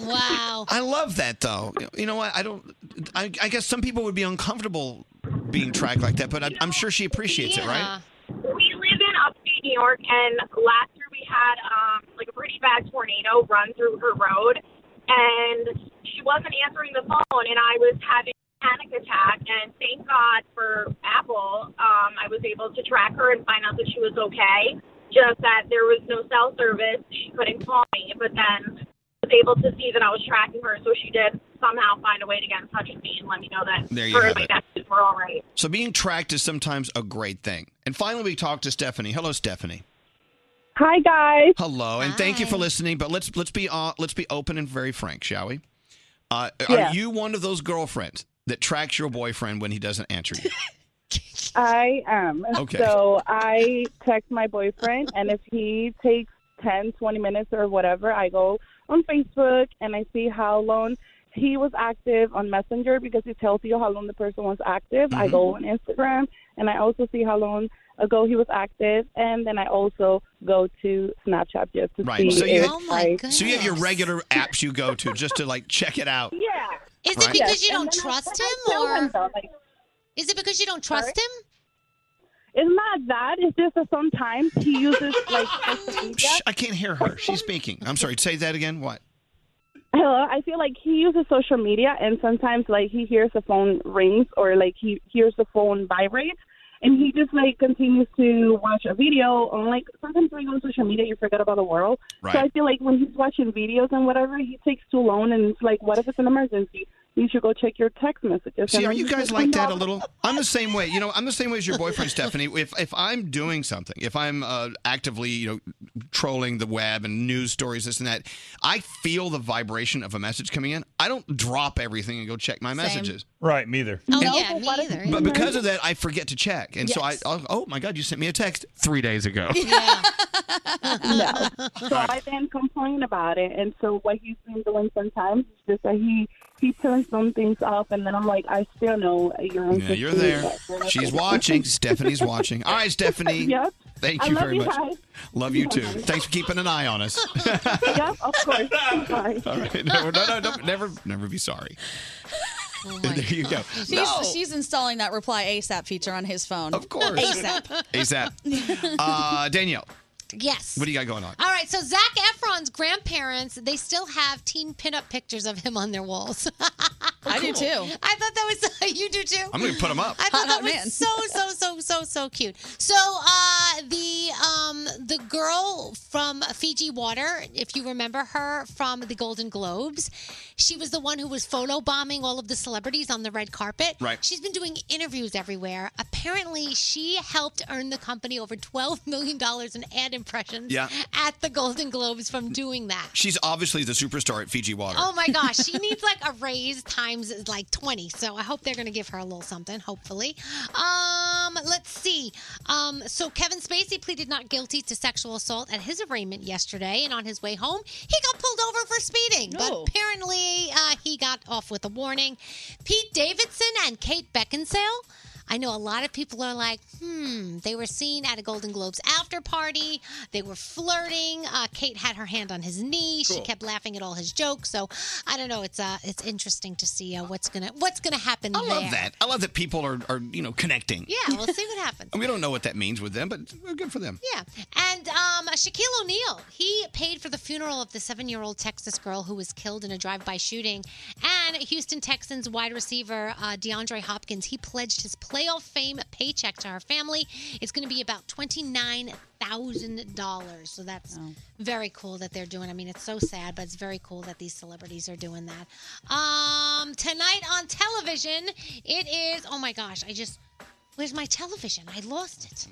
Wow.
I love that though. You know what? I don't. I, I guess some people would be uncomfortable being tracked like that, but I, I'm sure she appreciates it, right?
We live in upstate New York, and last year we had um, like a pretty bad tornado run through her road, and she wasn't answering the phone, and I was having a panic attack. And thank God for Apple, um, I was able to track her and find out that she was okay. Just that there was no cell service, she couldn't call me, but then was able to see that I was tracking her, so she did somehow find a way to get in touch with me and let me know that
There you
her
have
and my
it.
nephews were all right.
So being tracked is sometimes a great thing. And finally, we talked to Stephanie. Hello, Stephanie.
Hi guys.
Hello, and thank you for listening. But let's let's be uh, let's be open and very frank, shall we? Uh,
Yeah.
Are you one of those girlfriends that tracks your boyfriend when he doesn't answer you?
I am.
Okay.
So I text my boyfriend, and if he takes 10, 20 minutes or whatever, I go on Facebook and I see how long he was active on Messenger because it tells you how long the person was active. I go on
Mm-hmm.
Instagram and I also see how long ago he was active, and then I also go to Snapchat just to see.
Right. So you
if I-
so you have your regular apps you go to just to like check it out.
Yeah.
Is
Right.
it because
Yes,
you
and
don't
then I-
trust
I
him,
tell
or
him though, like-
is it because you don't trust him?
It's not that. It's just that sometimes he uses like. social media.
Shh, I can't hear her. She's speaking. I'm sorry. Say that again. What?
Hello. I feel like he uses social media, and sometimes like he hears the phone rings or like he hears the phone vibrate, and he just like continues to watch a video. And like sometimes when you go on social media, you forget about the world. So
Right.
I feel like when he's watching videos and whatever, he takes too long, and it's like, what if it's an emergency? You should go check your text messages.
See,
And
are
then
you
he
guys
just
like
comes
that a
out-
little? I'm the same way. You know, I'm the same way as your boyfriend, Stephanie. If if I'm doing something, if I'm uh, actively, you know, trolling the web and news stories, this and that, I feel the vibration of a message coming in. I don't drop everything and go check my messages.
Right, me either.
Oh, yeah, me
either.
But because of that, I forget to check, and so I,
Yes.
I'll, oh my god, you sent me a text three days ago.
no. So I then complain about it, and so what he's been doing sometimes is just that he he turns some things off, and then I'm like, I still know you're on
Yeah, you're
social
there.
media, so that's
She's
it.
watching. Stephanie's watching. All right, Stephanie.
Yep.
Thank
I
you
love
very
you
much.
guys.
Love you too. Thanks for keeping an eye on us.
yep, of course. Bye.
All right. No, no, no, don't- never, never be sorry.
Oh
there you go.
She's,
No.
she's installing that reply ASAP feature on his phone. Of
course.
ASAP.
ASAP. Uh, Danielle,
Yes.
what do you got going on?
All right, so Zach Efron's grandparents, they still have teen pinup pictures of him on their walls. Oh, I
do, too.
I thought that was, you do too?
I'm going to put them up.
I thought that was so, so, so, so so cute. So uh, the um, the girl from Fiji Water, if you remember her from the Golden Globes, she was the one who was photo bombing all of the celebrities on the red carpet.
Right.
She's been doing interviews everywhere. Apparently, she helped earn the company over twelve million dollars in ad impressions
Yeah.
at the Golden Globes from doing that.
She's obviously the superstar at Fiji Water.
Oh my gosh, she needs like a raise times uh, like 20. So I hope they're going to give her a little something, hopefully. Um, let's see. Um, so Kevin Spacey pleaded not guilty to sexual assault at his arraignment yesterday and on his way home, he got pulled over for speeding. But apparently, uh, he got off with a warning. Pete Davidson and Kate Beckinsale I know a lot of people are like, hmm, they were seen at a Golden Globes after party. They were flirting. Uh, Kate had her hand on his knee. She
Cool.
kept laughing at all his jokes. So I don't know. It's uh, it's interesting to see uh, what's gonna what's gonna happen.
I love
there.
that. I love that people are, are you know connecting.
Yeah, we'll see what happens.
And we don't know what that means with them, but good for them.
Yeah. And um, Shaquille O'Neal, he paid for the funeral of the seven year old Texas girl who was killed in a drive by shooting. And Houston Texans wide receiver uh, DeAndre Hopkins, he pledged his playoff fame paycheck to her family. It's going to be about $29,000. So that's very cool that they're doing. I mean, it's so sad, but it's very cool that these celebrities are doing that. Um, tonight on television, it is, oh my gosh, I just, where's my television? I lost it.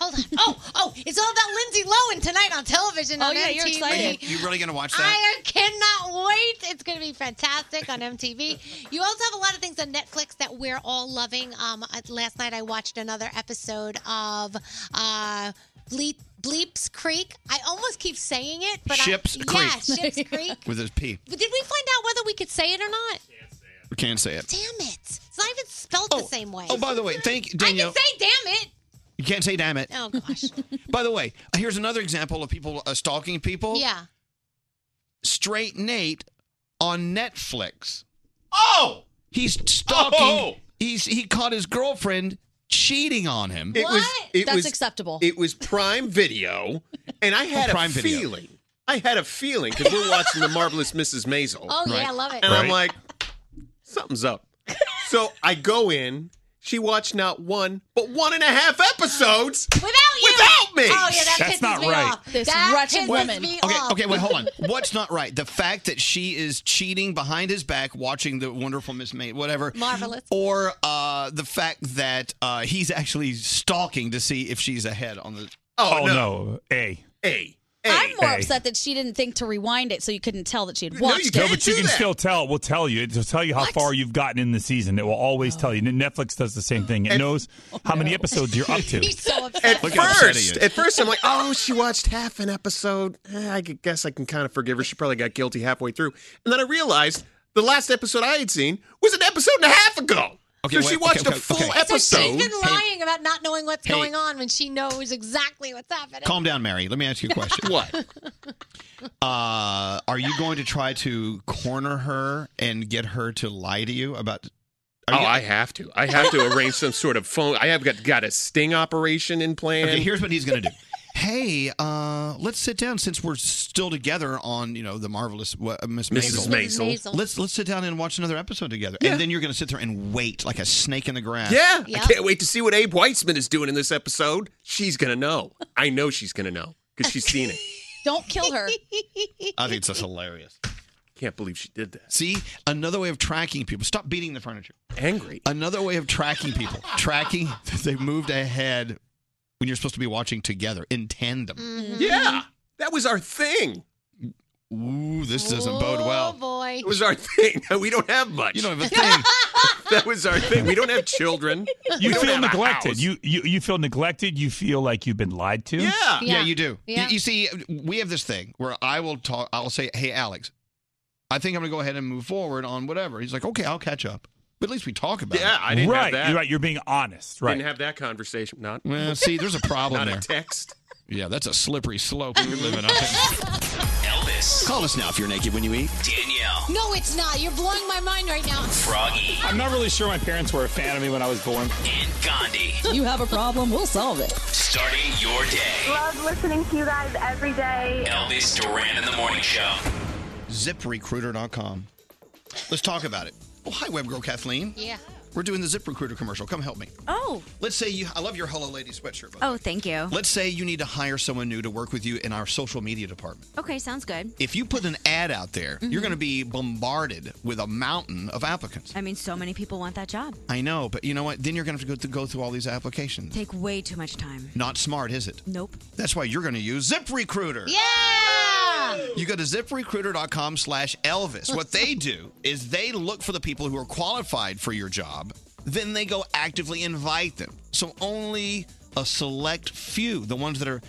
Hold on. Oh, oh, it's all about Lindsay Lohan tonight on television.
Oh,
on
yeah, you're
MTV.
excited.
You really gonna watch that?
I cannot wait. It's going to be fantastic on MTV. You also have a lot of things on Netflix that we're all loving. Um, uh, last night I watched another episode of uh, Bleep, Bleeps Creek. I almost keep saying it, but
Ships
I, yeah,
Creek.
Ships Creek.
With his P.
But did we find out whether we could say it or not?
We can say it.
Damn it! It's not even spelled the same way.
Oh, by the way, thank Danielle.
say damn it.
you can't say damn it.
Oh gosh.
By the way, here's another example of people uh, stalking people.
Yeah.
Straight Nate on Netflix. Oh, he's stalking.
Oh!
He's he caught his girlfriend cheating on him.
It was- it was-
acceptable.
It was Prime Video, and I had
Oh, Prime
a
Video.
feeling. I had a feeling because we're watching the marvelous Mrs. Maisel.
Oh, yeah, Right. I love it.
And I'm
Right.
like, something's up. So I go in. She watched not one, but one and a half episodes.
Without you.
Without me.
Oh yeah, that pisses me off.
This
that
wretched
pisses
woman.
Me
Okay,
off.
okay, wait, hold on. What's not right? The fact that she is cheating behind his back, watching the wonderful Miss May, whatever.
Marvelous.
Or uh, the fact that uh, he's actually stalking to see if she's ahead on the.
Oh,
no. A.
A.
I'm more
Hey.
upset that she didn't think to rewind it so you couldn't tell that she had
No,
watched it.
but you can still tell. We'll tell you. It'll tell you how far you've gotten in the season. It will always tell
Oh.
you. Netflix does the same thing. It knows how many episodes you're up to.
so
At
Look how upset he
first,
is.
at first, I'm like, oh, she watched half an episode. Eh, I could- guess I can kind of forgive her. She probably got guilty halfway through, and then I realized the last episode I had seen was an episode and a half ago.
Okay,
so
wait,
she
okay,
watched
okay,
a full
okay.
episode.
So she's been
Hey,
lying about not knowing what's
Hey.
going on when she knows exactly what's happening.
Calm down, Mary. Let me ask you a question.
what?
Uh, are you going to try to corner her and get her to lie to you about?
Oh, I have to. I have to arrange some sort of phone. I have got got a sting operation in plan.
Okay, here's what he's going to do. Hey, uh, let's sit down since we're still together on you know the marvelous uh, Miss
Mrs.
Maisel.
Maisel. Maisel.
Let's let's sit down and watch another episode together, and then you're going to sit there and wait like a snake in the grass.
Yeah, I can't wait to see what Abe Weitzman is doing in this episode. She's gonna know. I know she's gonna know because she's seen it.
Don't kill her.
I think it's just hilarious.
Can't believe she did that.
See, another way of tracking people. Stop beating the furniture.
Angry.
Another way of tracking people. tracking that they moved ahead when you're supposed to be watching together in tandem.
Yeah, that was our thing.
Ooh, this doesn't bode well.
boy.
It was our thing. We don't have much. You
don't have a thing.
that was our thing. We don't have children. We
You
don't
feel
have a
neglected.
house.
You, you you feel neglected. You feel like you've been lied to.
Yeah.
Yeah.
you do. You-
Yeah.
You, see, we have this thing where I will talk, I'll say, hey, Alex, I think I'm going to go ahead and move forward on whatever. He's like, okay, I'll catch up. But at least we talk about it.
Yeah, I didn't have
right.
that.
You're right. You're being honest. Right.
Didn't have that conversation. Not.
Well, see, there's a problem
Not
there.
a text.
Yeah, that's a slippery slope you're living on. Elvis. Call us now if you're naked when you eat.
Danielle.
No, it's not. You're blowing my mind right now.
Froggy.
I'm not really sure my parents were a fan of me when I was born.
And Gandhi.
You have a problem, we'll solve it.
Starting your day.
Love listening to you guys every day.
Elvis Duran in the Morning Show.
ZipRecruiter.com. Let's talk about it. Oh, hi, web girl Kathleen.
Yeah.
We're doing the ZipRecruiter commercial. Come help me.
Oh.
Let's say you. I love your Hello Lady sweatshirt. by the
Oh, thank you.
way. Let's say you need to hire someone new to work with you in our social media department.
Okay, sounds good.
If you put an ad out there, you're
Mhm.
going to be bombarded with a mountain of applicants.
I mean, so many people want that job.
I know, but you know what? Then you're going to have to go, go through all these applications.
Take way too much time.
Not smart, is it?
Nope.
That's why you're going to use ZipRecruiter.
Yeah!
You go to ziprecruiter.com slash Elvis. What they do is they look for the people who are qualified for your job, then they go actively invite them. So only a select few, the ones that are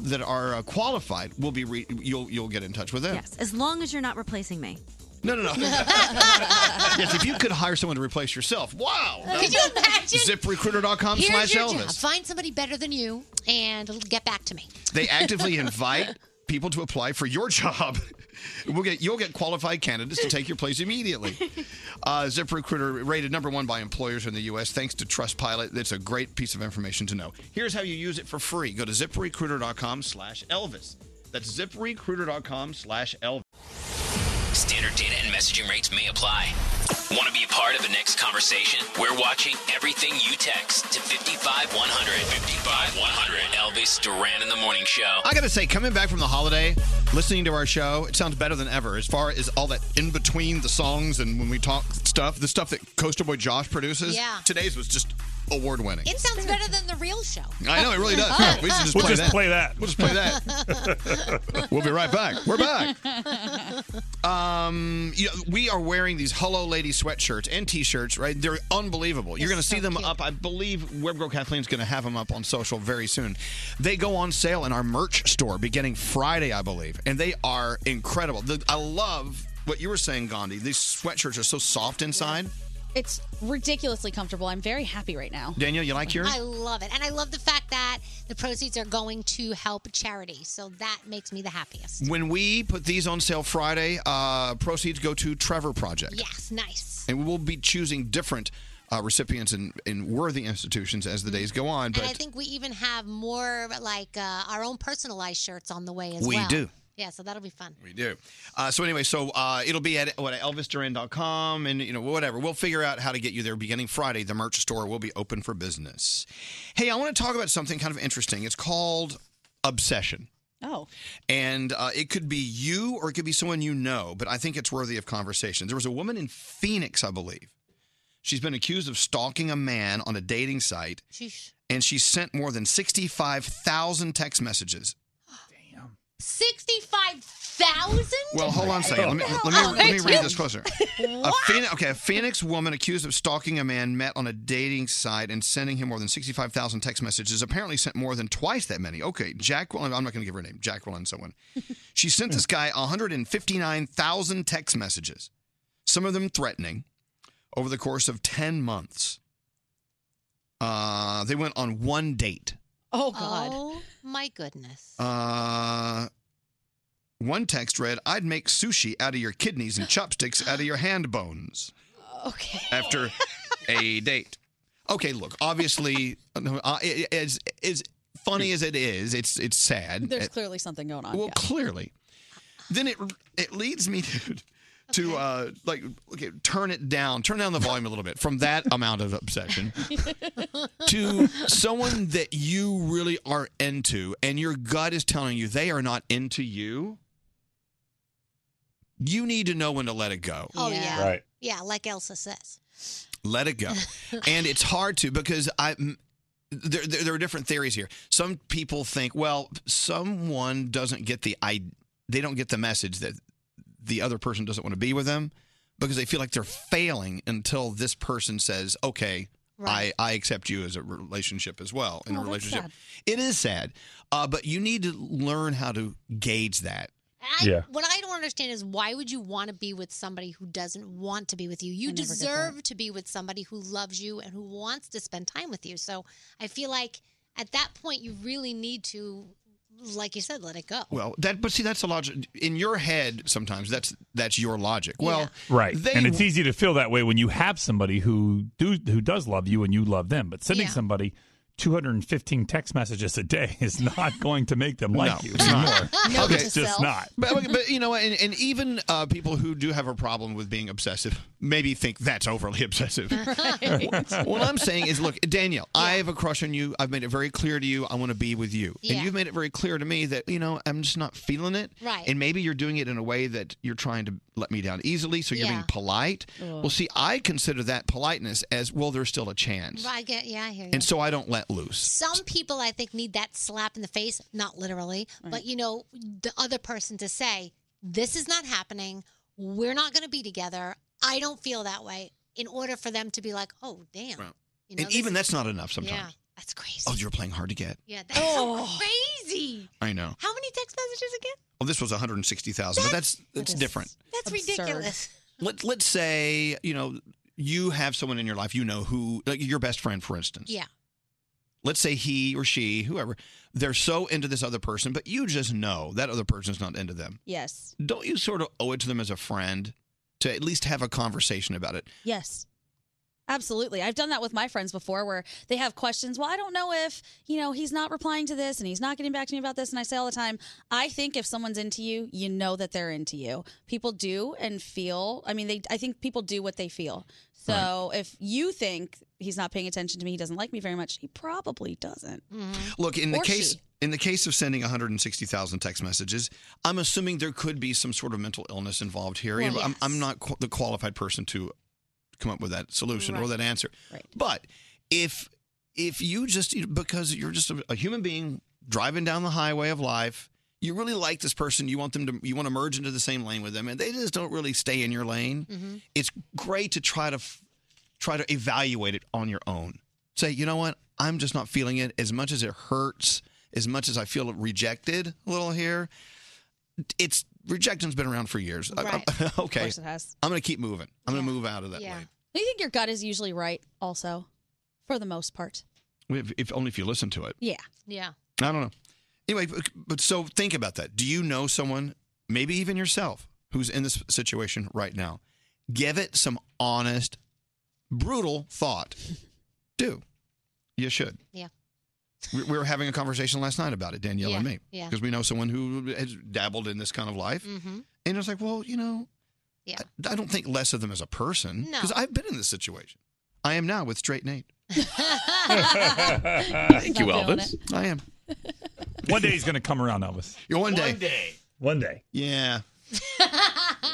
that are uh, qualified, will be re- you'll you'll get in touch with them.
Yes, as long as you're not replacing me.
No, no, no. yes, if you could hire someone to replace yourself, wow.
Could you imagine?
ZipRecruiter.com
Here's
Um, slash
your job.
Elvis.
Find somebody better than you and get back to me.
They actively invite people to apply for your job. We'll get you'll get qualified candidates to take your place immediately. Uh, ZipRecruiter rated number one by employers in the U.S. Thanks to Trustpilot. That's a great piece of information to know. Here's how you use it for free. Go to ZipRecruiter.com/Elvis. That's ZipRecruiter.com/Elvis.
Standard data and messaging rates may apply. Want to be a part of the next conversation? We're watching everything you text to 55100. 55100. Elvis Duran in the Morning Show.
I gotta say, coming back from the holiday, listening to our show, it sounds better than ever. As far as all that in between the songs and when we talk stuff, the stuff that Coaster Boy Josh produces.
Yeah.
Today's was just award winning.
It sounds better than the real show.
I know it really does. We should just
We'll
play
just
that.
play that.
We'll just play that. we'll be right back. We're back. Um, you know, we are wearing these Hello Lady sweatshirts and T-shirts. Right, they're unbelievable. You're going to see them up. I believe Webgirl Kathleen's going to have them up on social very soon. They go on sale in our merch store beginning Friday, I believe, and they are incredible. The, I love what you were saying, Gandhi. These sweatshirts are so soft inside.
It's ridiculously comfortable. I'm very happy right now.
Daniel, you like yours?
I love it. And I love the fact that the proceeds are going to help charity. So that makes me the happiest.
when we put these on sale Friday, uh, proceeds go to Trevor Project.
Yes, nice.
and we'll be choosing different uh, recipients and, and worthy institutions as the days go on. But
and I think we even have more like uh, our own personalized shirts on the way as
We
well.
do.
Yeah, so that'll be fun.
we do. Uh, so anyway, so uh, it'll be at what elvisduran.com and you know whatever. We'll figure out how to get you there. Beginning Friday, the merch store will be open for business. Hey, I want to talk about something kind of interesting. It's called obsession.
Oh.
And uh, it could be you or it could be someone you know, but I think it's worthy of conversation. There was a woman in Phoenix, I believe. She's been accused of stalking a man on a dating site. And she sent more than 65,000 text messages.
65,000?
Well, hold on a second. Let me, let
Oh,
me, let me read this closer. A Phoenix, okay, a Phoenix woman accused of stalking a man met on a dating site and sending him more than 65,000 text messages. Apparently sent more than twice that many. Okay, Jacqueline, I'm not going to give her name. Jacqueline someone. She sent this guy 159,000 text messages, some of them threatening, over the course of 10 months. Uh, they went on one date.
Oh, God. Oh, my goodness.
Uh, one text read, I'd make sushi out of your kidneys and chopsticks out of your hand bones.
Okay.
After a date. Okay, look, obviously, no, uh, i- i- as, as funny as it is, it's, it's sad.
There's
It-
clearly something going on.
well,
yeah.
clearly. Then it it leads me to to uh, like okay, turn it down, turn down the volume a little bit from that amount of obsession to someone that you really are into, and your gut is telling you they are not into you. You need to know when to let it go.
Oh, yeah. Yeah, like Elsa says.
Let it go. and it's hard to because I m- there, there there are different theories here. Some people think, well, someone doesn't get the I they don't get the message that the other person doesn't want to be with them because they feel like they're failing until this person says, "Okay,
Right.
I I accept you as a relationship as well." In
Oh,
a
that's
relationship,
sad.
it is sad. Uh, but you need to learn how to gauge that.
I,
Yeah.
What I don't understand is why would you want to be with somebody who doesn't want to be with you? You
I never get
deserve to be with somebody who loves you and who wants to spend time with you. So I feel like at that point, you really need to, like you said, let it go.
Well, that but see that's a logic in your head sometimes that's that's your logic. Well,
Right,
They-
and it's easy to feel that way when you have somebody who do who does love you and you love them. But sending
Yeah.
somebody 215 text messages a day is not going to make them like you anymore. it's just not.
But, but- but you know, what, and, and even uh, people who do have a problem with being obsessive maybe think that's overly obsessive.
Right.
what I'm saying is, look, Danielle, I have a crush on you. I've made it very clear to you. I want to be with you,
Yeah.
and you've made it very clear to me that you know I'm just not feeling it.
Right.
And maybe you're doing it in a way that you're trying to let me down easily, so you're
Yeah.
being polite.
Ugh.
Well, see, I consider that politeness as well. There's still a chance,
I get, yeah, I hear you.
and so I don't let loose.
Some people, I think, need that slap in the face, not literally, but you know, the other person to say, This is not happening. We're not going to be together. I don't feel that way. In order for them to be like, Oh, damn.
Right.
You know,
and
this
even
is-
that's not enough sometimes.
Yeah, that's crazy.
Oh, you're playing hard to get.
Yeah, that's
Oh.
so crazy.
I know.
How many text messages again?
Well, this was 160,000, but that's that's different.
That's ridiculous.
Let let's say, you know, you have someone in your life you know who like your best friend for instance.
Yeah.
Let's say he or she, whoever, they're so into this other person, but you just know that other person's not into them.
Yes.
Don't you sort of owe it to them as a friend to at least have a conversation about it?
Yes. Absolutely. I've done that with my friends before where they have questions. Well, I don't know if, you know, he's not replying to this and he's not getting back to me about this. And I say all the time, I think if someone's into you, you know that they're into you. People do and feel, I mean, they, I think people do what they feel. So if you think he's not paying attention to me, he doesn't like me very much, he probably doesn't.
Mm-hmm.
Look, in the
Or
case
she.
in the case of sending 160,000 text messages, I'm assuming there could be some sort of mental illness involved here.
Well,
You know, I'm,
yes.
I'm not qu- the qualified person to come up with that solution or
Right.
that answer. But if if you just you know, because you're just a, a human being driving down the highway of life, you really like this person, you want them to you want to merge into the same lane with them, and they just don't really stay in your lane.
Mm-hmm.
Mhm.
It's great to try to f- try to evaluate it on your own. Say, you know what? I'm just not feeling it. As much as it hurts, as much as I feel rejected a little here, it's rejection's been around for years. I- I- okay,
course it has.
I'm gonna keep moving. I'm gonna move out of that lane.
Do you think your gut is usually right also for the most part?
If, if only if you listen to it.
Yeah. Yeah.
I don't know. Anyway, but, but so think about that. Do you know someone, maybe even yourself, who's in this situation right now? Give it some honest, brutal thought. Do. You should.
Yeah.
We, we were having a conversation last night about it, Danielle and
Yeah,
me,
yeah.
because we know someone who has dabbled in this kind of life.
Mm-hmm.
And it's like, well, you know,
Yeah.
I don't think less of them as a person
No.
because I've been in this situation. I am now with Straight Nate.
Thank you, Not feeling Elvis.
I am.
One day he's going to come around, Elvis.
One day.
One day.
Yeah.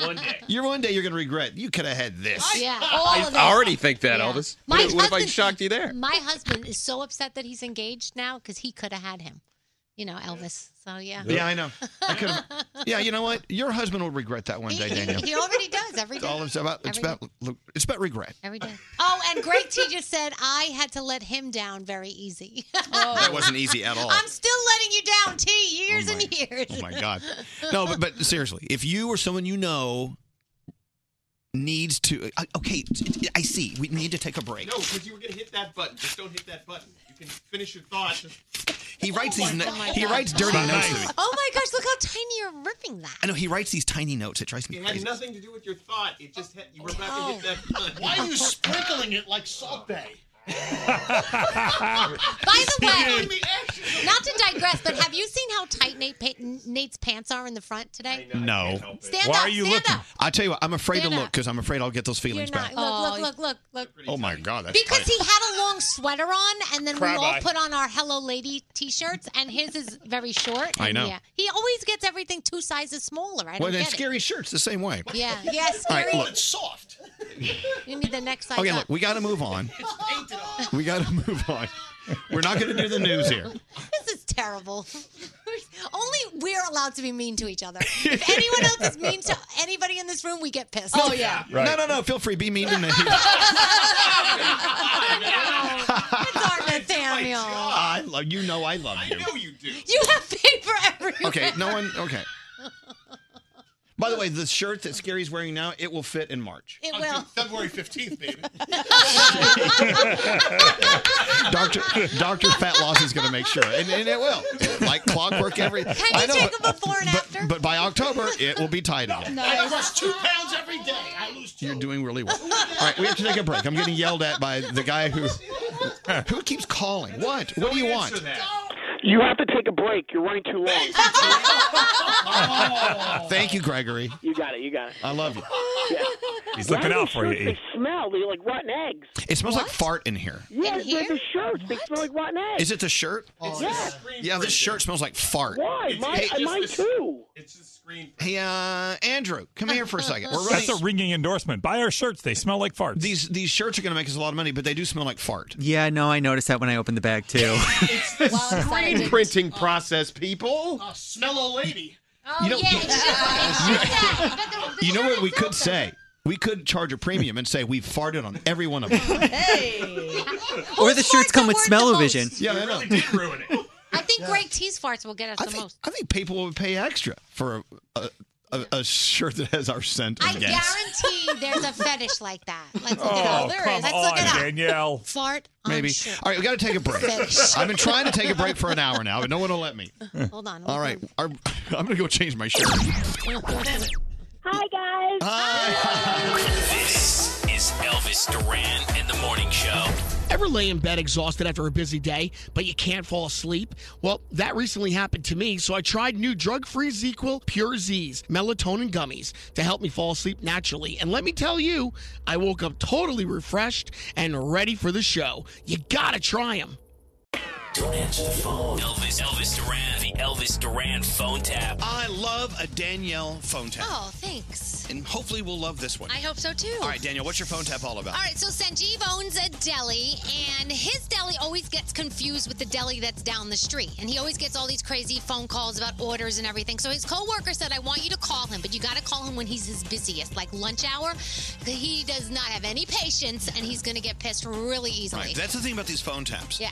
One day.
You're one day you're gonna regret. You could have had this.
Yeah.
I,
All of
I
it.
already think that,
Yeah.
Elvis.
My
what, what if I
husband-
shocked you there?
My husband is so upset that he's engaged now because he could have had him. You know, Elvis. So yeah.
Yeah, I know. I could have. Yeah, you know what? Your husband will regret that one day, Daniel.
He already does every
It's
day.
all it's about. It's
Every
about. look, It's about regret.
Every day. Oh, and Greg T just said I had to let him down very easy.
That wasn't easy at all.
Oh. I'm still letting you down, T. Years and years.
Oh my God. No, but but seriously, if you or someone you know needs to, I- okay, I see. We need to take a break.
No, because you were gonna hit that button. Just don't hit that button. You can finish your thought. Just
He writes these.
Oh my
No-
God.
he writes dirty
Not
notes
nice.
to me.
Oh my gosh! Look how tiny you're ripping that.
I know he writes these tiny notes. It drives me
it had
crazy.
nothing to do with your thought. It just had, you were about to hit that button.
Oh. Why are you sprinkling it like Salt Bay?
By the
Speaking-
way, not to digress, but have you seen how tight Nate pa- Nate's pants are in the front today?
No.
Stand Why up, are you stand looking? up.
I tell you what. I'm afraid
Stand
to look
up.
because I'm afraid I'll get those
You're
feelings
not.
back.
Look, look, look, look, look.
Oh my God. That's
Because
tight.
he had a long sweater on, and then
Crab
we all
eye.
put on our "Hello Lady" T-shirts, and his is very short.
I
and
know.
Yeah, he always gets everything two sizes smaller. I don't
Well, then
get it.
scary shirts the same way.
Yeah, yeah,
All
scary.
right, look.
soft. You need the next size
Okay,
up.
look, we got to move on. We got to move on. We're not going to do the news here.
This is terrible. Only we're allowed to be mean to each other. If anyone else is mean to anybody in this room, we get pissed. Oh yeah.
No, no, no. Feel free. Be mean to me.
Nathaniel.
I love you. Know I love you.
You have paid for everyone.
Okay, no one. Okay. By the way, the shirt that Scary's wearing now, it will fit in March.
It will.
February 15th, baby.
Doctor Doctor Fat Loss is going to make sure, and, and it will, like clockwork. Every
Can
you
take them before and after? But by October, it will be tied up.
I lost two pounds every day. I lose
You're doing really well. All right, we have to take a break. I'm getting yelled at by the guy who who keeps calling. What? What do you want?
You have to take a break. You're running too long.
Thank you, Gregory.
You got it. You got it.
I love you.
Yeah.
He's
Why
looking
do
out for
shirts,
you.
They smell. They like rotten eggs.
It smells like fart in here.
Yeah, they're the shirts. They smell like rotten eggs.
Is it the shirt?
Oh,
yes.
Yeah, this shirt smells like fart.
Why? Mine, mine too.
Hey, uh, Andrew, come here for a second. We're running.
That's a ringing endorsement. Buy our shirts; they smell like farts.
These these shirts are going to make us a lot of money, but they do smell like fart.
Yeah, no, I noticed that when I opened the bag too.
Screen printing process, people.
Uh, smell a lady.
Oh,
You know-
yeah, it's just
You know what we could say? We could charge a premium and say we farted on every one of them.
or the shirts come with smell-o-vision.
Yeah, I know.
I think Greg T's farts will get us the most.
I think people would pay extra for a, a, a, a shirt that has our scent.
I
on it.
guarantee there's a fetish like that. Let's look it
Oh,
up. There
come
is. Let's look it
on,
up.
Danielle.
Fart on
Maybe.
shirt.
All right, we got to take a break.
Fetish.
I've been trying to take a break for an hour now, but no one will let me.
Hold on.
All right, our, I'm going to go change my shirt.
Hi, guys.
This is Elvis Duran and the Morning Show.
Ever lay in bed exhausted after a busy day, but you can't fall asleep? Well, that recently happened to me, so I tried new drug free ZQL Pure Z's melatonin gummies to help me fall asleep naturally. And let me tell you, I woke up totally refreshed and ready for the show. You gotta try them.
Don't answer the phone. Elvis, Elvis Duran, the Elvis Duran phone tap.
I love a Danielle phone tap.
Oh, thanks.
And hopefully we'll love this one.
I hope so too.
All right, Danielle, what's your phone tap all about?
All right, so Sanjeev owns a deli, and his deli always gets confused with the deli that's down the street. And he always gets all these crazy phone calls about orders and everything. So his coworker said, I want you to call him, but you got to call him when he's his busiest, like lunch hour. He does not have any patience, and he's going to get pissed really
All
easily.
right, that's the thing about these phone taps.
Yeah.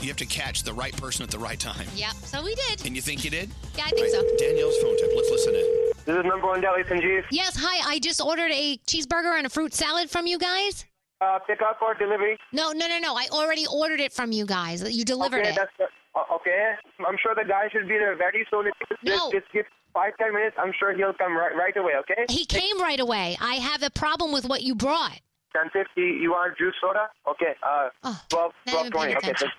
You have to catch the right person at the right time.
Yep. So we did.
And you think you did?
Yeah, I think so.
Danielle's phone tap. Let's listen in.
This is number one deli, Sanjeev.
Yes, hi. I just ordered a cheeseburger and a fruit salad from you guys.
Uh, pick up or delivery?
No, no, no, no. I already ordered it from you guys. You delivered
okay,
it.
That's, uh, okay. I'm sure the guy should be there very soon. If you
No.
just, just give five, ten minutes. I'm sure he'll come right, right away, okay?
He came right away. I have a problem with what you brought.
1050, you want juice soda? Okay. Uh,
Ah,
12,
not
12,
even
20.
paying
Okay.
attention.
thank-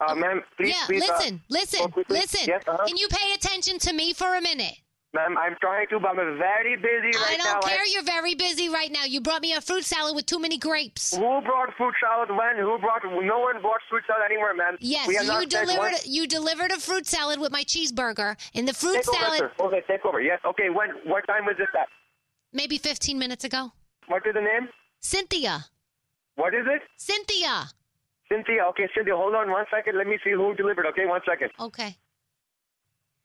Uh, ma'am, please,
yeah,
please.
listen,
uh, go
listen,
quickly.
listen.
Yes, uh-huh.
Can you pay attention to me for a minute?
Ma'am, I'm trying to, but I'm very busy
I
right
don't
now.
care. You're very busy right now. You brought me a fruit salad with too many grapes.
Who brought food salad when? Who brought? No one brought food salad anywhere, ma'am.
Yes,
we have
you
not said
delivered.
once-
You delivered a fruit salad with my cheeseburger, and the fruit
Take
salad
over, sir. Okay, take over. Yes. Okay. When? What time was this at?
maybe 15 minutes ago.
What is the name?
Cynthia,
What is it?
Cynthia.
Cynthia. Okay, Cynthia. Hold on one second. Let me see who delivered. Okay, one second.
Okay.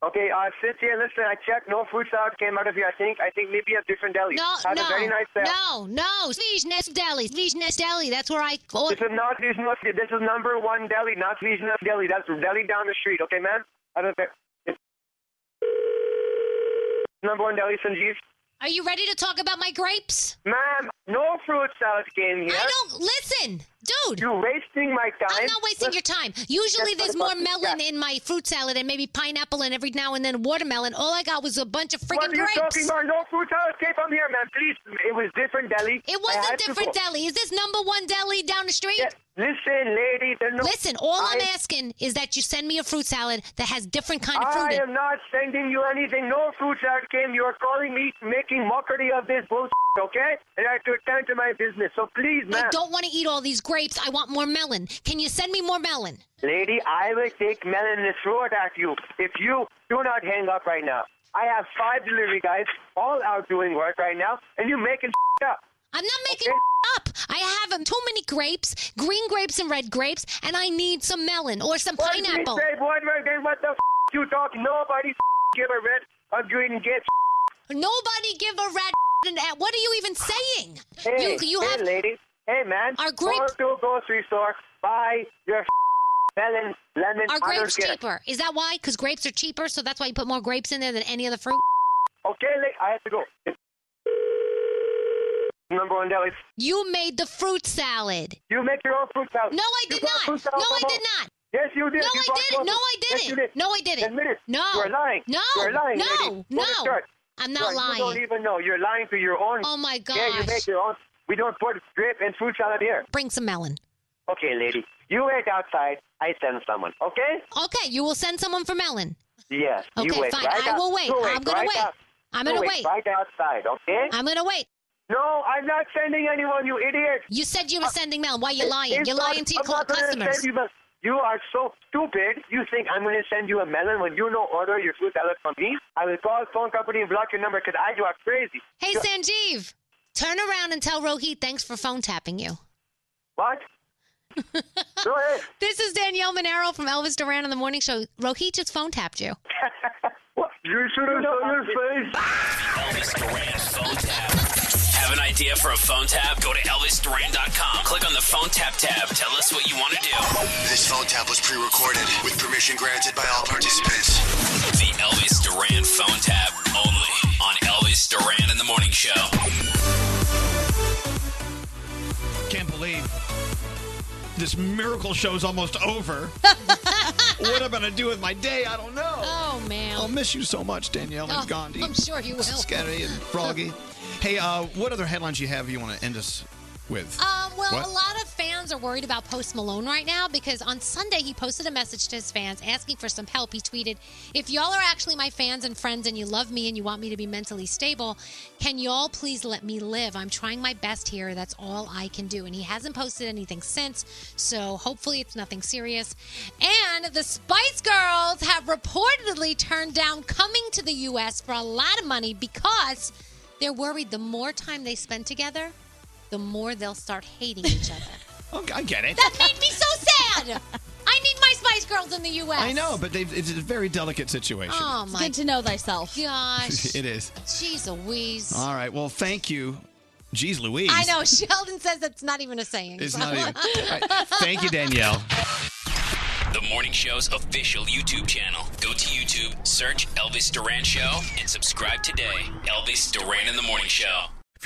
Okay, uh, Cynthia. Listen, I checked. No food salad came out of here. I think. I think maybe a different deli.
No,
Have
no,
a very nice uh, day.
no, no. Vizhnes Deli, Vizhnes Deli. That's where I. Oh,
This is not Vizhnev. This is number one deli, not Vizhnev Deli. That's deli down the street. Okay, ma'am. I don't care. It's- Number one deli, Sanjeev.
are you ready to talk about my grapes?
Ma'am, no fruit salad came here.
I don't listen, dude.
You're wasting my time.
I'm not wasting your time. Usually there's more melon in my fruit salad and maybe pineapple and every now and then watermelon. All I got was a bunch of
What
freaking
are you talking
grapes.
about? No food salad came from here, ma'am. Please, it was different deli.
It
I
was a
had to
different
go.
deli. Is this number one deli down the street?
Listen, lady. there's No,
Listen, all I, am
I-
asking is that you send me a fruit salad that has different kind of fruit. in
I
it.
am not sending you anything. No fruit salad came. You are calling me, making mockery of this bullshit, okay? And I have to attend to my business. So please, ma'am.
I don't want to eat all these grapes. I want more melon. Can you send me more melon?
Lady, I will take melon and throw it at you if you do not hang up right now. I have five delivery guys all out doing work right now, and you're making up.
I'm not making up. I have um, too many grapes, green grapes and red grapes, and I need some melon or some pineapple.
Say one word, then what the f- you talk? Nobody f- give a red or green gift.
Nobody give a rat. an a- What are you even saying?
Hey,
you you
hey,
have
lady. Hey, man.
Are grape-
Go to a grocery store, buy your f- melon, lemon.
are
I don't
grapes
care.
cheaper? Is that why? Because grapes are cheaper, so that's why you put more grapes in there than any other fruit.
Okay, like, I have to go. It's number one deli.
You made the fruit salad.
You make your own fruit salad.
No, I did not. No, I did not.
Yes, you did.
No,
You
I
bought
didn't.
one.
No, I
Yes, you
didn't. No, I didn't.
Admit it.
No.
You're lying.
No.
You're lying.
No.
lady. Go to
No.
church.
I'm not
You don't
lying.
even know. You're lying to your own.
Oh, my
Yeah, you
gosh.
make your own. We don't put grape and fruit salad here.
Bring some melon.
Okay, lady. You wait outside. I send someone. Okay?
Okay, you will send someone for melon.
Yes.
Okay,
you wait
fine.
right
I
out-
will wait.
You
I'm gonna
right
wait.
out-
I'm
you
gonna wait.
Right outside. Okay?
I'm gonna wait.
No, I'm not sending anyone. You idiot.
You said you were sending melon. Why are you lying?
It's
You're
not-
lying to your
I'm not gonna
customers.
send you the- You are so stupid. You think I'm going to send you a melon when you know order your fruit salad from me? I will call phone company and block your number because I you are crazy.
Hey,
You-
Sanjeev, turn around and tell Rohit thanks for phone tapping you.
What? Go ahead.
This is Danielle Monero from Elvis Duran on the Morning Show. Rohit just phone tapped you.
You should have shown your face.
Elvis Duran phone tap. Have an idea for a phone tap? Go to ElvisDuran.com. Click on the phone tap tab. Tell us what you want to do.
This phone tap was pre-recorded with permission granted by all participants.
The Elvis Duran phone tap only on Elvis Duran in the Morning Show.
Can't believe this miracle show's almost over. what am I gonna do with my day? I don't know.
Oh man,
I'll miss you so much, Danielle and
Oh,
Gandhi.
I'm sure you will.
Scary and Froggy. hey, uh, what other headlines you have you want to end us with?
Um, well,
What?
a lot of fans are worried about Post Malone right now because on Sunday he posted a message to his fans asking for some help. He tweeted, If y'all are actually my fans and friends and you love me and you want me to be mentally stable, can y'all please let me live? I'm trying my best here. That's all I can do. And he hasn't posted anything since, so hopefully it's nothing serious. And the Spice Girls have reportedly turned down coming to the U.S. for a lot of money because they're worried the more time they spend together, the more they'll start hating each other.
Okay, I get it.
that made me so sad. I need my Spice Girls in the U.S.
I know, but they've, it's a very delicate situation.
Oh my. Good to know thyself. Gosh.
it is.
Jeez Louise.
All right. Well, thank you. Jeez Louise.
I know. Sheldon says that's not even a saying.
It's not even- Thank you, Danielle.
The Morning Show's official YouTube channel. Go to YouTube, search Elvis Duran Show, and subscribe today. Elvis Duran in the Morning Show.
If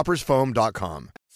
coffeetoppersfoam.com.